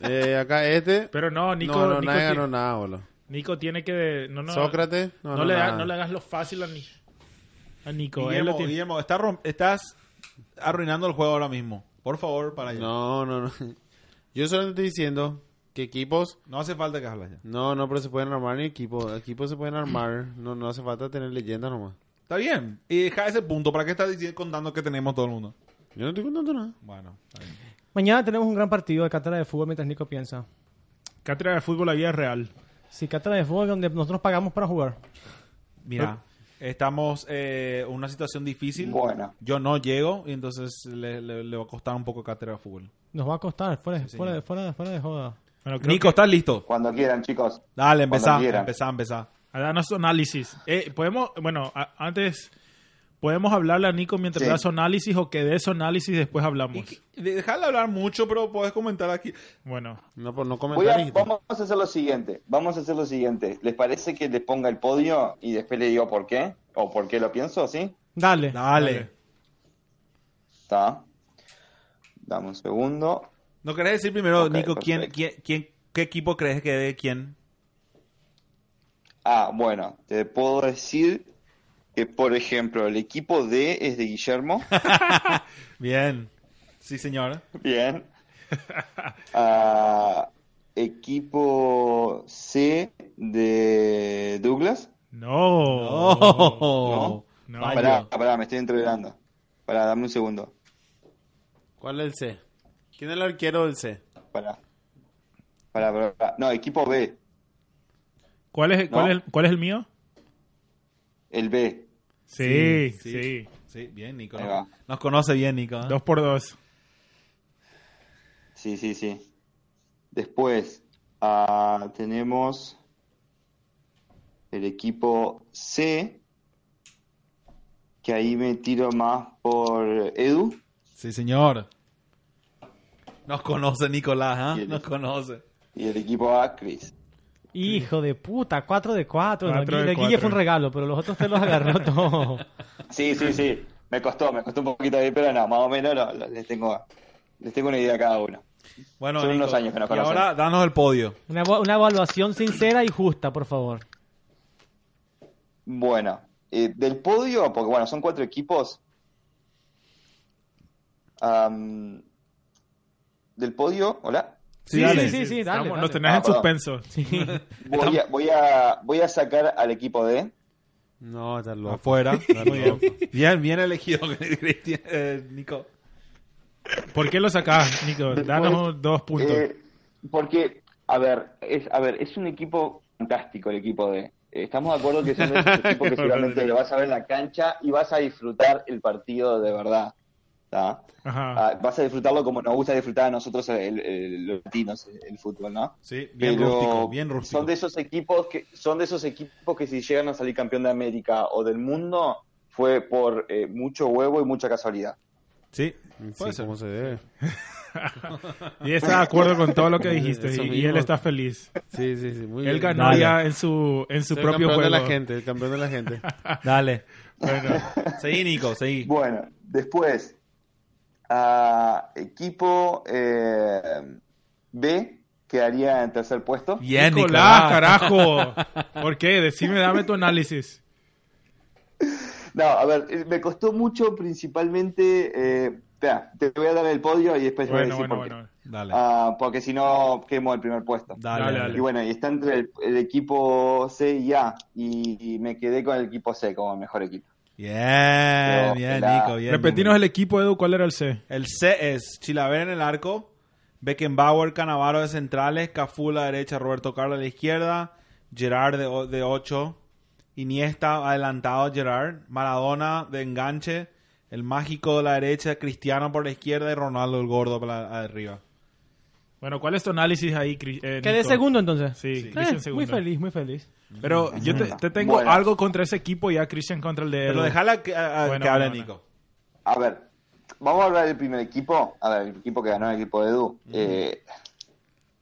[SPEAKER 5] Eh, acá este,
[SPEAKER 4] Pero no, Nico,
[SPEAKER 5] no, no,
[SPEAKER 4] Nico,
[SPEAKER 5] nadie
[SPEAKER 4] ti-
[SPEAKER 5] ganó nada, boludo.
[SPEAKER 4] Nico tiene que... No, no,
[SPEAKER 5] Sócrates,
[SPEAKER 4] No,
[SPEAKER 5] no, ganó
[SPEAKER 4] le ha-
[SPEAKER 5] nada.
[SPEAKER 4] no le hagas lo fácil a, Ni- a Nico. Él lo
[SPEAKER 3] Guillermo,
[SPEAKER 4] tiene-
[SPEAKER 3] Guillermo, está rom- estás arruinando el juego ahora mismo. Por favor, para allá. No,
[SPEAKER 5] No, no, no. Yo solo estoy diciendo que equipos.
[SPEAKER 3] hace falta que hablas ya.
[SPEAKER 5] No, no, pero se pueden armar en equipo. Equipos se pueden armar. No, no hace falta tener leyendas nomás.
[SPEAKER 3] Está bien. Y deja ese punto. ¿Para qué estás dici- contando que tenemos todo el mundo?
[SPEAKER 5] Yo no estoy contando nada.
[SPEAKER 3] Bueno, está bien.
[SPEAKER 2] Mañana tenemos un gran partido de cátedra de fútbol mientras Nico piensa.
[SPEAKER 4] Cátedra de fútbol, la vida es real.
[SPEAKER 2] Sí, cátedra de fútbol donde nosotros pagamos para jugar.
[SPEAKER 3] Mira, estamos eh, en una situación difícil.
[SPEAKER 6] Bueno.
[SPEAKER 3] Yo no llego y entonces le, le- le va a costar un poco cátedra de fútbol.
[SPEAKER 2] Nos va a costar, fuera,
[SPEAKER 3] Sí,
[SPEAKER 2] fuera,
[SPEAKER 3] señor.
[SPEAKER 2] fuera, fuera de joda.
[SPEAKER 4] Bueno, creo
[SPEAKER 3] Nico, ¿estás listo?
[SPEAKER 6] Cuando quieran, chicos.
[SPEAKER 3] Dale, empezá,
[SPEAKER 6] Cuando quieran.
[SPEAKER 3] empezá, empezá.
[SPEAKER 4] A darnos su análisis. Eh, podemos, bueno, a- antes, ¿podemos hablarle a Nico mientras
[SPEAKER 6] Sí.
[SPEAKER 4] da su análisis o que dé su análisis y después hablamos?
[SPEAKER 3] Dejarle hablar mucho, pero podés comentar aquí.
[SPEAKER 4] Bueno,
[SPEAKER 5] No, pues no
[SPEAKER 6] Voy a-
[SPEAKER 5] comentar. hijito.
[SPEAKER 6] vamos a hacer lo siguiente. Vamos a hacer lo siguiente. ¿Les parece que les ponga el podio y después le digo por qué? ¿O por qué lo pienso así?
[SPEAKER 2] Dale.
[SPEAKER 3] Dale.
[SPEAKER 6] Está. Dame un segundo.
[SPEAKER 3] ¿No querés decir primero,
[SPEAKER 6] Ok,
[SPEAKER 3] Nico, quién,
[SPEAKER 6] perfecto.
[SPEAKER 3] quién, quién, qué equipo crees que de quién?
[SPEAKER 6] Ah, bueno, te puedo decir que, por ejemplo, el equipo D es de Guillermo.
[SPEAKER 3] Bien. Sí, señor.
[SPEAKER 6] Bien. Ah, equipo C de Douglas.
[SPEAKER 4] No.
[SPEAKER 3] Oh,
[SPEAKER 4] No.
[SPEAKER 3] Vaya.
[SPEAKER 6] Pará, pará, me estoy entreverando. Pará, dame un segundo.
[SPEAKER 5] ¿Cuál es el C? ¿Quién es el arquero del C?
[SPEAKER 6] Pará. Pará, pará, pará. No, equipo B.
[SPEAKER 4] ¿Cuál, es, cuál,
[SPEAKER 6] No.
[SPEAKER 4] es, ¿Cuál es el mío?
[SPEAKER 6] El B.
[SPEAKER 4] Sí, sí.
[SPEAKER 3] Sí, bien, Nico.
[SPEAKER 6] Ahí va.
[SPEAKER 3] Nos conoce bien, Nico. ¿eh?
[SPEAKER 4] Dos por dos.
[SPEAKER 6] Sí, sí, sí. Después ah, tenemos el equipo C, que ahí me tiro más por Edu.
[SPEAKER 3] Sí, señor. Nos conoce, Nicolás, ¿ah?
[SPEAKER 6] ¿Quién es?
[SPEAKER 3] Nos conoce.
[SPEAKER 6] Y el equipo A, Chris.
[SPEAKER 2] Hijo de puta, 4 de 4.
[SPEAKER 4] Cuatro de
[SPEAKER 2] de Guille
[SPEAKER 4] cuatro.
[SPEAKER 2] fue un regalo, pero los otros te los agarró todo.
[SPEAKER 6] Sí, sí, sí. Me costó, me costó un poquito ahí, pero no, más o menos lo- lo- les, tengo, les tengo una idea a cada uno.
[SPEAKER 3] Bueno,
[SPEAKER 6] Son unos años que nos
[SPEAKER 3] y
[SPEAKER 6] conocemos.
[SPEAKER 3] ahora danos el podio.
[SPEAKER 2] Una, eva- una evaluación sincera y justa, por favor.
[SPEAKER 6] Bueno, eh, del podio, porque bueno, son cuatro equipos. Am, del podio, hola.
[SPEAKER 2] Sí, sí, sí, sí, dale,
[SPEAKER 4] Estamos-
[SPEAKER 2] dale.
[SPEAKER 4] Nos tenés
[SPEAKER 6] Ah,
[SPEAKER 4] en
[SPEAKER 6] perdón.
[SPEAKER 4] suspenso.
[SPEAKER 2] Sí.
[SPEAKER 6] Voy a, voy, a, voy a sacar al equipo D.
[SPEAKER 5] No, está loco.
[SPEAKER 3] Afuera. Ah, Muy bien. bien, bien elegido, Cristian- eh, Nico.
[SPEAKER 4] ¿Por qué lo sacás, Nico? Danos dos puntos.
[SPEAKER 6] Eh, porque, a ver, es, a ver, es un equipo fantástico el equipo D. Eh, Estamos de acuerdo que son esos equipos que seguramente lo vas a ver en la cancha y vas a disfrutar el partido de verdad. ¿tá?
[SPEAKER 4] Ajá.
[SPEAKER 6] Ah, vas a disfrutarlo como nos gusta disfrutar a nosotros el- el- los latinos el, el fútbol, ¿no?
[SPEAKER 3] Sí, bien
[SPEAKER 6] Pero
[SPEAKER 3] rústico, bien rústico.
[SPEAKER 6] Son de esos equipos que son de esos equipos que si llegan a salir campeón de América o del mundo fue por eh, mucho huevo y mucha casualidad.
[SPEAKER 3] Sí, puede
[SPEAKER 5] Sí,
[SPEAKER 3] ser.
[SPEAKER 5] ¿cómo se debe?
[SPEAKER 4] Y está de acuerdo con todo lo que dijiste
[SPEAKER 5] Eso
[SPEAKER 4] y, y
[SPEAKER 5] mismo.
[SPEAKER 4] él está feliz.
[SPEAKER 5] Sí, sí, sí. Muy
[SPEAKER 4] Él
[SPEAKER 5] bien.
[SPEAKER 4] ganó
[SPEAKER 2] Dale.
[SPEAKER 4] ya en su, en su
[SPEAKER 5] Soy el
[SPEAKER 4] propio
[SPEAKER 5] campeón
[SPEAKER 4] juego.
[SPEAKER 5] de la gente, el campeón de la gente.
[SPEAKER 3] Dale. seguí, Nico, seguí.
[SPEAKER 6] Bueno, después, a equipo eh, B quedaría en tercer puesto.
[SPEAKER 3] Bien,
[SPEAKER 4] Nicolás,
[SPEAKER 3] Nicolás.
[SPEAKER 4] carajo. ¿Por qué? Decime, dame tu análisis.
[SPEAKER 6] No, a ver, eh, me costó mucho principalmente... eh, espera, te voy a dar el podio y después te voy a
[SPEAKER 4] Bueno,
[SPEAKER 6] decir
[SPEAKER 4] bueno,
[SPEAKER 6] por qué.
[SPEAKER 4] bueno.
[SPEAKER 3] Dale.
[SPEAKER 6] Ah, porque si no, quemo el primer puesto.
[SPEAKER 3] Dale,
[SPEAKER 4] dale,
[SPEAKER 3] dale.
[SPEAKER 6] Y bueno, y está entre el, el equipo C y A, y, y me quedé con el equipo C como mejor equipo.
[SPEAKER 3] Bien,
[SPEAKER 6] Yo,
[SPEAKER 3] bien,
[SPEAKER 6] la-
[SPEAKER 3] Nico, bien.
[SPEAKER 4] Repetinos el equipo, Edu, ¿cuál era el C?
[SPEAKER 3] El C es Chilaver en el arco, Beckenbauer, Canavaro de centrales, Cafú a la derecha, Roberto Carlos a la izquierda, Gerard de, o- de 8, Iniesta adelantado Gerard, Maradona de enganche, el mágico de la derecha, Cristiano por la izquierda y Ronaldo el gordo por la- arriba.
[SPEAKER 4] Bueno, ¿cuál es tu análisis ahí, Cri- eh,
[SPEAKER 2] Quedé
[SPEAKER 4] Nico?
[SPEAKER 2] segundo entonces.
[SPEAKER 4] Sí,
[SPEAKER 2] Eh,
[SPEAKER 4] Cristian
[SPEAKER 2] muy
[SPEAKER 4] segundo.
[SPEAKER 2] feliz, muy feliz.
[SPEAKER 4] Pero yo te, te tengo
[SPEAKER 6] Bueno.
[SPEAKER 4] algo contra ese equipo y a Christian contra el de Edu.
[SPEAKER 3] Pero déjala que, a- a-
[SPEAKER 4] Bueno,
[SPEAKER 3] que hable
[SPEAKER 4] bueno,
[SPEAKER 3] Nico.
[SPEAKER 6] A ver, vamos a hablar del primer equipo. A ver, el equipo que ganó el equipo de Edu. Eh,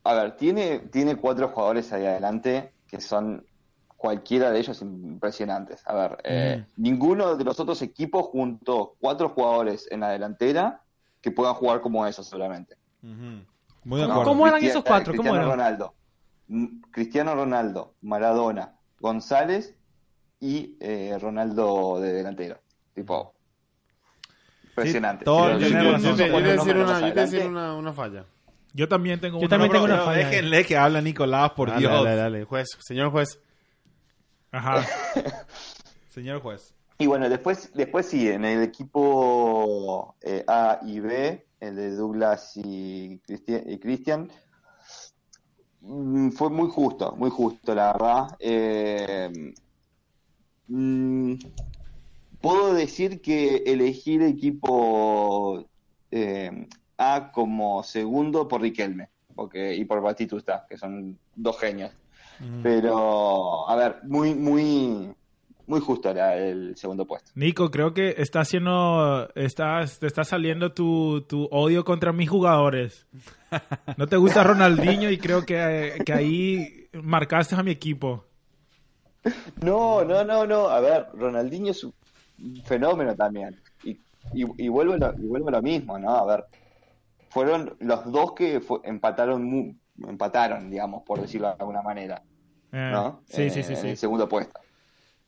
[SPEAKER 6] a ver, tiene, tiene cuatro jugadores ahí adelante que son cualquiera de ellos impresionantes. A ver, eh, ninguno de los otros equipos juntó cuatro jugadores en la delantera que puedan jugar como ellos solamente.
[SPEAKER 3] Ujú. Muy de
[SPEAKER 6] No,
[SPEAKER 3] acuerdo.
[SPEAKER 2] ¿Cómo eran
[SPEAKER 6] Cristian-
[SPEAKER 2] esos cuatro? ¿Cómo
[SPEAKER 6] Cristiano
[SPEAKER 2] eran?
[SPEAKER 6] Ronaldo, M- Cristiano Ronaldo, Maradona, González y eh, Ronaldo de delantero. Tipo, impresionante.
[SPEAKER 3] todo
[SPEAKER 6] Pero
[SPEAKER 3] el
[SPEAKER 5] Yo
[SPEAKER 3] tiene
[SPEAKER 5] te-
[SPEAKER 3] razón.
[SPEAKER 5] yo te- yo te voy a decir
[SPEAKER 6] Poner
[SPEAKER 5] una- yo te voy a decir
[SPEAKER 6] adelante.
[SPEAKER 5] una una falla.
[SPEAKER 4] Yo también tengo
[SPEAKER 2] Yo
[SPEAKER 4] uno.
[SPEAKER 2] también
[SPEAKER 3] Pero,
[SPEAKER 2] tengo una
[SPEAKER 3] pero
[SPEAKER 2] falla ahí.
[SPEAKER 3] déjenle que hable Nicolás, por
[SPEAKER 5] Dale,
[SPEAKER 3] Dios.
[SPEAKER 5] Dale, dale, juez. Señor juez.
[SPEAKER 4] Ajá.
[SPEAKER 3] Señor juez.
[SPEAKER 6] Y bueno, después, después sí, en el equipo eh, A y B, el de Douglas y Cristi- y Cristian, mm, fue muy justo, muy justo, la verdad. Eh, mm, puedo decir que elegir equipo eh, A como segundo por Riquelme porque, y por Batistuta, que son dos genios. Pero, a ver, muy, muy, muy justo era el segundo puesto.
[SPEAKER 4] Nico, creo que está haciendo, estás, te está saliendo tu, tu odio contra mis jugadores. No te gusta Ronaldinho y creo que, que ahí marcaste a mi equipo.
[SPEAKER 6] No, no, no, no. A ver, Ronaldinho es un fenómeno también. Y, y, y vuelve, lo, y vuelve lo mismo, ¿no? A ver, fueron los dos que fu- empataron, mu- empataron, digamos, por decirlo de alguna manera,
[SPEAKER 4] Eh,
[SPEAKER 6] ¿no?
[SPEAKER 4] Sí,
[SPEAKER 6] Eh,
[SPEAKER 4] sí, sí,
[SPEAKER 6] En
[SPEAKER 4] sí.
[SPEAKER 6] el segundo puesto.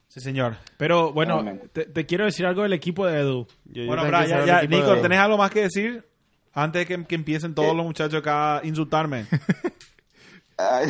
[SPEAKER 3] Sí, señor.
[SPEAKER 4] Pero bueno,
[SPEAKER 6] Realmente.
[SPEAKER 4] te, te quiero decir algo del equipo de Edu.
[SPEAKER 5] Yo- yo
[SPEAKER 3] Bueno,
[SPEAKER 5] tengo
[SPEAKER 3] Bra,
[SPEAKER 5] que
[SPEAKER 3] ya,
[SPEAKER 5] saber
[SPEAKER 3] ya,
[SPEAKER 5] el equipo
[SPEAKER 3] Nico,
[SPEAKER 5] de- Eh.
[SPEAKER 3] ¿tenés algo más que decir? Antes de que, que empiecen todos los muchachos acá a insultarme.
[SPEAKER 6] Ah,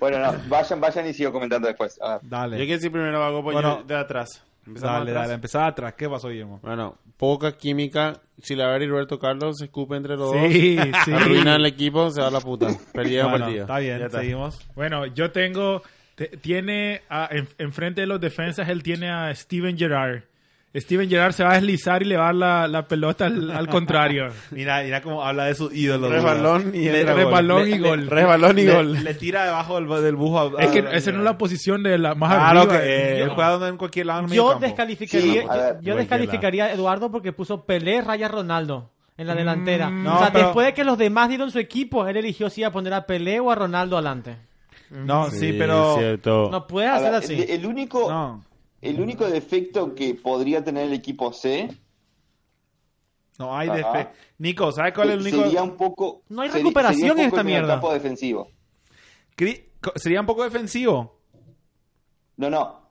[SPEAKER 6] bueno, no, vayan, vayan y sigo comentando después. A ver.
[SPEAKER 5] Yo
[SPEAKER 3] Dale.
[SPEAKER 5] quiero decir primero algo pues,
[SPEAKER 3] Bueno,
[SPEAKER 5] yo- de atrás. Empezamos
[SPEAKER 3] Dale,
[SPEAKER 5] atrás.
[SPEAKER 3] dale. Empezá atrás. ¿Qué pasó, Guillermo?
[SPEAKER 5] Bueno, poca química. Chilaver y Roberto Carlos se escupen entre los
[SPEAKER 4] Sí, sí.
[SPEAKER 5] dos. Arruinan el equipo, se va a la puta. Perdieron
[SPEAKER 3] Bueno,
[SPEAKER 5] partido.
[SPEAKER 3] está bien,
[SPEAKER 5] Ya
[SPEAKER 3] seguimos.
[SPEAKER 4] Bueno, yo tengo, te- tiene, a- en- enfrente de los defensas, él tiene a Steven Gerrard. Steven Gerrard se va a deslizar y le va a dar la, la pelota al, al contrario.
[SPEAKER 3] Mira, mira cómo habla de su ídolo.
[SPEAKER 5] Resbalón y
[SPEAKER 3] Le-
[SPEAKER 5] entra
[SPEAKER 3] le-
[SPEAKER 5] gol.
[SPEAKER 4] resbalón
[SPEAKER 3] le-
[SPEAKER 4] y gol.
[SPEAKER 5] Resbalón y
[SPEAKER 3] le-
[SPEAKER 5] gol.
[SPEAKER 3] Le tira debajo del, del bujo. a-
[SPEAKER 4] Es que
[SPEAKER 3] a-
[SPEAKER 4] esa no es la posición de la más
[SPEAKER 3] Claro
[SPEAKER 4] arriba.
[SPEAKER 3] que eh, él
[SPEAKER 4] Yo-
[SPEAKER 3] juega donde- en cualquier lado. en el medio
[SPEAKER 2] Yo
[SPEAKER 3] campo.
[SPEAKER 2] descalificaría,
[SPEAKER 6] Sí, a
[SPEAKER 2] yo-
[SPEAKER 6] ver,
[SPEAKER 2] yo,
[SPEAKER 3] cualquiera.
[SPEAKER 2] descalificaría a Eduardo porque puso Pelé, Raya Ronaldo. en la delantera.
[SPEAKER 4] No,
[SPEAKER 2] o sea,
[SPEAKER 4] pero-
[SPEAKER 2] después de que los demás dieron su equipo, él eligió si iba a poner a Pelé o a Ronaldo adelante.
[SPEAKER 3] No, sí, pero...
[SPEAKER 5] es cierto.
[SPEAKER 2] No puedes hacer
[SPEAKER 6] Ahora,
[SPEAKER 2] así.
[SPEAKER 6] el, el único,
[SPEAKER 3] No,
[SPEAKER 6] el único defecto que podría tener el equipo C
[SPEAKER 3] no hay
[SPEAKER 6] Ajá.
[SPEAKER 3] despe... Nico, ¿sabes cuál es el único...?
[SPEAKER 6] sería un poco.
[SPEAKER 2] No hay
[SPEAKER 6] seri-
[SPEAKER 2] recuperación
[SPEAKER 6] sería un
[SPEAKER 2] en
[SPEAKER 6] poco
[SPEAKER 2] esta mierda.
[SPEAKER 6] campo defensivo.
[SPEAKER 3] Cri- co- Sería un poco defensivo.
[SPEAKER 6] No, no.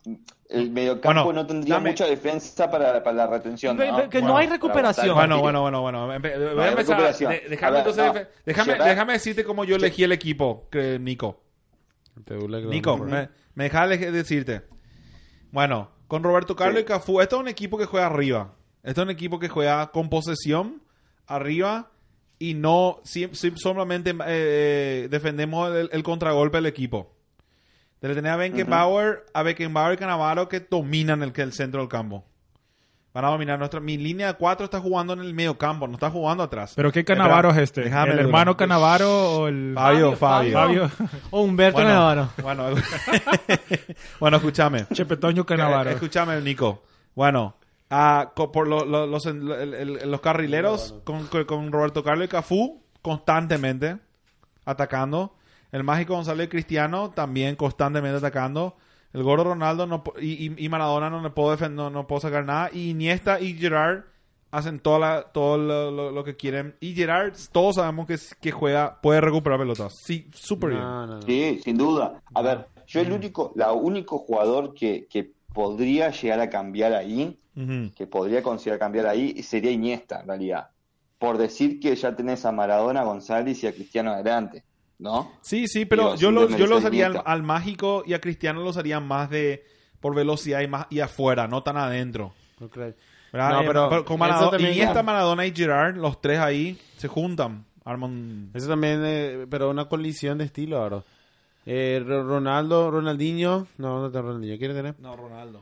[SPEAKER 6] El mediocampo
[SPEAKER 3] Bueno,
[SPEAKER 6] no tendría
[SPEAKER 3] dame-
[SPEAKER 6] mucha defensa para, para la retención.
[SPEAKER 2] Ve- ve-
[SPEAKER 6] ¿no?
[SPEAKER 2] que no
[SPEAKER 6] Bueno,
[SPEAKER 2] hay
[SPEAKER 6] para
[SPEAKER 2] recuperación.
[SPEAKER 6] aguantar
[SPEAKER 3] Bueno,
[SPEAKER 6] el
[SPEAKER 3] bueno, bueno, bueno. Empe- Voy a
[SPEAKER 6] hay
[SPEAKER 3] empezar.
[SPEAKER 6] recuperación.
[SPEAKER 3] De- déjame,
[SPEAKER 6] A ver,
[SPEAKER 3] entonces,
[SPEAKER 6] no.
[SPEAKER 3] déjame,
[SPEAKER 6] Gerard-
[SPEAKER 3] déjame decirte cómo yo elegí el equipo, que- Nico.
[SPEAKER 5] Te burlas que lo
[SPEAKER 3] Nico,
[SPEAKER 5] nombro.
[SPEAKER 3] me, me deja de- decirte. Bueno, con Roberto Carlos
[SPEAKER 6] Sí.
[SPEAKER 3] y Cafú, esto es un equipo que juega arriba. Esto es un equipo que juega con posesión, arriba, y no sim- sim- solamente eh, defendemos el, el contragolpe del equipo. Debe tener a Beckenbauer, a Beckenbauer y Canavaro que dominan el, el centro del campo. Van a dominar nuestra. Mi línea 4 está jugando en el medio campo, no está jugando atrás.
[SPEAKER 4] ¿Pero qué Canavaro es
[SPEAKER 3] Espera,
[SPEAKER 4] este?
[SPEAKER 3] déjame
[SPEAKER 4] ¿El
[SPEAKER 3] ver.
[SPEAKER 4] hermano Canavaro o el...?
[SPEAKER 3] Fabio, Fabio.
[SPEAKER 2] Fabio.
[SPEAKER 4] Fabio.
[SPEAKER 2] O Humberto
[SPEAKER 3] Bueno,
[SPEAKER 2] Navarro.
[SPEAKER 3] bueno, bueno, escúchame.
[SPEAKER 4] Chepetoño Canavaro.
[SPEAKER 3] Eh, Escúchame, Nico. Bueno, ah, co- por lo- lo- los, en- el- el- los carrileros con, con- con Roberto Carlos y Cafú constantemente atacando. El Mágico González y Cristiano también constantemente atacando. El Gordo Ronaldo no po- y, y- y Maradona no, le puedo defend- no, no puedo sacar nada. Y Iniesta y Gerard hacen toda la- todo lo, lo- lo que quieren. Y Gerard, todos sabemos que, es- que juega, puede recuperar pelotas. Sí, súper bien.
[SPEAKER 5] No, no, no.
[SPEAKER 6] Sí, sin duda. A ver, yo
[SPEAKER 3] Mm.
[SPEAKER 6] el único, la único jugador que, que podría llegar a cambiar ahí,
[SPEAKER 3] Ujú.
[SPEAKER 6] que podría considerar cambiar ahí, sería Iniesta, en realidad. Por decir que ya tenés a Maradona, a González y a Cristiano adelante, ¿no?
[SPEAKER 3] Sí, sí, pero
[SPEAKER 6] Digo,
[SPEAKER 3] yo
[SPEAKER 6] sin
[SPEAKER 3] lo, yo lo
[SPEAKER 6] desmerecer
[SPEAKER 3] usaría al,
[SPEAKER 6] nunca.
[SPEAKER 3] al mágico y a Cristiano lo usaría más de por velocidad y más y afuera, no tan adentro.
[SPEAKER 5] No creo.
[SPEAKER 3] ¿verdad?
[SPEAKER 5] No,
[SPEAKER 3] Eh,
[SPEAKER 5] pero
[SPEAKER 3] con
[SPEAKER 5] eso
[SPEAKER 3] Maradona,
[SPEAKER 5] también-
[SPEAKER 3] Iniesta, Maradona y Gerard, los tres ahí se juntan, arman
[SPEAKER 5] Eso también, eh, pero una colisión de estilo ahora. Eh, Ro- Ronaldo, Ronaldinho. No, no está Ronaldinho. ¿Quiere tener?
[SPEAKER 3] No, Ronaldo.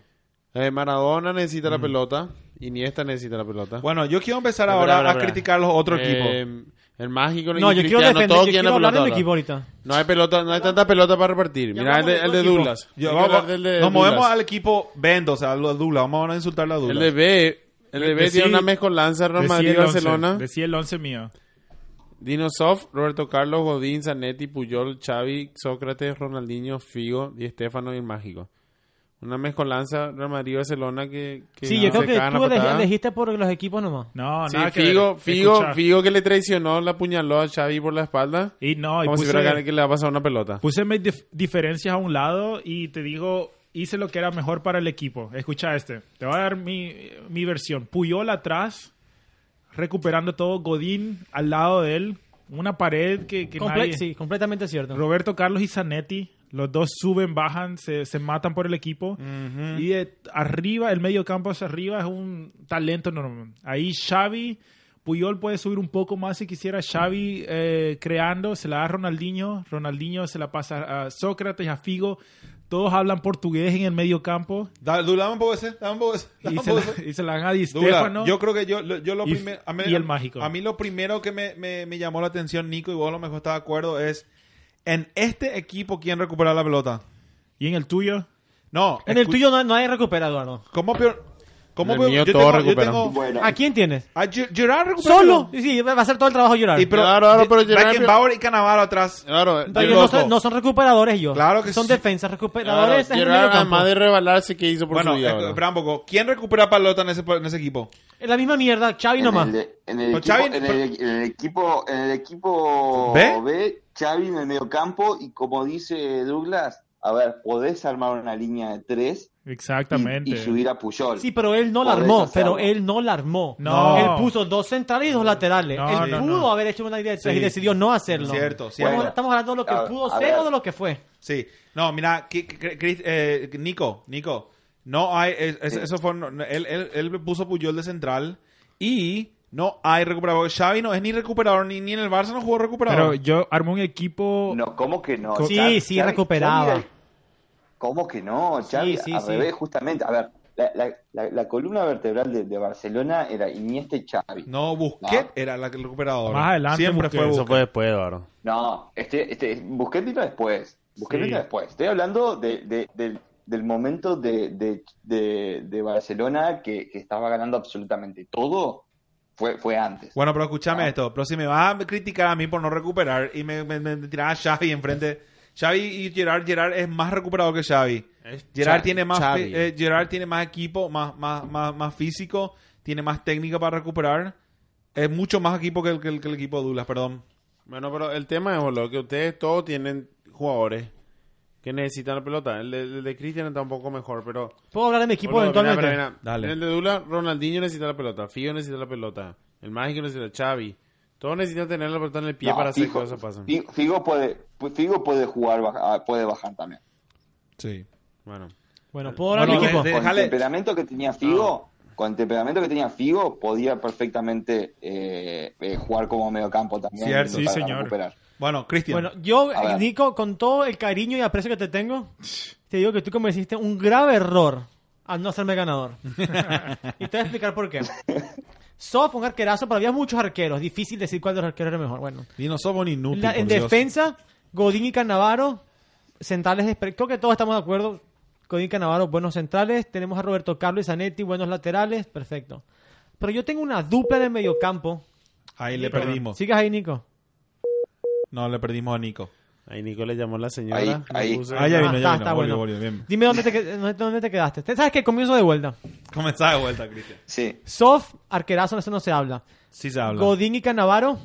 [SPEAKER 3] Mm.
[SPEAKER 5] Eh, Maradona necesita la pelota. Iniesta necesita la pelota.
[SPEAKER 3] Bueno, yo quiero empezar
[SPEAKER 5] Espera,
[SPEAKER 3] ahora
[SPEAKER 5] espera,
[SPEAKER 3] a
[SPEAKER 5] espera.
[SPEAKER 3] criticar los otros equipos.
[SPEAKER 5] Eh, El mágico
[SPEAKER 2] No,
[SPEAKER 5] y
[SPEAKER 2] yo quiero
[SPEAKER 5] Cristiano,
[SPEAKER 2] defender,
[SPEAKER 5] todos
[SPEAKER 2] yo
[SPEAKER 5] quieren
[SPEAKER 2] quiero
[SPEAKER 5] la
[SPEAKER 2] hablar de mi
[SPEAKER 5] pelota
[SPEAKER 2] equipo
[SPEAKER 5] ahora.
[SPEAKER 2] ahorita.
[SPEAKER 5] No hay pelota, no hay tanta pelota para repartir.
[SPEAKER 2] Ya
[SPEAKER 5] Mira el
[SPEAKER 2] hablamos
[SPEAKER 5] de,
[SPEAKER 2] de
[SPEAKER 5] el de
[SPEAKER 2] todo equipo.
[SPEAKER 5] Douglas.
[SPEAKER 3] Yo-
[SPEAKER 5] Hay que
[SPEAKER 3] vamos-
[SPEAKER 5] hablar del de
[SPEAKER 3] nos movemos
[SPEAKER 5] Douglas.
[SPEAKER 3] al equipo Bendo, o sea, al al Dula. Vamos a insultar a la Dula.
[SPEAKER 5] El de B. El de B
[SPEAKER 4] Decí-
[SPEAKER 5] tiene una mezcolanza Real
[SPEAKER 4] Decí
[SPEAKER 5] Madrid
[SPEAKER 4] el once,
[SPEAKER 5] Barcelona.
[SPEAKER 4] Decí el 11 mío.
[SPEAKER 5] Dino Soft, Roberto Carlos, Godín, Zanetti, Puyol, Xavi, Sócrates, Ronaldinho, Figo, Di Estefano y el Mágico. Una mezcolanza Real Madrid Barcelona que, que
[SPEAKER 2] Sí, yo
[SPEAKER 5] se
[SPEAKER 2] creo que
[SPEAKER 5] cagan a
[SPEAKER 2] tú eleg-
[SPEAKER 5] patadas.
[SPEAKER 2] elegiste por los equipos nomás.
[SPEAKER 4] No,
[SPEAKER 5] Sí,
[SPEAKER 4] nada que
[SPEAKER 5] Figo,
[SPEAKER 4] ver.
[SPEAKER 5] Figo,
[SPEAKER 4] Escuchá.
[SPEAKER 5] Figo que le traicionó, la apuñaló a Xavi por la espalda.
[SPEAKER 4] Y no, y
[SPEAKER 5] como
[SPEAKER 2] pues
[SPEAKER 5] si
[SPEAKER 4] puse,
[SPEAKER 5] fuera que le ha pasado una pelota.
[SPEAKER 4] puse mis dif- diferencias a un lado y te digo, hice lo que era mejor para el equipo. Escucha este. Te voy a dar mi, mi versión. Puyol atrás, recuperando todo. Godín al lado de él. Una pared que, que
[SPEAKER 2] Comple-
[SPEAKER 4] nadie...
[SPEAKER 2] sí, completamente cierto.
[SPEAKER 4] Roberto Carlos y Zanetti. Los dos suben, bajan, se, se matan por el equipo. Y de arriba, el medio campo hacia arriba es un talento enorme. Ahí Xavi, Puyol puede subir un poco más si quisiera. Xavi eh, creando, se la da a Ronaldinho. Ronaldinho se la pasa a Sócrates, a Figo. Todos hablan portugués en el medio campo.
[SPEAKER 3] Da- Dula, dame un poco ese, dame un poco ese, dame
[SPEAKER 4] Y
[SPEAKER 3] un
[SPEAKER 4] se,
[SPEAKER 3] poco
[SPEAKER 4] la,
[SPEAKER 3] ese.
[SPEAKER 4] y se la dan a Di
[SPEAKER 3] Dula,
[SPEAKER 4] Stéfano.
[SPEAKER 3] yo creo que yo, lo- yo lo
[SPEAKER 4] Y-
[SPEAKER 3] primero... a mí-
[SPEAKER 4] y el mágico.
[SPEAKER 3] A mí lo primero que me, me- me llamó la atención, Nico, y vos a lo mejor estás de acuerdo, es en este equipo, ¿quién recupera la pelota?
[SPEAKER 4] ¿Y en el tuyo?
[SPEAKER 3] No.
[SPEAKER 2] en el
[SPEAKER 3] escu-
[SPEAKER 2] tuyo no, no hay recupera, Eduardo.
[SPEAKER 3] ¿Cómo peor? ¿Cómo
[SPEAKER 5] En el
[SPEAKER 3] peor?
[SPEAKER 5] mío
[SPEAKER 3] Yo
[SPEAKER 5] todos
[SPEAKER 3] tengo... Yo
[SPEAKER 5] recuperan.
[SPEAKER 3] tengo
[SPEAKER 6] Bueno,
[SPEAKER 2] ¿A quién tienes?
[SPEAKER 3] a Ge- Gerard recupera
[SPEAKER 2] Solo.
[SPEAKER 3] la pelota.
[SPEAKER 2] Sí, sí, va a hacer todo el trabajo Gerard.
[SPEAKER 3] Y pero,
[SPEAKER 5] Claro, ahora, pero Gerard-
[SPEAKER 3] Beckenbauer y Cannavaro atrás.
[SPEAKER 5] Claro,
[SPEAKER 2] Pero
[SPEAKER 3] yo
[SPEAKER 2] ellos no,
[SPEAKER 3] loco.
[SPEAKER 2] son, no son recuperadores yo.
[SPEAKER 3] Claro que
[SPEAKER 2] son
[SPEAKER 3] sí.
[SPEAKER 2] defensas
[SPEAKER 5] claro,
[SPEAKER 2] recuperadores. en el
[SPEAKER 5] Gerard,
[SPEAKER 2] medio campo.
[SPEAKER 5] además de rebalarse, que hizo por
[SPEAKER 3] Bueno,
[SPEAKER 2] eh,
[SPEAKER 5] su vida?
[SPEAKER 3] escu-
[SPEAKER 5] ahora?
[SPEAKER 3] espera un poco. ¿Quién recupera pelota en ese, en ese equipo?
[SPEAKER 2] Es la misma mierda, Xavi nomás.
[SPEAKER 6] En el, en el
[SPEAKER 3] Pero
[SPEAKER 6] equipo,
[SPEAKER 3] Xavi-
[SPEAKER 6] en el- en el equipo, en el equipo
[SPEAKER 3] ¿Ve?
[SPEAKER 6] B, Xavi en el mediocampo y como dice Douglas, a ver, podés armar una línea de tres y,
[SPEAKER 4] Exactamente.
[SPEAKER 6] y subir a Puyol.
[SPEAKER 2] Sí, pero él no la
[SPEAKER 6] Podés
[SPEAKER 2] armó,
[SPEAKER 6] hacerlo.
[SPEAKER 2] pero él no la armó.
[SPEAKER 4] No.
[SPEAKER 2] Él puso dos centrales y dos laterales.
[SPEAKER 4] No,
[SPEAKER 2] él
[SPEAKER 4] no,
[SPEAKER 2] pudo
[SPEAKER 4] no.
[SPEAKER 2] haber hecho una idea de tres
[SPEAKER 3] Sí.
[SPEAKER 2] y decidió no hacerlo.
[SPEAKER 3] Cierto, cierto.
[SPEAKER 2] Estamos, estamos hablando de lo que
[SPEAKER 6] A-
[SPEAKER 2] pudo
[SPEAKER 6] a
[SPEAKER 2] ser
[SPEAKER 6] ver.
[SPEAKER 2] o de lo que fue.
[SPEAKER 3] Sí. No, mira, que- que- Chris- eh, Nico, Nico, no hay, es- es- eso fue, no- él, él, él puso Puyol de central y no hay recuperador. Xavi no es ni recuperador, ni, ni en el Barça no jugó
[SPEAKER 4] Pero
[SPEAKER 3] recuperador.
[SPEAKER 4] yo armé un equipo...
[SPEAKER 6] No, ¿cómo que no?
[SPEAKER 2] Sí,
[SPEAKER 6] Xavi-
[SPEAKER 2] sí,
[SPEAKER 6] Xavi-
[SPEAKER 2] recuperaba.
[SPEAKER 6] Xavi- ¿Cómo que no? Xavi,
[SPEAKER 2] sí,
[SPEAKER 6] al
[SPEAKER 2] sí.
[SPEAKER 6] revés, justamente. A ver, la, la- la- la columna vertebral de, de Barcelona era Iniesta y Xavi. No,
[SPEAKER 3] no, Busquets
[SPEAKER 6] No.
[SPEAKER 3] era la- el recuperador.
[SPEAKER 4] Más adelante
[SPEAKER 3] Siempre
[SPEAKER 4] Busquets.
[SPEAKER 3] fue
[SPEAKER 5] Eso
[SPEAKER 3] Busquets.
[SPEAKER 5] fue después, Eduardo.
[SPEAKER 6] este, este, Busquets vino después. Busquets
[SPEAKER 4] Sí.
[SPEAKER 6] vino después. Estoy hablando de- de- del, del momento de, de, de- de Barcelona que, que estaba ganando absolutamente todo fue, fue antes.
[SPEAKER 3] Bueno, pero escúchame
[SPEAKER 2] Ah.
[SPEAKER 3] esto. Pero si me vas a criticar a mí por no recuperar y me, me, me tirás a Xavi enfrente. Xavi y Gerard, Gerard es más recuperado que Xavi. Gerard,
[SPEAKER 5] Xavi,
[SPEAKER 3] tiene más,
[SPEAKER 5] Xavi.
[SPEAKER 3] fe- eh, Gerard tiene más equipo, más, más, más, más físico, tiene más técnica para recuperar. Es mucho más equipo que el, que el, que el equipo de Douglas, perdón.
[SPEAKER 5] Bueno, pero el tema es, boludo, que ustedes todos tienen jugadores que necesitan la pelota. El de, el de Cristian está un poco mejor, pero...
[SPEAKER 2] Puedo hablar de mi equipo
[SPEAKER 5] Boludo,
[SPEAKER 2] eventualmente.
[SPEAKER 5] mira, mira, mira.
[SPEAKER 3] Dale.
[SPEAKER 5] En el de Dula, Ronaldinho necesita la pelota, Fío necesita la pelota, el Mágico necesita Xavi. Todos necesitan tener la pelota en el pie
[SPEAKER 6] No,
[SPEAKER 5] para hacer
[SPEAKER 6] Figo-
[SPEAKER 5] que cosas pasen.
[SPEAKER 6] Fi- Figo puede, pues, Figo puede jugar, baja- ah, puede bajar también.
[SPEAKER 3] Sí.
[SPEAKER 5] Bueno.
[SPEAKER 2] Bueno, puedo hablar de
[SPEAKER 3] Bueno,
[SPEAKER 2] mi equipo.
[SPEAKER 3] de-
[SPEAKER 6] con
[SPEAKER 3] Déjale-
[SPEAKER 6] el temperamento que tenía Figo, con el temperamento que tenía Figo, podía perfectamente eh, eh, jugar como mediocampo también.
[SPEAKER 3] Cierto,
[SPEAKER 4] sí,
[SPEAKER 6] para
[SPEAKER 4] señor.
[SPEAKER 6] recuperar.
[SPEAKER 3] Bueno, Cristian.
[SPEAKER 2] Bueno, yo,
[SPEAKER 6] A ver.
[SPEAKER 2] Nico, con todo el cariño y aprecio que te tengo, te digo que tú cometiste un grave error al no hacerme ganador. y te voy a explicar por qué. Sof fue un arquerazo, pero había muchos arqueros. Difícil decir cuál de los arqueros era mejor. Bueno,
[SPEAKER 3] y no somos ni inútiles.
[SPEAKER 2] La- en
[SPEAKER 3] por Dios.
[SPEAKER 2] defensa, Godín y Cannavaro, centrales, de- creo que todos estamos de acuerdo. Godín y Cannavaro, buenos centrales. Tenemos a Roberto Carlos y Zanetti, buenos laterales, perfecto. Pero yo tengo una dupla de mediocampo.
[SPEAKER 3] Ahí le perdimos.
[SPEAKER 2] ¿Sigues ahí, Nico?
[SPEAKER 3] No, le perdimos a Nico.
[SPEAKER 5] Ahí Nico le llamó a la señora.
[SPEAKER 6] Ahí,
[SPEAKER 5] le
[SPEAKER 6] ahí.
[SPEAKER 5] puso-
[SPEAKER 3] Ah, ya vino,
[SPEAKER 2] Ah,
[SPEAKER 3] ya
[SPEAKER 2] está,
[SPEAKER 3] vino.
[SPEAKER 2] está
[SPEAKER 3] Volvió,
[SPEAKER 2] bueno.
[SPEAKER 3] volvió, bien.
[SPEAKER 2] Dime dónde te, qued- dónde- dónde te quedaste. Te- ¿Sabes que Comienzo de vuelta.
[SPEAKER 3] Comenzá de vuelta, Cristian.
[SPEAKER 6] Sí,
[SPEAKER 2] Soft, arquerazo, eso no se habla.
[SPEAKER 3] Sí se habla.
[SPEAKER 2] Godín y Canavaro.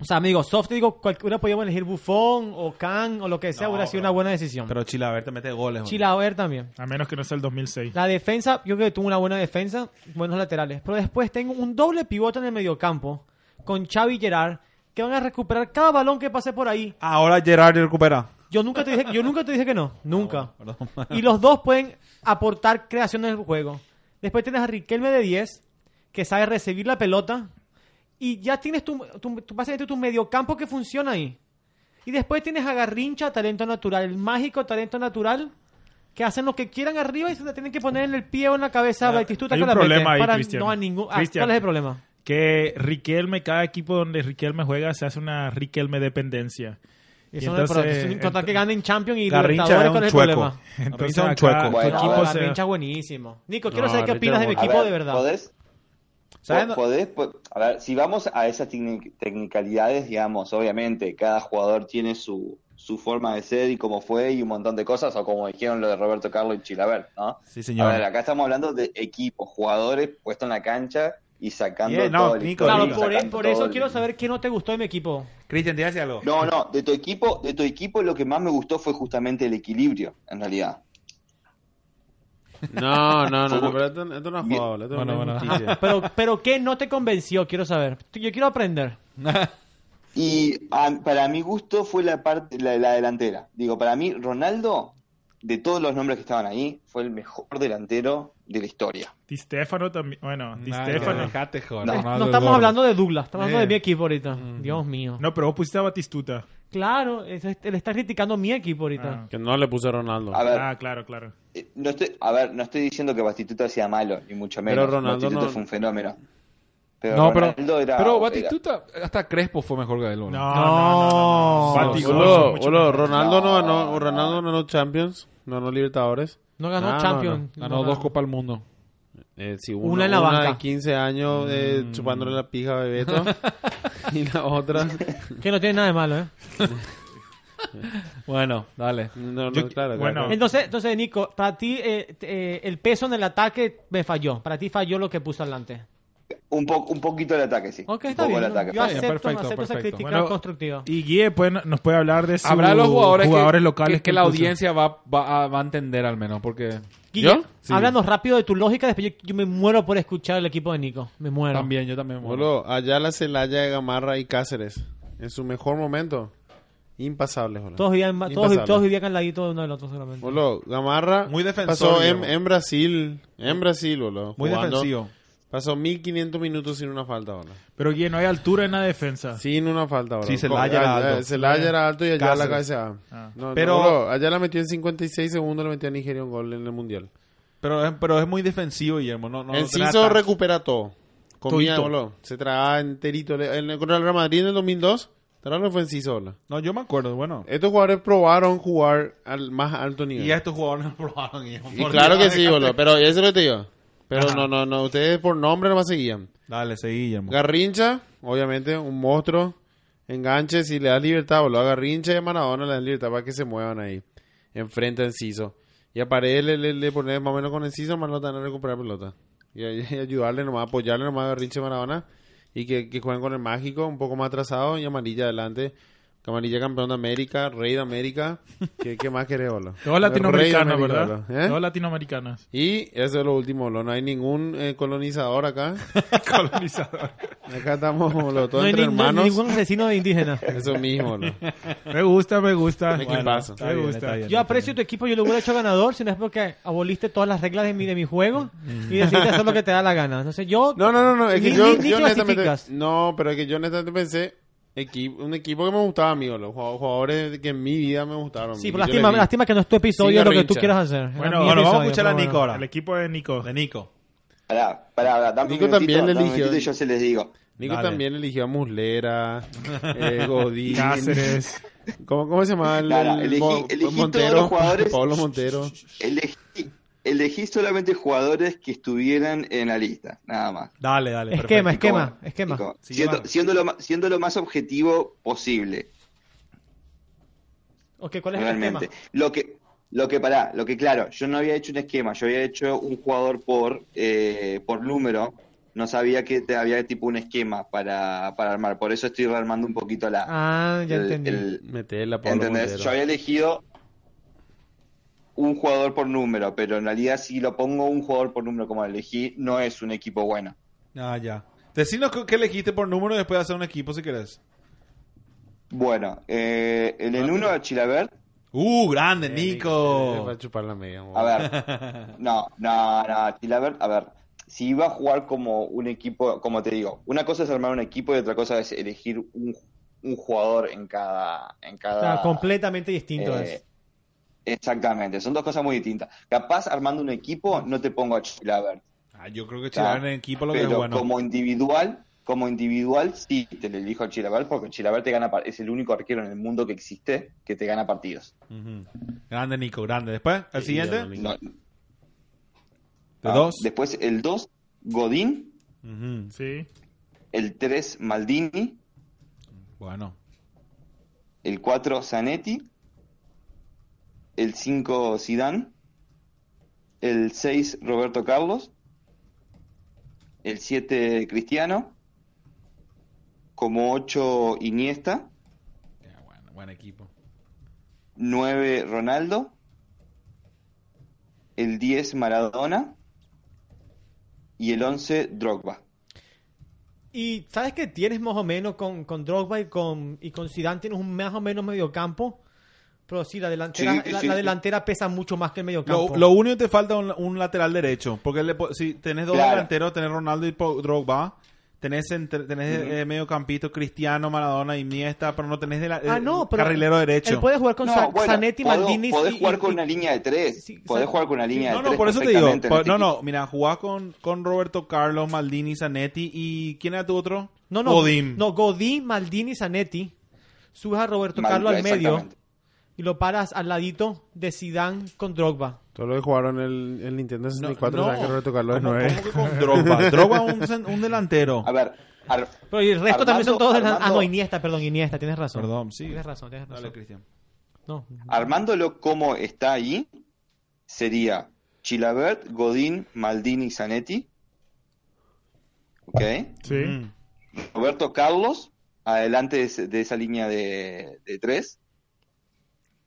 [SPEAKER 2] O sea, amigo, soft, te digo, cualquiera podíamos elegir Buffon o Can o lo que sea,
[SPEAKER 3] No,
[SPEAKER 2] hubiera sido
[SPEAKER 3] pero-
[SPEAKER 2] una buena decisión.
[SPEAKER 3] Pero Chila, a ver, te mete goles. hombre.
[SPEAKER 2] Chilaver también.
[SPEAKER 4] A menos que no sea el 2006.
[SPEAKER 2] La defensa, yo creo que tuvo una buena defensa, buenos laterales. Pero después tengo un doble pivote en el mediocampo con Xavi y Gerard que van a recuperar cada balón que pase por ahí.
[SPEAKER 3] Ah, Ahora Gerard recupera.
[SPEAKER 2] Yo nunca te dije, yo nunca te dije que no, nunca.
[SPEAKER 3] Perdón.
[SPEAKER 2] Y los dos pueden aportar creación en el juego. Después tienes a Riquelme de 10, que sabe recibir la pelota. Y ya tienes tu, tu, tu- básicamente tu mediocampo que funciona ahí. Y después tienes a Garrincha, talento natural, el mágico talento natural, que hacen lo que quieran arriba y se la tienen que poner en el pie o en la cabeza a Batistuta
[SPEAKER 4] hay
[SPEAKER 2] que
[SPEAKER 4] un
[SPEAKER 2] la mete.
[SPEAKER 4] problema ahí,
[SPEAKER 2] Para-
[SPEAKER 4] Cristian.
[SPEAKER 2] No a ningún. ah,
[SPEAKER 4] Cristian.
[SPEAKER 2] ¿Cuál es el problema?
[SPEAKER 4] Que Riquelme, cada equipo donde Riquelme juega, se hace una Riquelme dependencia. Y
[SPEAKER 2] Eso no es el
[SPEAKER 4] entonces-
[SPEAKER 2] problema. Con tal que
[SPEAKER 4] ento-
[SPEAKER 2] ganen Champions y
[SPEAKER 3] Garrincha
[SPEAKER 2] Libertadores,
[SPEAKER 3] es
[SPEAKER 2] ¿cuál
[SPEAKER 3] un
[SPEAKER 2] es el
[SPEAKER 3] chueco.
[SPEAKER 2] problema?
[SPEAKER 3] Garrincha es un
[SPEAKER 4] acá-
[SPEAKER 3] chueco.
[SPEAKER 6] Bueno,
[SPEAKER 2] No,
[SPEAKER 4] equipo se-
[SPEAKER 2] Garrincha buenísimo. Nico, quiero
[SPEAKER 5] No,
[SPEAKER 2] saber qué
[SPEAKER 5] Garrincha
[SPEAKER 2] opinas de mi
[SPEAKER 5] es bueno.
[SPEAKER 2] equipo
[SPEAKER 6] A ver,
[SPEAKER 2] de verdad.
[SPEAKER 6] ¿podés?
[SPEAKER 3] ¿Sabes?
[SPEAKER 6] Po- podés, po- a ver, si vamos a esas tecni- tecnicalidades, digamos, obviamente, cada jugador tiene su, su forma de ser y cómo fue y un montón de cosas, o como dijeron lo de Roberto Carlos y Chilaver, ¿no?
[SPEAKER 3] Sí, señor.
[SPEAKER 6] A ver, acá estamos hablando de equipos, jugadores puestos en la cancha y sacando
[SPEAKER 3] Bien, no,
[SPEAKER 6] todo el
[SPEAKER 3] Nico,
[SPEAKER 6] historial,
[SPEAKER 2] Claro,
[SPEAKER 3] Nico.
[SPEAKER 6] sacando
[SPEAKER 2] por, por
[SPEAKER 6] todo
[SPEAKER 2] eso
[SPEAKER 6] el-
[SPEAKER 2] quiero saber qué no te gustó de mi equipo.
[SPEAKER 3] Cristian, te hace algo.
[SPEAKER 6] No, no, de tu equipo, de tu equipo lo que más me gustó fue justamente el equilibrio, en realidad.
[SPEAKER 5] No, no, no, no, pero esto, esto no es
[SPEAKER 6] Bien.
[SPEAKER 5] juego, esto es
[SPEAKER 3] Bueno,
[SPEAKER 5] una
[SPEAKER 3] bueno.
[SPEAKER 5] injusticia.
[SPEAKER 2] Pero, pero qué no te convenció, quiero saber. Tú- Yo quiero aprender.
[SPEAKER 6] Y a- para mi gusto fue la parte, la, la delantera. Digo, para mí, Ronaldo, de todos los nombres que estaban ahí, fue el mejor delantero de la historia.
[SPEAKER 4] Di Stefano también. Bueno, Di
[SPEAKER 3] Nah,
[SPEAKER 4] Stefano.
[SPEAKER 3] no, dejate, joder.
[SPEAKER 6] No,
[SPEAKER 2] Eh, No
[SPEAKER 3] Ronaldo
[SPEAKER 2] estamos
[SPEAKER 3] gordo.
[SPEAKER 2] hablando de Douglas, estamos hablando de
[SPEAKER 3] Eh.
[SPEAKER 2] mi equipo ahorita. Dios mío.
[SPEAKER 4] No, pero vos pusiste a Batistuta.
[SPEAKER 2] Claro, es- es- él está criticando mi equipo ahorita.
[SPEAKER 4] Ah,
[SPEAKER 5] Que no le puse a Ronaldo.
[SPEAKER 6] A ver,
[SPEAKER 4] Ah, claro, claro.
[SPEAKER 6] eh, no estoy, a ver, no estoy diciendo que Batistuta sea malo, ni mucho menos.
[SPEAKER 5] Pero Ronaldo
[SPEAKER 6] Batistuta
[SPEAKER 5] no-
[SPEAKER 6] fue un fenómeno. Pero
[SPEAKER 3] No, pero,
[SPEAKER 6] Ronaldo era.
[SPEAKER 3] pero
[SPEAKER 6] era-
[SPEAKER 3] Batistuta, hasta Crespo fue mejor que él. ¿o no?
[SPEAKER 4] No, no, no. no, no.
[SPEAKER 2] No.
[SPEAKER 4] Bati-
[SPEAKER 5] Boludo,
[SPEAKER 4] mucho
[SPEAKER 5] boludo,
[SPEAKER 4] mejor.
[SPEAKER 5] Ronaldo no
[SPEAKER 6] No,
[SPEAKER 5] ganó,
[SPEAKER 6] no.
[SPEAKER 5] Ronaldo no ganó Champions, no ganó Libertadores.
[SPEAKER 2] No ganó
[SPEAKER 5] Ah, no,
[SPEAKER 2] Champions.
[SPEAKER 3] Ganó
[SPEAKER 2] No
[SPEAKER 3] dos Copas del Mundo.
[SPEAKER 5] Eh, sí, uno-
[SPEAKER 2] Una en la banca.
[SPEAKER 5] de 15 años eh,
[SPEAKER 3] Mm.
[SPEAKER 5] chupándole la pija a Bebeto. y la otra.
[SPEAKER 2] Que no tiene nada de malo, ¿eh?
[SPEAKER 3] Bueno, dale.
[SPEAKER 5] No, no,
[SPEAKER 4] Yo-
[SPEAKER 5] claro,
[SPEAKER 4] bueno.
[SPEAKER 5] claro.
[SPEAKER 2] Entonces, entonces Nico, para ti eh, eh, el peso en el ataque me falló. Para ti falló lo que puso adelante.
[SPEAKER 6] Un, po- un poquito el ataque, sí.
[SPEAKER 2] Ok,
[SPEAKER 6] un
[SPEAKER 2] está
[SPEAKER 6] poco
[SPEAKER 2] bien.
[SPEAKER 6] el ataque.
[SPEAKER 2] Yo
[SPEAKER 6] fue.
[SPEAKER 2] acepto,
[SPEAKER 3] perfecto,
[SPEAKER 2] acepto esa
[SPEAKER 3] perfecto.
[SPEAKER 2] crítica
[SPEAKER 3] Bueno,
[SPEAKER 2] constructiva.
[SPEAKER 4] Y Guille puede- nos puede hablar de sus
[SPEAKER 3] Habrá los jugadores, que- que,
[SPEAKER 4] locales
[SPEAKER 3] que la
[SPEAKER 4] puso.
[SPEAKER 3] audiencia va, va, a, va a entender al menos, porque
[SPEAKER 2] Guille,
[SPEAKER 5] ¿Yo?
[SPEAKER 3] Sí.
[SPEAKER 2] háblanos rápido de tu lógica. Después yo, yo me muero por escuchar el equipo de Nico. Me muero.
[SPEAKER 3] también, yo también. bueno.
[SPEAKER 5] Boludo, Ayala, Celaya, Gamarra y Cáceres. En su mejor momento. Impasables, boludo.
[SPEAKER 2] Todos vivían, ma- todos,
[SPEAKER 5] Impasables.
[SPEAKER 2] todos vivían al ladito uno del otro seguramente.
[SPEAKER 5] Boludo, Gamarra
[SPEAKER 3] Muy defensor,
[SPEAKER 5] pasó en,
[SPEAKER 3] digamos.
[SPEAKER 5] en Brasil. En Brasil, boludo.
[SPEAKER 3] Muy
[SPEAKER 5] jugando.
[SPEAKER 3] defensivo.
[SPEAKER 5] Pasó 1500 minutos sin una falta, boludo.
[SPEAKER 4] Pero Guille, no hay altura en la defensa.
[SPEAKER 5] Sin una falta, boludo.
[SPEAKER 3] Ah. Sí, Celaya era
[SPEAKER 5] Ay,
[SPEAKER 3] alto.
[SPEAKER 5] eh, Celaya era alto y Ayala
[SPEAKER 3] Cáceres.
[SPEAKER 5] cabeceaba.
[SPEAKER 4] Ah.
[SPEAKER 5] No, no,
[SPEAKER 3] Pero-
[SPEAKER 5] boludo, Ayala metió en 56 segundos, le metió a Nigeria un gol en el Mundial.
[SPEAKER 3] Pero, es, pero es muy defensivo, Guillermo. No, no
[SPEAKER 5] el
[SPEAKER 3] no tenés
[SPEAKER 5] Ciso
[SPEAKER 3] ataque.
[SPEAKER 5] recupera todo. Comía,
[SPEAKER 4] Todito.
[SPEAKER 5] boludo. Se tragaba enterito. Le- En el, contra el Real Madrid en el 2002, Tarano fue en Ciso, boludo.
[SPEAKER 3] No, yo me acuerdo, bueno.
[SPEAKER 5] Estos jugadores probaron jugar al más alto nivel.
[SPEAKER 3] Y estos jugadores no probaron, Guillermo.
[SPEAKER 5] Y
[SPEAKER 3] por
[SPEAKER 5] claro
[SPEAKER 3] Dios,
[SPEAKER 5] que sí,
[SPEAKER 3] déjate.
[SPEAKER 5] boludo, pero eso es lo que te digo. Pero no, no, no, ustedes por nombre no más seguían.
[SPEAKER 3] Dale, seguí, Guillermo.
[SPEAKER 5] Garrincha, obviamente, un monstruo. Enganche, si le das libertad, boludo. A Garrincha y a Maradona le das libertad para que se muevan ahí. Enfrente a Enciso. Y a Paredes le, le, le pones más o menos con Enciso, más no te van a recuperar pelota. Y, a- y ayudarle nomás, apoyarle nomás a Garrincha y Maradona. Y que, que jueguen con el mágico, un poco más atrasado. Y amarilla adelante. Que Amarilla campeón de América, rey de América. ¿Qué, qué más querés, boludo?
[SPEAKER 4] Todos
[SPEAKER 5] Rey
[SPEAKER 4] latinoamericanos,
[SPEAKER 5] de América,
[SPEAKER 4] ¿verdad?
[SPEAKER 5] boludo. ¿Eh?
[SPEAKER 4] Todos latinoamericanos.
[SPEAKER 5] Y eso es lo último, boludo. No hay ningún eh, colonizador acá.
[SPEAKER 4] Colonizador.
[SPEAKER 5] Acá estamos, boludo, todos
[SPEAKER 2] no hay
[SPEAKER 5] entre
[SPEAKER 2] ni-
[SPEAKER 5] hermanos.
[SPEAKER 2] ningún asesino de indígenas.
[SPEAKER 5] Eso mismo, ¿no?
[SPEAKER 4] Me gusta, me gusta.
[SPEAKER 5] Me equipazo.
[SPEAKER 4] me gusta.
[SPEAKER 2] Yo aprecio tu equipo, yo lo hubiera hecho ganador si no es porque aboliste todas las reglas de mi, de mi juego y decidiste hacer lo que te da la gana. Entonces yo...
[SPEAKER 5] No, no, no, no, es que
[SPEAKER 2] Ni-
[SPEAKER 5] yo,
[SPEAKER 2] ni- ni
[SPEAKER 5] yo honestamente...
[SPEAKER 2] clasificas.
[SPEAKER 5] No, pero es que yo honestamente pensé... equi- un equipo que me gustaba, amigo. Los jugado- jugadores que en mi vida me gustaron.
[SPEAKER 2] Sí,
[SPEAKER 5] que
[SPEAKER 2] pero
[SPEAKER 5] yo
[SPEAKER 2] lástima,
[SPEAKER 5] le vi.
[SPEAKER 2] lástima que no es tu episodio
[SPEAKER 5] Sin
[SPEAKER 2] lo que tú
[SPEAKER 5] garrincha.
[SPEAKER 2] quieras hacer. Era
[SPEAKER 4] Bueno,
[SPEAKER 2] mi
[SPEAKER 4] bueno,
[SPEAKER 3] vamos a
[SPEAKER 2] episodio,
[SPEAKER 3] escuchar a
[SPEAKER 2] pero
[SPEAKER 3] Nico ahora.
[SPEAKER 4] El equipo de Nico.
[SPEAKER 3] De Nico.
[SPEAKER 6] Pará, pará, pará. Dame
[SPEAKER 5] Nico
[SPEAKER 6] un minutito,
[SPEAKER 5] también
[SPEAKER 6] dame un
[SPEAKER 5] eligió.
[SPEAKER 6] minutito y yo se les digo.
[SPEAKER 5] Nico
[SPEAKER 3] Dale.
[SPEAKER 5] también eligió a Muslera, eh, Godín...
[SPEAKER 4] Cáceres.
[SPEAKER 5] ¿Cómo, cómo se llama? El,
[SPEAKER 6] No, no,
[SPEAKER 5] el
[SPEAKER 6] elegí-
[SPEAKER 5] Mo-
[SPEAKER 6] elegí todos
[SPEAKER 5] Montero,
[SPEAKER 6] los jugadores.
[SPEAKER 5] Pablo Montero.
[SPEAKER 6] Elegí, elegí solamente jugadores que estuvieran en la lista, nada más.
[SPEAKER 3] Dale, dale.
[SPEAKER 2] Esquema,
[SPEAKER 3] perfecto.
[SPEAKER 2] esquema,
[SPEAKER 6] Nico,
[SPEAKER 2] esquema.
[SPEAKER 6] Nico,
[SPEAKER 3] Sí,
[SPEAKER 6] siendo,
[SPEAKER 3] va.
[SPEAKER 6] siendo lo, ma- siendo lo más objetivo posible,
[SPEAKER 2] Ok, ¿cuál es el
[SPEAKER 6] realmente.
[SPEAKER 2] esquema?
[SPEAKER 6] Lo que, lo que pará, lo que claro, yo no había hecho un esquema, yo había hecho un jugador por, eh, por número. No sabía que te había tipo un esquema para, para armar, por eso estoy rearmando un poquito la,
[SPEAKER 2] Ah, ya
[SPEAKER 6] el-
[SPEAKER 2] entendí.
[SPEAKER 6] el-
[SPEAKER 5] Metela, Pablo
[SPEAKER 6] ¿Entendés?
[SPEAKER 5] Montero.
[SPEAKER 6] Yo había elegido un jugador por número, pero en realidad si lo pongo un jugador por número como lo elegí, no es un equipo bueno.
[SPEAKER 3] Ah, ya. Decinos qué qué elegiste por número y después hacer un equipo si querés.
[SPEAKER 6] Bueno, eh, en
[SPEAKER 2] Ah,
[SPEAKER 6] el 1 a Chilabert,
[SPEAKER 3] Uh, grande,
[SPEAKER 5] Eh, va
[SPEAKER 3] Nico.
[SPEAKER 5] a chupar la media, mo.
[SPEAKER 6] a ver, no, no, no, Chilabert, a ver, si iba a jugar como un equipo, como te digo, una cosa es armar un equipo y otra cosa es elegir un, un jugador en cada, en
[SPEAKER 2] O
[SPEAKER 6] cada
[SPEAKER 2] sea, completamente distinto
[SPEAKER 6] ah, Eh,
[SPEAKER 2] es.
[SPEAKER 6] Exactamente, son dos cosas muy distintas. Capaz armando un equipo no te pongo a Chilabert,
[SPEAKER 3] Ah, yo creo que chilar en el equipo lo que es
[SPEAKER 6] pero
[SPEAKER 3] bueno.
[SPEAKER 6] como individual, como individual sí te le elijo a Chilabert porque Chilabert te gana par- es el único arquero en el mundo que existe que te gana partidos.
[SPEAKER 3] Ujú. Grande, Nico, grande. Después, el
[SPEAKER 5] Sí,
[SPEAKER 3] siguiente.
[SPEAKER 5] ya no,
[SPEAKER 3] De
[SPEAKER 5] Nico.
[SPEAKER 6] No. Ah,
[SPEAKER 3] dos.
[SPEAKER 6] Después el 2, Godín,
[SPEAKER 3] Ujú.
[SPEAKER 4] Sí.
[SPEAKER 6] el 3, Maldini,
[SPEAKER 3] Bueno.
[SPEAKER 6] el 4, Zanetti, el 5, Zidane, el 6, Roberto Carlos, el 7, Cristiano, como 8, Iniesta,
[SPEAKER 3] Ya, bueno, buen equipo.
[SPEAKER 6] 9 Ronaldo, el 10 Maradona y el 11 Drogba.
[SPEAKER 2] Y sabes que tienes más o menos con, con Drogba y con, y con Zidane tienes un más o menos medio campo. Pero sí, la delantera,
[SPEAKER 6] Sí,
[SPEAKER 2] la,
[SPEAKER 6] sí,
[SPEAKER 2] la
[SPEAKER 6] sí.
[SPEAKER 2] delantera pesa mucho más que el medio campo.
[SPEAKER 3] Lo, lo único que te falta un, un lateral derecho. Porque le po- si tenés dos
[SPEAKER 6] Claro.
[SPEAKER 3] delanteros, tenés Ronaldo y Po- Drogba. Tenés, entre- tenés eh, mediocampito Cristiano, Maradona y Iniesta, pero no tenés de la-
[SPEAKER 2] ah,
[SPEAKER 3] eh,
[SPEAKER 2] no, pero
[SPEAKER 3] carrilero derecho.
[SPEAKER 2] Él puede jugar con
[SPEAKER 6] No,
[SPEAKER 2] Sa-
[SPEAKER 6] bueno,
[SPEAKER 2] Zanetti,
[SPEAKER 6] puedo-
[SPEAKER 2] Maldini.
[SPEAKER 6] Podés
[SPEAKER 2] y-
[SPEAKER 6] jugar
[SPEAKER 2] y-
[SPEAKER 6] con una línea de tres.
[SPEAKER 2] Sí,
[SPEAKER 6] podés
[SPEAKER 2] San-
[SPEAKER 6] jugar con una línea de
[SPEAKER 3] No,
[SPEAKER 6] tres.
[SPEAKER 3] no, por eso te digo.
[SPEAKER 6] perfectamente en
[SPEAKER 3] po-
[SPEAKER 6] este
[SPEAKER 3] no,
[SPEAKER 6] equipo.
[SPEAKER 3] no, mira, jugás con, con Roberto Carlos, Maldini, Zanetti y ¿quién era tu otro?
[SPEAKER 2] No, no,
[SPEAKER 3] Godín.
[SPEAKER 2] no, Godín, Maldini, Zanetti. Subes a Roberto
[SPEAKER 6] Mal-
[SPEAKER 2] Carlos al medio
[SPEAKER 6] exactamente.
[SPEAKER 2] y lo paras al ladito de Zidane con Drogba.
[SPEAKER 5] Todos los que jugaron el, el Nintendo 64
[SPEAKER 3] no.
[SPEAKER 5] saben que Roberto Carlos es
[SPEAKER 3] ¿Cómo-
[SPEAKER 5] nueve.
[SPEAKER 3] cómo que con Drogba? Drogba es un, cen- un delantero.
[SPEAKER 6] A ver, ar-
[SPEAKER 2] Pero y el resto también son
[SPEAKER 6] Armando-
[SPEAKER 2] todos... Ah,
[SPEAKER 6] Armando-
[SPEAKER 2] no, Iniesta, perdón, Iniesta, tienes razón.
[SPEAKER 3] Perdón, sí.
[SPEAKER 2] Tienes razón, tienes razón.
[SPEAKER 3] Dale, Cristian.
[SPEAKER 2] No.
[SPEAKER 6] armándolo como está ahí, sería Chilabert, Godín, Maldini, Zanetti. ¿Ok?
[SPEAKER 4] Sí.
[SPEAKER 3] Mm.
[SPEAKER 6] Roberto Carlos, adelante de, ese- de esa línea de, de tres.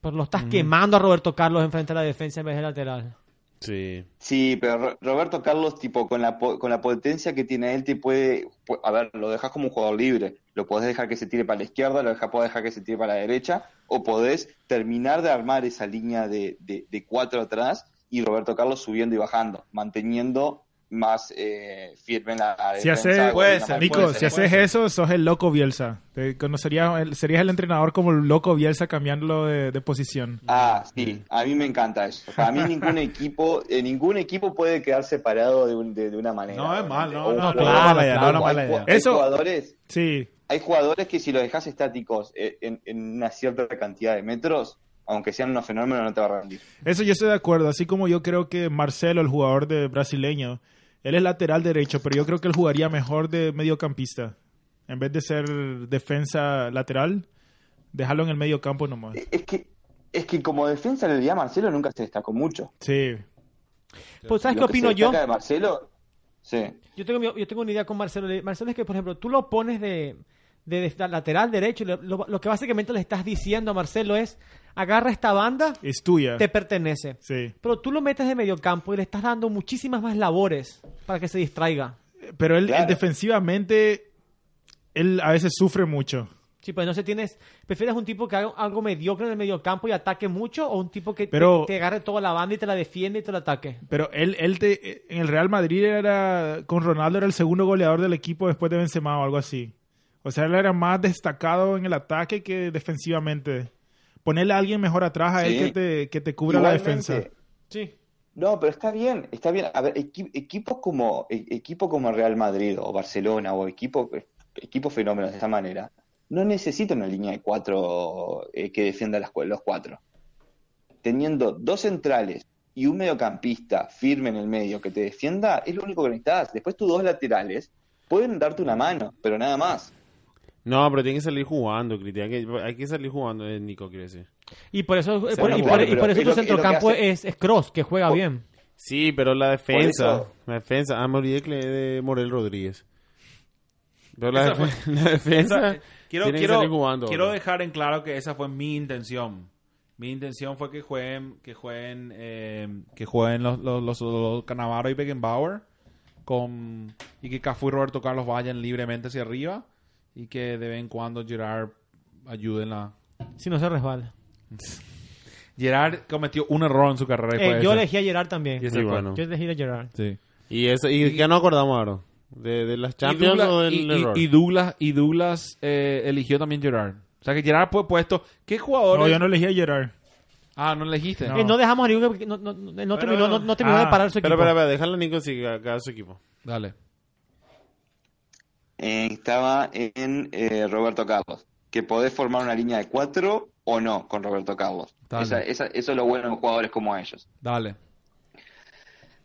[SPEAKER 2] Pero lo estás quemando a Roberto Carlos enfrente de la defensa en vez de lateral.
[SPEAKER 5] Sí.
[SPEAKER 6] Sí, pero Ro- Roberto Carlos, tipo, con la, po- con la potencia que tiene él, te puede, pu- a ver, lo dejas como un jugador libre, lo podés dejar que se tire para la izquierda, lo dejas, podés dejar que se tire para la derecha, o podés terminar de armar esa línea de, de, de cuatro atrás y Roberto Carlos subiendo y bajando, manteniendo más eh, firme la, la
[SPEAKER 4] Si
[SPEAKER 6] defensa.
[SPEAKER 3] ser,
[SPEAKER 4] haces,
[SPEAKER 6] Godín, Amar-
[SPEAKER 3] puede
[SPEAKER 4] Nico,
[SPEAKER 3] ser,
[SPEAKER 4] si haces eso, sos el loco Bielsa. Te conocerías, el- serías el entrenador como el loco Bielsa cambiándolo de, de posición.
[SPEAKER 6] Ah, sí, a mí me encanta eso. Para mí ningún equipo, eh, ningún equipo puede quedar separado de, un- de- de una manera.
[SPEAKER 3] No, es mal, no,
[SPEAKER 6] O un
[SPEAKER 3] no, no,
[SPEAKER 6] jugador-
[SPEAKER 3] no, mala idea,
[SPEAKER 2] claro,
[SPEAKER 3] no, no,
[SPEAKER 6] hay
[SPEAKER 3] mala
[SPEAKER 6] ju-
[SPEAKER 3] idea.
[SPEAKER 6] hay
[SPEAKER 4] Eso-
[SPEAKER 6] jugadores
[SPEAKER 4] Sí,
[SPEAKER 6] hay jugadores que si los dejas estáticos eh, en, en una cierta cantidad de metros, aunque sean unos fenómenos, no te va a rendir.
[SPEAKER 4] eso yo estoy de acuerdo. Así como yo creo que Marcelo, el jugador de brasileño, Él es lateral derecho, pero yo creo que él jugaría mejor de mediocampista. En vez de ser defensa lateral, dejarlo en el medio campo nomás.
[SPEAKER 6] Es que, es que como defensa en el día Marcelo nunca se destacó mucho.
[SPEAKER 4] Sí.
[SPEAKER 2] Pues, ¿sabes
[SPEAKER 6] Lo
[SPEAKER 2] qué
[SPEAKER 6] que se
[SPEAKER 2] opino yo?
[SPEAKER 6] destaca de Marcelo, sí.
[SPEAKER 2] Yo tengo, mi- yo tengo una idea con Marcelo. Le- Marcelo es que, por ejemplo, tú lo pones de, de, de lateral derecho. y le- Lo, lo que básicamente le estás diciendo a Marcelo es, agarra esta banda,
[SPEAKER 4] Es tuya.
[SPEAKER 2] te pertenece.
[SPEAKER 4] Sí.
[SPEAKER 2] Pero tú lo metes de mediocampo y le estás dando muchísimas más labores para que se distraiga.
[SPEAKER 4] Pero él, él
[SPEAKER 6] Claro.
[SPEAKER 4] defensivamente, él a veces sufre mucho.
[SPEAKER 2] Sí, pues entonces tienes, prefieres un tipo que haga algo mediocre en el mediocampo y ataque mucho o un tipo que te-
[SPEAKER 4] Pero-
[SPEAKER 2] te, agarre toda la banda y te la defiende y te la ataque.
[SPEAKER 4] Pero él, él te- en el Real Madrid era, con Ronaldo era el segundo goleador del equipo después de Benzema o algo así. O sea, él era más destacado en el ataque que defensivamente. Ponerle a alguien mejor atrás a él
[SPEAKER 6] Sí.
[SPEAKER 4] que te, que te cubra la
[SPEAKER 6] Igualmente,
[SPEAKER 4] defensa.
[SPEAKER 2] Sí.
[SPEAKER 6] No, pero está bien, está bien. A ver, equi- equipos como e- equipo como Real Madrid o Barcelona o equipo, equipos fenómenos de esta manera, no necesitan una línea de cuatro eh, que defienda las, cu- los cuatro. Teniendo dos centrales y un mediocampista firme en el medio que te defienda, es lo único que necesitas. Después tus dos laterales pueden darte una mano, pero nada más.
[SPEAKER 5] No, pero tiene que salir jugando, Cristian. Hay que, hay que salir jugando, eh, Nico, quiere decir.
[SPEAKER 2] Y por eso, eh,
[SPEAKER 5] Sí,
[SPEAKER 2] por- y
[SPEAKER 5] claro,
[SPEAKER 2] por- y
[SPEAKER 6] pero
[SPEAKER 2] por eso
[SPEAKER 6] es
[SPEAKER 2] tu
[SPEAKER 6] lo que- es lo que
[SPEAKER 2] centrocampo
[SPEAKER 6] hace-
[SPEAKER 2] es, es Cross, que juega
[SPEAKER 6] Por-
[SPEAKER 2] bien.
[SPEAKER 5] Sí, pero la defensa.
[SPEAKER 6] eso-
[SPEAKER 5] La defensa. Ah, me olvidé que le- de Morel Rodríguez. Pero la, defen- la defensa.
[SPEAKER 3] Esa- eh, quiero,
[SPEAKER 5] tiene que
[SPEAKER 3] quiero,
[SPEAKER 5] salir jugando,
[SPEAKER 3] quiero
[SPEAKER 5] bro.
[SPEAKER 3] dejar en claro que esa fue mi intención. Mi intención fue que jueguen, que jueguen, eh, que jueguen los, los, los, los Cannavaro y Beckenbauer con, y que Cafú y Roberto Carlos vayan libremente hacia arriba y que de vez en cuando Gerard ayude en la...
[SPEAKER 2] Si no se resbala.
[SPEAKER 3] Gerard cometió un error en su carrera. y
[SPEAKER 2] Eh,
[SPEAKER 3] fue
[SPEAKER 2] yo
[SPEAKER 3] ese.
[SPEAKER 2] elegí a Gerard también.
[SPEAKER 3] Y ese
[SPEAKER 5] Y
[SPEAKER 3] fue.
[SPEAKER 5] bueno.
[SPEAKER 2] Yo elegí a Gerard.
[SPEAKER 3] Sí.
[SPEAKER 5] Y, eso, y, qué nos acordamos ahora? ¿De, de las Champions
[SPEAKER 3] Douglas-
[SPEAKER 5] o del
[SPEAKER 3] y- y-
[SPEAKER 5] error?
[SPEAKER 3] y Douglas, y Douglas eh, eligió también Gerard. O sea que Gerard fue puesto... ¿Qué jugador?
[SPEAKER 4] No, yo no elegí a Gerard.
[SPEAKER 3] Ah, no elegiste.
[SPEAKER 2] Eh, No. dejamos a ninguno que no, no- no- no terminó, no, no terminó
[SPEAKER 4] Ah,
[SPEAKER 2] de parar su
[SPEAKER 5] Espera,
[SPEAKER 2] equipo.
[SPEAKER 5] espera, espera, déjalo a Nico si acá su equipo.
[SPEAKER 3] Dale.
[SPEAKER 6] Eh, estaba en eh, Roberto Carlos. Que podés formar una línea de cuatro o no con Roberto Carlos.
[SPEAKER 3] Dale.
[SPEAKER 6] Esa- esa- eso es lo bueno de jugadores como ellos.
[SPEAKER 3] Dale.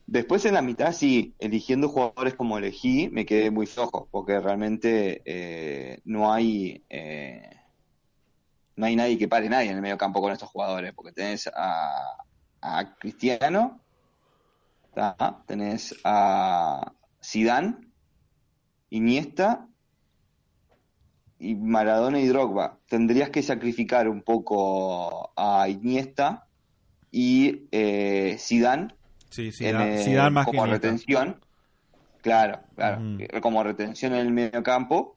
[SPEAKER 6] Después en la mitad, sí, eligiendo jugadores como elegí, me quedé muy flojo, porque realmente eh, no hay eh, no hay nadie que pare nadie en el medio campo con estos jugadores, porque tenés a, a Cristiano, ta, tenés a Sidán, Iniesta y Maradona y Drogba. Tendrías que sacrificar un poco a Iniesta y eh, Zidane
[SPEAKER 3] Sí, sí,
[SPEAKER 6] en, eh,
[SPEAKER 3] más que
[SPEAKER 6] como
[SPEAKER 3] Iniesta.
[SPEAKER 6] retención. Claro, claro. Eh,
[SPEAKER 3] Ujú.
[SPEAKER 6] Como retención en el medio campo.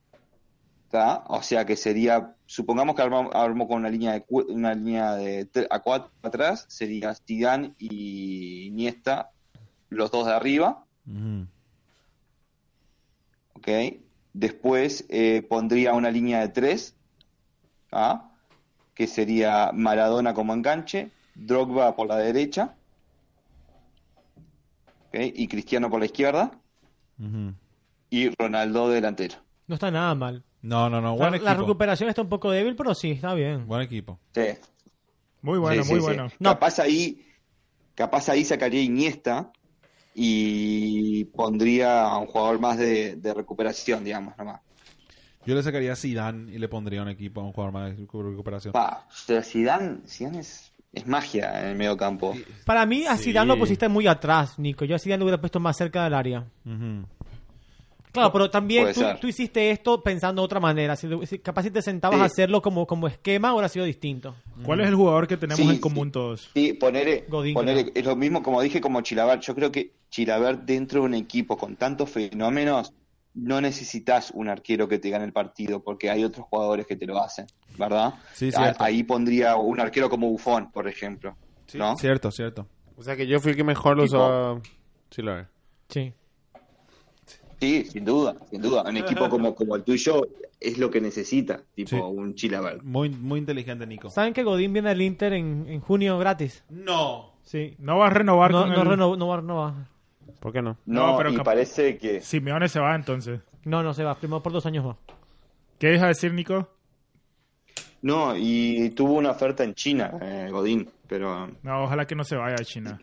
[SPEAKER 6] ¿tá? O sea que sería, supongamos que armó, armó con una línea de cu- una línea de tre- a cuatro atrás, sería Zidane y Iniesta, los dos de arriba,
[SPEAKER 3] Ujú.
[SPEAKER 6] ¿ok? Después eh, pondría una línea de tres, ¿tá? que sería Maradona como enganche, Drogba por la derecha, ¿ok? y Cristiano por la izquierda.
[SPEAKER 3] Ujú.
[SPEAKER 6] y Ronaldo delantero.
[SPEAKER 2] No está nada mal.
[SPEAKER 3] No, no, no.
[SPEAKER 2] La,
[SPEAKER 3] Buen
[SPEAKER 2] la
[SPEAKER 3] equipo.
[SPEAKER 2] recuperación está un poco débil, pero sí, está bien.
[SPEAKER 3] Buen equipo.
[SPEAKER 6] Sí.
[SPEAKER 4] Muy bueno,
[SPEAKER 6] Sí, sí,
[SPEAKER 4] muy
[SPEAKER 6] sí.
[SPEAKER 4] bueno.
[SPEAKER 2] No.
[SPEAKER 6] Capaz ahí, capaz ahí sacaría Iniesta y pondría a un jugador más de, de recuperación, digamos, nomás.
[SPEAKER 3] Yo le sacaría a Zidane y le pondría un equipo a un jugador más de recuperación.
[SPEAKER 6] Pa, o sea, Zidane, Zidane es, es magia en el medio campo.
[SPEAKER 2] Para mí, a
[SPEAKER 5] Sí.
[SPEAKER 2] Zidane lo pusiste muy atrás, Nico. Yo a Zidane lo hubiera puesto más cerca del área.
[SPEAKER 3] Ujú.
[SPEAKER 2] Claro, pero también
[SPEAKER 6] Puede
[SPEAKER 2] tú,
[SPEAKER 6] ser.
[SPEAKER 2] tú hiciste esto pensando de otra manera. Si lo- si- capaz si te sentabas
[SPEAKER 6] Sí.
[SPEAKER 2] a hacerlo como, como esquema, hubiera sido distinto.
[SPEAKER 4] ¿Cuál es el jugador que tenemos
[SPEAKER 6] Sí,
[SPEAKER 4] en común
[SPEAKER 6] sí.
[SPEAKER 4] todos?
[SPEAKER 6] Sí, poner,
[SPEAKER 2] Godín, creo.
[SPEAKER 6] es lo mismo como dije como Chilaver. Yo creo que Chilaver dentro de un equipo con tantos fenómenos no necesitas un arquero que te gane el partido porque hay otros jugadores que te lo hacen, ¿verdad?
[SPEAKER 3] Sí,
[SPEAKER 6] A-
[SPEAKER 3] cierto.
[SPEAKER 6] ahí pondría un arquero como Bufón, por ejemplo, ¿no?
[SPEAKER 3] Cierto, cierto.
[SPEAKER 5] O sea que yo fui el que mejor lo
[SPEAKER 6] Tipo.
[SPEAKER 5] usaba. Sí, la verdad.
[SPEAKER 2] Sí.
[SPEAKER 6] Sí, sin duda, sin duda. Un equipo como, como el tuyo es lo que necesita, tipo
[SPEAKER 3] Sí.
[SPEAKER 6] un Chilaver.
[SPEAKER 3] Muy, muy inteligente, Nico.
[SPEAKER 2] ¿Saben que Godín viene al Inter en, en junio gratis?
[SPEAKER 3] No.
[SPEAKER 2] Sí.
[SPEAKER 4] No va a renovar
[SPEAKER 2] No,
[SPEAKER 4] con
[SPEAKER 2] no,
[SPEAKER 4] el-
[SPEAKER 2] reno- no va- no va.
[SPEAKER 5] ¿Por qué no?
[SPEAKER 6] No,
[SPEAKER 4] No, pero
[SPEAKER 6] y
[SPEAKER 4] cap-
[SPEAKER 6] parece que
[SPEAKER 4] Simeone se va entonces.
[SPEAKER 2] No, no se va. Primero por dos años más.
[SPEAKER 4] ¿Qué ibas a decir, Nico?
[SPEAKER 6] no y tuvo una oferta en China, eh, Godín, pero
[SPEAKER 4] No, ojalá que no se vaya a China.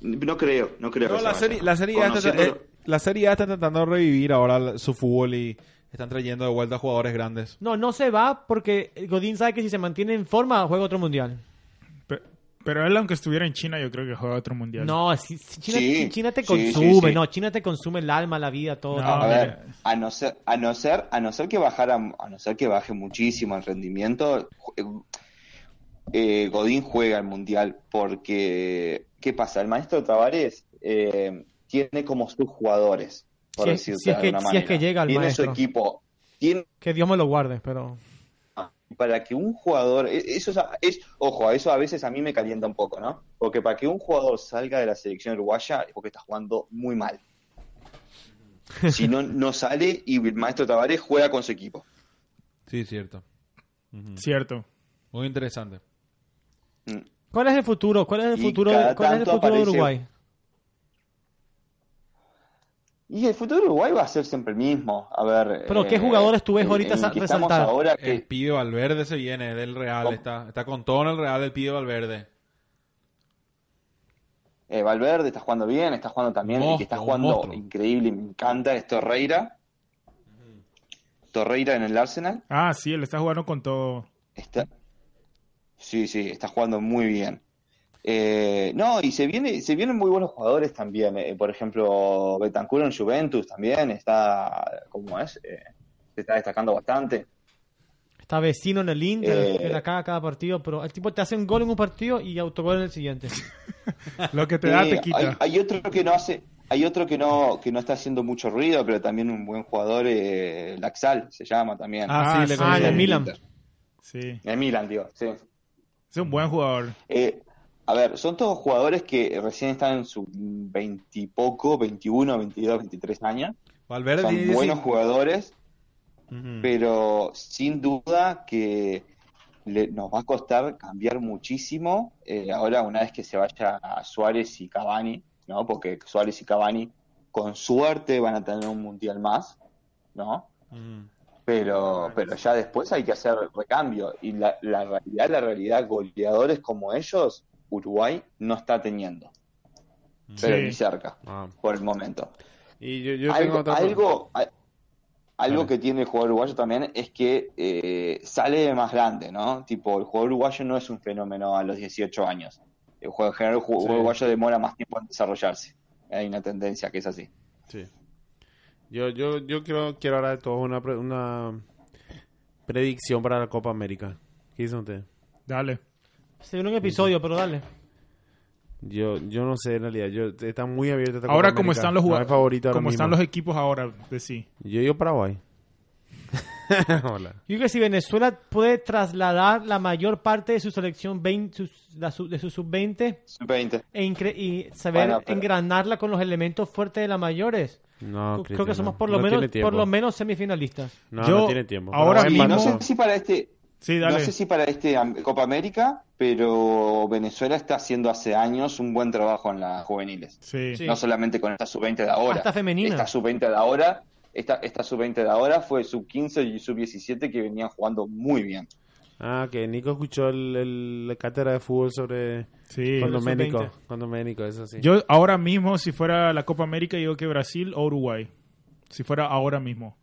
[SPEAKER 6] No creo, no creo.
[SPEAKER 3] No,
[SPEAKER 6] que
[SPEAKER 3] la
[SPEAKER 6] se vaya.
[SPEAKER 3] serie, la, serie A está,
[SPEAKER 6] Conociéndolo-
[SPEAKER 3] eh, la Serie A está intentando revivir ahora la- su fútbol y están trayendo de vuelta jugadores grandes.
[SPEAKER 2] No, no se va porque Godín sabe que si se mantiene en forma juega otro mundial.
[SPEAKER 4] Pe- Pero él, aunque estuviera en China, yo creo que juega otro mundial.
[SPEAKER 2] No, si- si China,
[SPEAKER 6] Sí,
[SPEAKER 2] si China te
[SPEAKER 6] sí, sí,
[SPEAKER 2] consume,
[SPEAKER 6] sí.
[SPEAKER 2] no, China te consume el alma, la vida, todo.
[SPEAKER 4] No,
[SPEAKER 2] todo.
[SPEAKER 6] a ver,
[SPEAKER 4] mira.
[SPEAKER 6] a no ser, a no ser, a no ser que bajara, a no ser que baje muchísimo el rendimiento, ju- eh, Godín juega el mundial porque ¿qué pasa? El maestro Tavares eh, tiene como sus jugadores, por
[SPEAKER 2] Si es-
[SPEAKER 6] decirlo
[SPEAKER 2] si es que-
[SPEAKER 6] de una
[SPEAKER 2] si
[SPEAKER 6] manera.
[SPEAKER 2] es que llega el
[SPEAKER 6] tiene
[SPEAKER 2] maestro.
[SPEAKER 6] su equipo, tiene
[SPEAKER 2] Que Dios me lo guarde, pero...
[SPEAKER 6] para que un jugador, e- eso es, a- es- ojo, a eso a veces a mí me calienta un poco, ¿no? Porque para que un jugador salga de la selección uruguaya es porque está jugando muy mal. Si no, no sale y el maestro Tavares juega con su equipo.
[SPEAKER 3] Sí, cierto.
[SPEAKER 4] Mm. Cierto.
[SPEAKER 3] Muy interesante.
[SPEAKER 6] Mm.
[SPEAKER 2] ¿Cuál es el futuro? ¿Cuál es el
[SPEAKER 6] Y
[SPEAKER 2] futuro,
[SPEAKER 6] cada
[SPEAKER 2] cuál es el
[SPEAKER 6] tanto
[SPEAKER 2] futuro de
[SPEAKER 6] aparece-
[SPEAKER 2] Uruguay?
[SPEAKER 6] Y el futuro de Uruguay va a ser siempre el mismo. A ver.
[SPEAKER 2] Pero, ¿qué jugadores tú ves
[SPEAKER 6] en-
[SPEAKER 2] ahorita
[SPEAKER 6] en
[SPEAKER 2] sa-
[SPEAKER 6] que estamos
[SPEAKER 2] resaltar? Eh,
[SPEAKER 6] ahora que-
[SPEAKER 3] El pibe Valverde se viene del Real.
[SPEAKER 6] ¿Cómo?
[SPEAKER 3] Está, está con todo en el Real el pibe Valverde.
[SPEAKER 6] Eh, Valverde está jugando bien, está jugando también.
[SPEAKER 3] Monstruo,
[SPEAKER 6] el que está
[SPEAKER 3] un
[SPEAKER 6] jugando
[SPEAKER 3] monstruo.
[SPEAKER 6] increíble, me encanta, es Torreira. Torreira en el Arsenal.
[SPEAKER 4] Ah, sí, él está jugando con todo.
[SPEAKER 6] Está... Sí, sí, está jugando muy bien. Eh, no, y se, viene, se vienen muy buenos jugadores también. eh, por ejemplo, Betancur en Juventus también está, ¿cómo es? Eh, se está destacando bastante.
[SPEAKER 2] Está vecino en el Inter,
[SPEAKER 6] Eh.
[SPEAKER 2] en la cada, cada partido, pero el tipo te hace un gol en un partido y autogol en el siguiente. Ah,
[SPEAKER 4] Lo que te da,
[SPEAKER 6] Sí,
[SPEAKER 4] te quita.
[SPEAKER 6] Hay, hay otro que no hace, hay otro que no, que no está haciendo mucho ruido, pero también un buen jugador, eh, Laxal se llama también.
[SPEAKER 4] Ah, sí, le
[SPEAKER 2] ah,
[SPEAKER 4] conocí.
[SPEAKER 2] en el Milan.
[SPEAKER 4] Sí,
[SPEAKER 6] En Milan, digo, sí.
[SPEAKER 4] es un buen jugador.
[SPEAKER 6] Eh, a ver, son todos jugadores que recién están en sus veintipoco, 21, 22, 23 años.
[SPEAKER 3] Valverde
[SPEAKER 6] Son
[SPEAKER 3] tiene
[SPEAKER 6] buenos
[SPEAKER 3] 19.
[SPEAKER 6] jugadores,
[SPEAKER 3] Ujú.
[SPEAKER 6] pero sin duda que le- nos va a costar cambiar muchísimo eh, ahora una vez que se vaya a Suárez y Cavani, ¿no? Porque Suárez y Cavani con suerte van a tener un mundial más, ¿no?
[SPEAKER 3] Ujú.
[SPEAKER 6] Pero, pero ya después hay que hacer recambio. Y la, la realidad, la realidad, goleadores como ellos, Uruguay no está teniendo. Pero
[SPEAKER 4] Sí.
[SPEAKER 6] ni cerca,
[SPEAKER 5] Ah.
[SPEAKER 6] por el momento
[SPEAKER 5] Y yo, yo tengo
[SPEAKER 6] algo,
[SPEAKER 5] otra pregunta.
[SPEAKER 6] algo, a- algo que tiene el jugador uruguayo también es que eh, sale de más grande, ¿no? Tipo, el jugador uruguayo no es un fenómeno a los 18 años. El jugador en general, el jugador uruguayo demora más tiempo en desarrollarse. Hay una tendencia que es así.
[SPEAKER 5] Sí. Yo, yo, yo quiero, quiero ahora de todo una, pre- una predicción para la Copa América. ¿Qué dicen ustedes?
[SPEAKER 4] Dale.
[SPEAKER 2] Se viene un episodio, pero dale.
[SPEAKER 5] Yo, yo no sé en realidad. Yo, está muy abierta esta
[SPEAKER 4] Ahora,
[SPEAKER 5] Copa
[SPEAKER 4] como
[SPEAKER 5] América.
[SPEAKER 4] están los
[SPEAKER 5] No hay
[SPEAKER 4] jugadores,
[SPEAKER 5] favorito ahora
[SPEAKER 4] como están los
[SPEAKER 5] mismo.
[SPEAKER 4] equipos ahora, de sí.
[SPEAKER 5] Yo digo Paraguay. Hola.
[SPEAKER 2] Yo creo que si Venezuela puede trasladar la mayor parte de su selección 20, sus- la su- de su sub-20
[SPEAKER 6] Sub-20.
[SPEAKER 2] e incre- y saber
[SPEAKER 6] Bueno, pero-
[SPEAKER 2] engranarla con los elementos fuertes de las mayores, creo
[SPEAKER 5] No,
[SPEAKER 2] que
[SPEAKER 5] Cristiano,
[SPEAKER 2] somos por lo
[SPEAKER 5] no
[SPEAKER 2] menos
[SPEAKER 5] tiene tiempo.
[SPEAKER 2] por lo menos semifinalistas.
[SPEAKER 5] No,
[SPEAKER 4] Yo
[SPEAKER 5] no tiene tiempo.
[SPEAKER 4] ahora
[SPEAKER 5] Paraguay
[SPEAKER 6] Y no
[SPEAKER 5] empató.
[SPEAKER 6] sé si para este,
[SPEAKER 4] Sí, dale.
[SPEAKER 6] no sé si para este am- Copa América, pero Venezuela está haciendo hace años un buen trabajo en las juveniles.
[SPEAKER 4] Sí.
[SPEAKER 2] Sí.
[SPEAKER 6] no solamente con esta sub-20 de ahora.
[SPEAKER 2] Hasta femenina.
[SPEAKER 6] Esta sub-20 de ahora, esta, esta sub-20 de ahora fue sub-15 y sub-17 que venían jugando muy bien.
[SPEAKER 5] Ah, que Nico escuchó el, el- la cátedra de fútbol sobre
[SPEAKER 4] Sí.
[SPEAKER 5] con
[SPEAKER 2] Sobre
[SPEAKER 5] Doménico.
[SPEAKER 2] sub-20.
[SPEAKER 5] Con Doménico, eso sí.
[SPEAKER 4] Yo ahora mismo, si fuera la Copa América, digo que Brasil o Uruguay. Si fuera ahora mismo.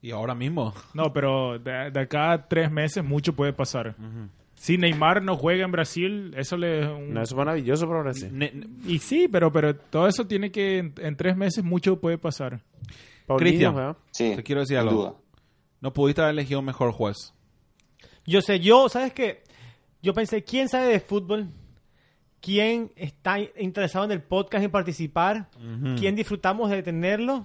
[SPEAKER 3] Y ahora mismo.
[SPEAKER 4] No, pero de, de acá a tres meses mucho puede pasar. Si Neymar no juega en Brasil, eso le... es un-
[SPEAKER 5] No, eso es maravilloso para Brasil.
[SPEAKER 3] Ne- ne-
[SPEAKER 4] Y sí, pero, pero todo eso tiene que... En, en tres meses mucho puede pasar.
[SPEAKER 5] Paulinho,
[SPEAKER 3] Cristian.
[SPEAKER 5] ¿verdad?
[SPEAKER 6] Sí,
[SPEAKER 3] Te quiero decir
[SPEAKER 6] sin
[SPEAKER 3] algo.
[SPEAKER 6] duda.
[SPEAKER 3] No pudiste haber elegido un mejor juez.
[SPEAKER 2] Yo sé, yo, ¿sabes qué? Yo pensé, ¿quién sabe de fútbol? ¿Quién está interesado en el podcast en participar? ¿Quién disfrutamos de tenerlo?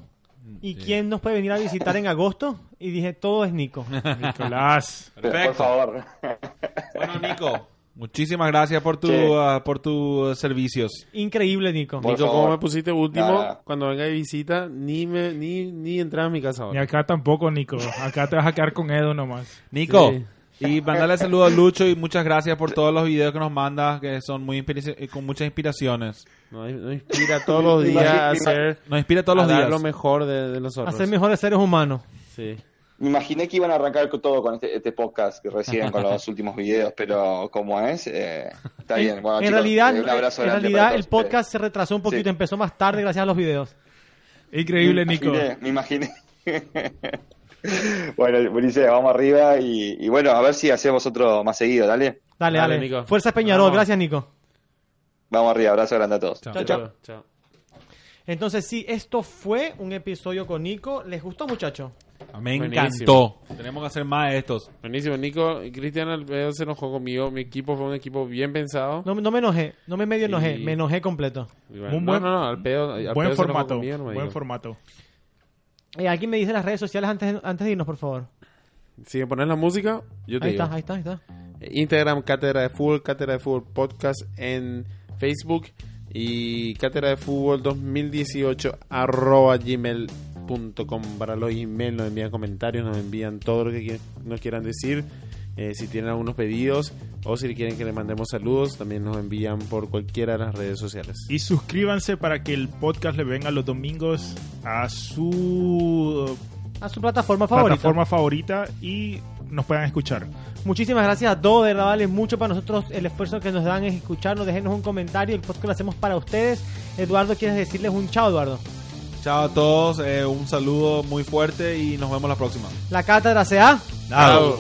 [SPEAKER 2] ¿Y quién nos puede venir a visitar en agosto? Y dije, todo es Nico.
[SPEAKER 4] Nicolás.
[SPEAKER 6] Pero, por favor.
[SPEAKER 3] Bueno, Nico, muchísimas gracias por tu
[SPEAKER 6] Sí.
[SPEAKER 3] ah, por tus servicios.
[SPEAKER 2] Increíble, Nico.
[SPEAKER 6] Por
[SPEAKER 5] Nico,
[SPEAKER 6] favor.
[SPEAKER 5] como me pusiste último,
[SPEAKER 6] Nada.
[SPEAKER 5] cuando venga de visita, ni me, ni, ni entras a mi casa
[SPEAKER 4] Y
[SPEAKER 5] ahora.
[SPEAKER 4] acá tampoco, Nico. Acá te vas a quedar con Edo nomás.
[SPEAKER 3] Nico,
[SPEAKER 5] Sí.
[SPEAKER 3] y mandarle saludos a Lucho y muchas gracias por todos los videos que nos mandas, que son muy inspira- eh, con muchas inspiraciones.
[SPEAKER 5] No, no inspira todos los días a hacer
[SPEAKER 3] Nos inspira todos los
[SPEAKER 5] a dar
[SPEAKER 3] días.
[SPEAKER 5] lo mejor de, de nosotros.
[SPEAKER 2] Hacer mejores seres humanos.
[SPEAKER 5] Sí.
[SPEAKER 6] Me imaginé que iban a arrancar con todo con este, este podcast recién, con los últimos videos, pero como es, eh, está bien. Bueno,
[SPEAKER 2] en
[SPEAKER 6] chicos,
[SPEAKER 2] realidad,
[SPEAKER 6] eh, un abrazo
[SPEAKER 2] en
[SPEAKER 6] grande
[SPEAKER 2] realidad
[SPEAKER 6] para
[SPEAKER 2] el
[SPEAKER 6] todos ustedes.
[SPEAKER 2] podcast se retrasó un poquito,
[SPEAKER 6] Sí.
[SPEAKER 2] empezó más tarde gracias a los videos.
[SPEAKER 4] Increíble,
[SPEAKER 6] Me
[SPEAKER 4] Nico.
[SPEAKER 6] imaginé, Me imaginé. bueno, Ulises, vamos arriba y, y bueno, a ver si hacemos otro más seguido, dale.
[SPEAKER 2] Dale,
[SPEAKER 5] Dale,
[SPEAKER 2] dale.
[SPEAKER 5] Nico.
[SPEAKER 2] Fuerzas Peñarol,
[SPEAKER 5] Vamos.
[SPEAKER 2] gracias Nico.
[SPEAKER 6] Vamos arriba, abrazo grande a todos.
[SPEAKER 2] Chao, chao. Entonces sí, esto fue un episodio con Nico. ¿Les gustó, muchacho?
[SPEAKER 3] Me encantó.
[SPEAKER 5] Buenísimo.
[SPEAKER 3] Tenemos que hacer más de estos.
[SPEAKER 5] Buenísimo, Nico. Cristian Albedo se enojó conmigo. Mi equipo fue un equipo bien pensado.
[SPEAKER 2] No, no me enojé, no me medio enojé,
[SPEAKER 5] Y-
[SPEAKER 2] me enojé completo.
[SPEAKER 5] Y bueno,
[SPEAKER 4] Un
[SPEAKER 5] no,
[SPEAKER 4] buen-
[SPEAKER 5] no, no, Albedo- Albedo se
[SPEAKER 4] Buen
[SPEAKER 5] enojó
[SPEAKER 4] formato.
[SPEAKER 5] conmigo, no me
[SPEAKER 4] Buen
[SPEAKER 5] dijo.
[SPEAKER 4] formato.
[SPEAKER 2] Eh, ¿Alguien me dice las redes sociales antes, antes de irnos, por favor?
[SPEAKER 5] Si me pones la música, yo te
[SPEAKER 2] Ahí
[SPEAKER 5] digo.
[SPEAKER 2] está, ahí está, ahí está.
[SPEAKER 5] Instagram, Cátedra de Fútbol, Cátedra de Fútbol Podcast en Facebook y Cátedra de Fútbol 2018 arroba gmail.com para los emails, nos envían comentarios, nos envían todo lo que qui- nos quieran decir. Eh, si tienen algunos pedidos o si quieren que le mandemos saludos, también nos envían por cualquiera de las redes sociales.
[SPEAKER 4] Y suscríbanse para que el podcast le venga los domingos a su
[SPEAKER 2] A su plataforma favorita.
[SPEAKER 4] plataforma favorita y nos puedan escuchar.
[SPEAKER 2] Muchísimas gracias a todos, de verdad vale mucho para nosotros el esfuerzo que nos dan es escucharnos, déjenos un comentario, el podcast lo hacemos para ustedes. Eduardo, ¿quieres decirles un chao, Eduardo?
[SPEAKER 3] Chao a todos, eh, un saludo muy fuerte y nos vemos la próxima.
[SPEAKER 2] La cátedra se ha...
[SPEAKER 5] Chao.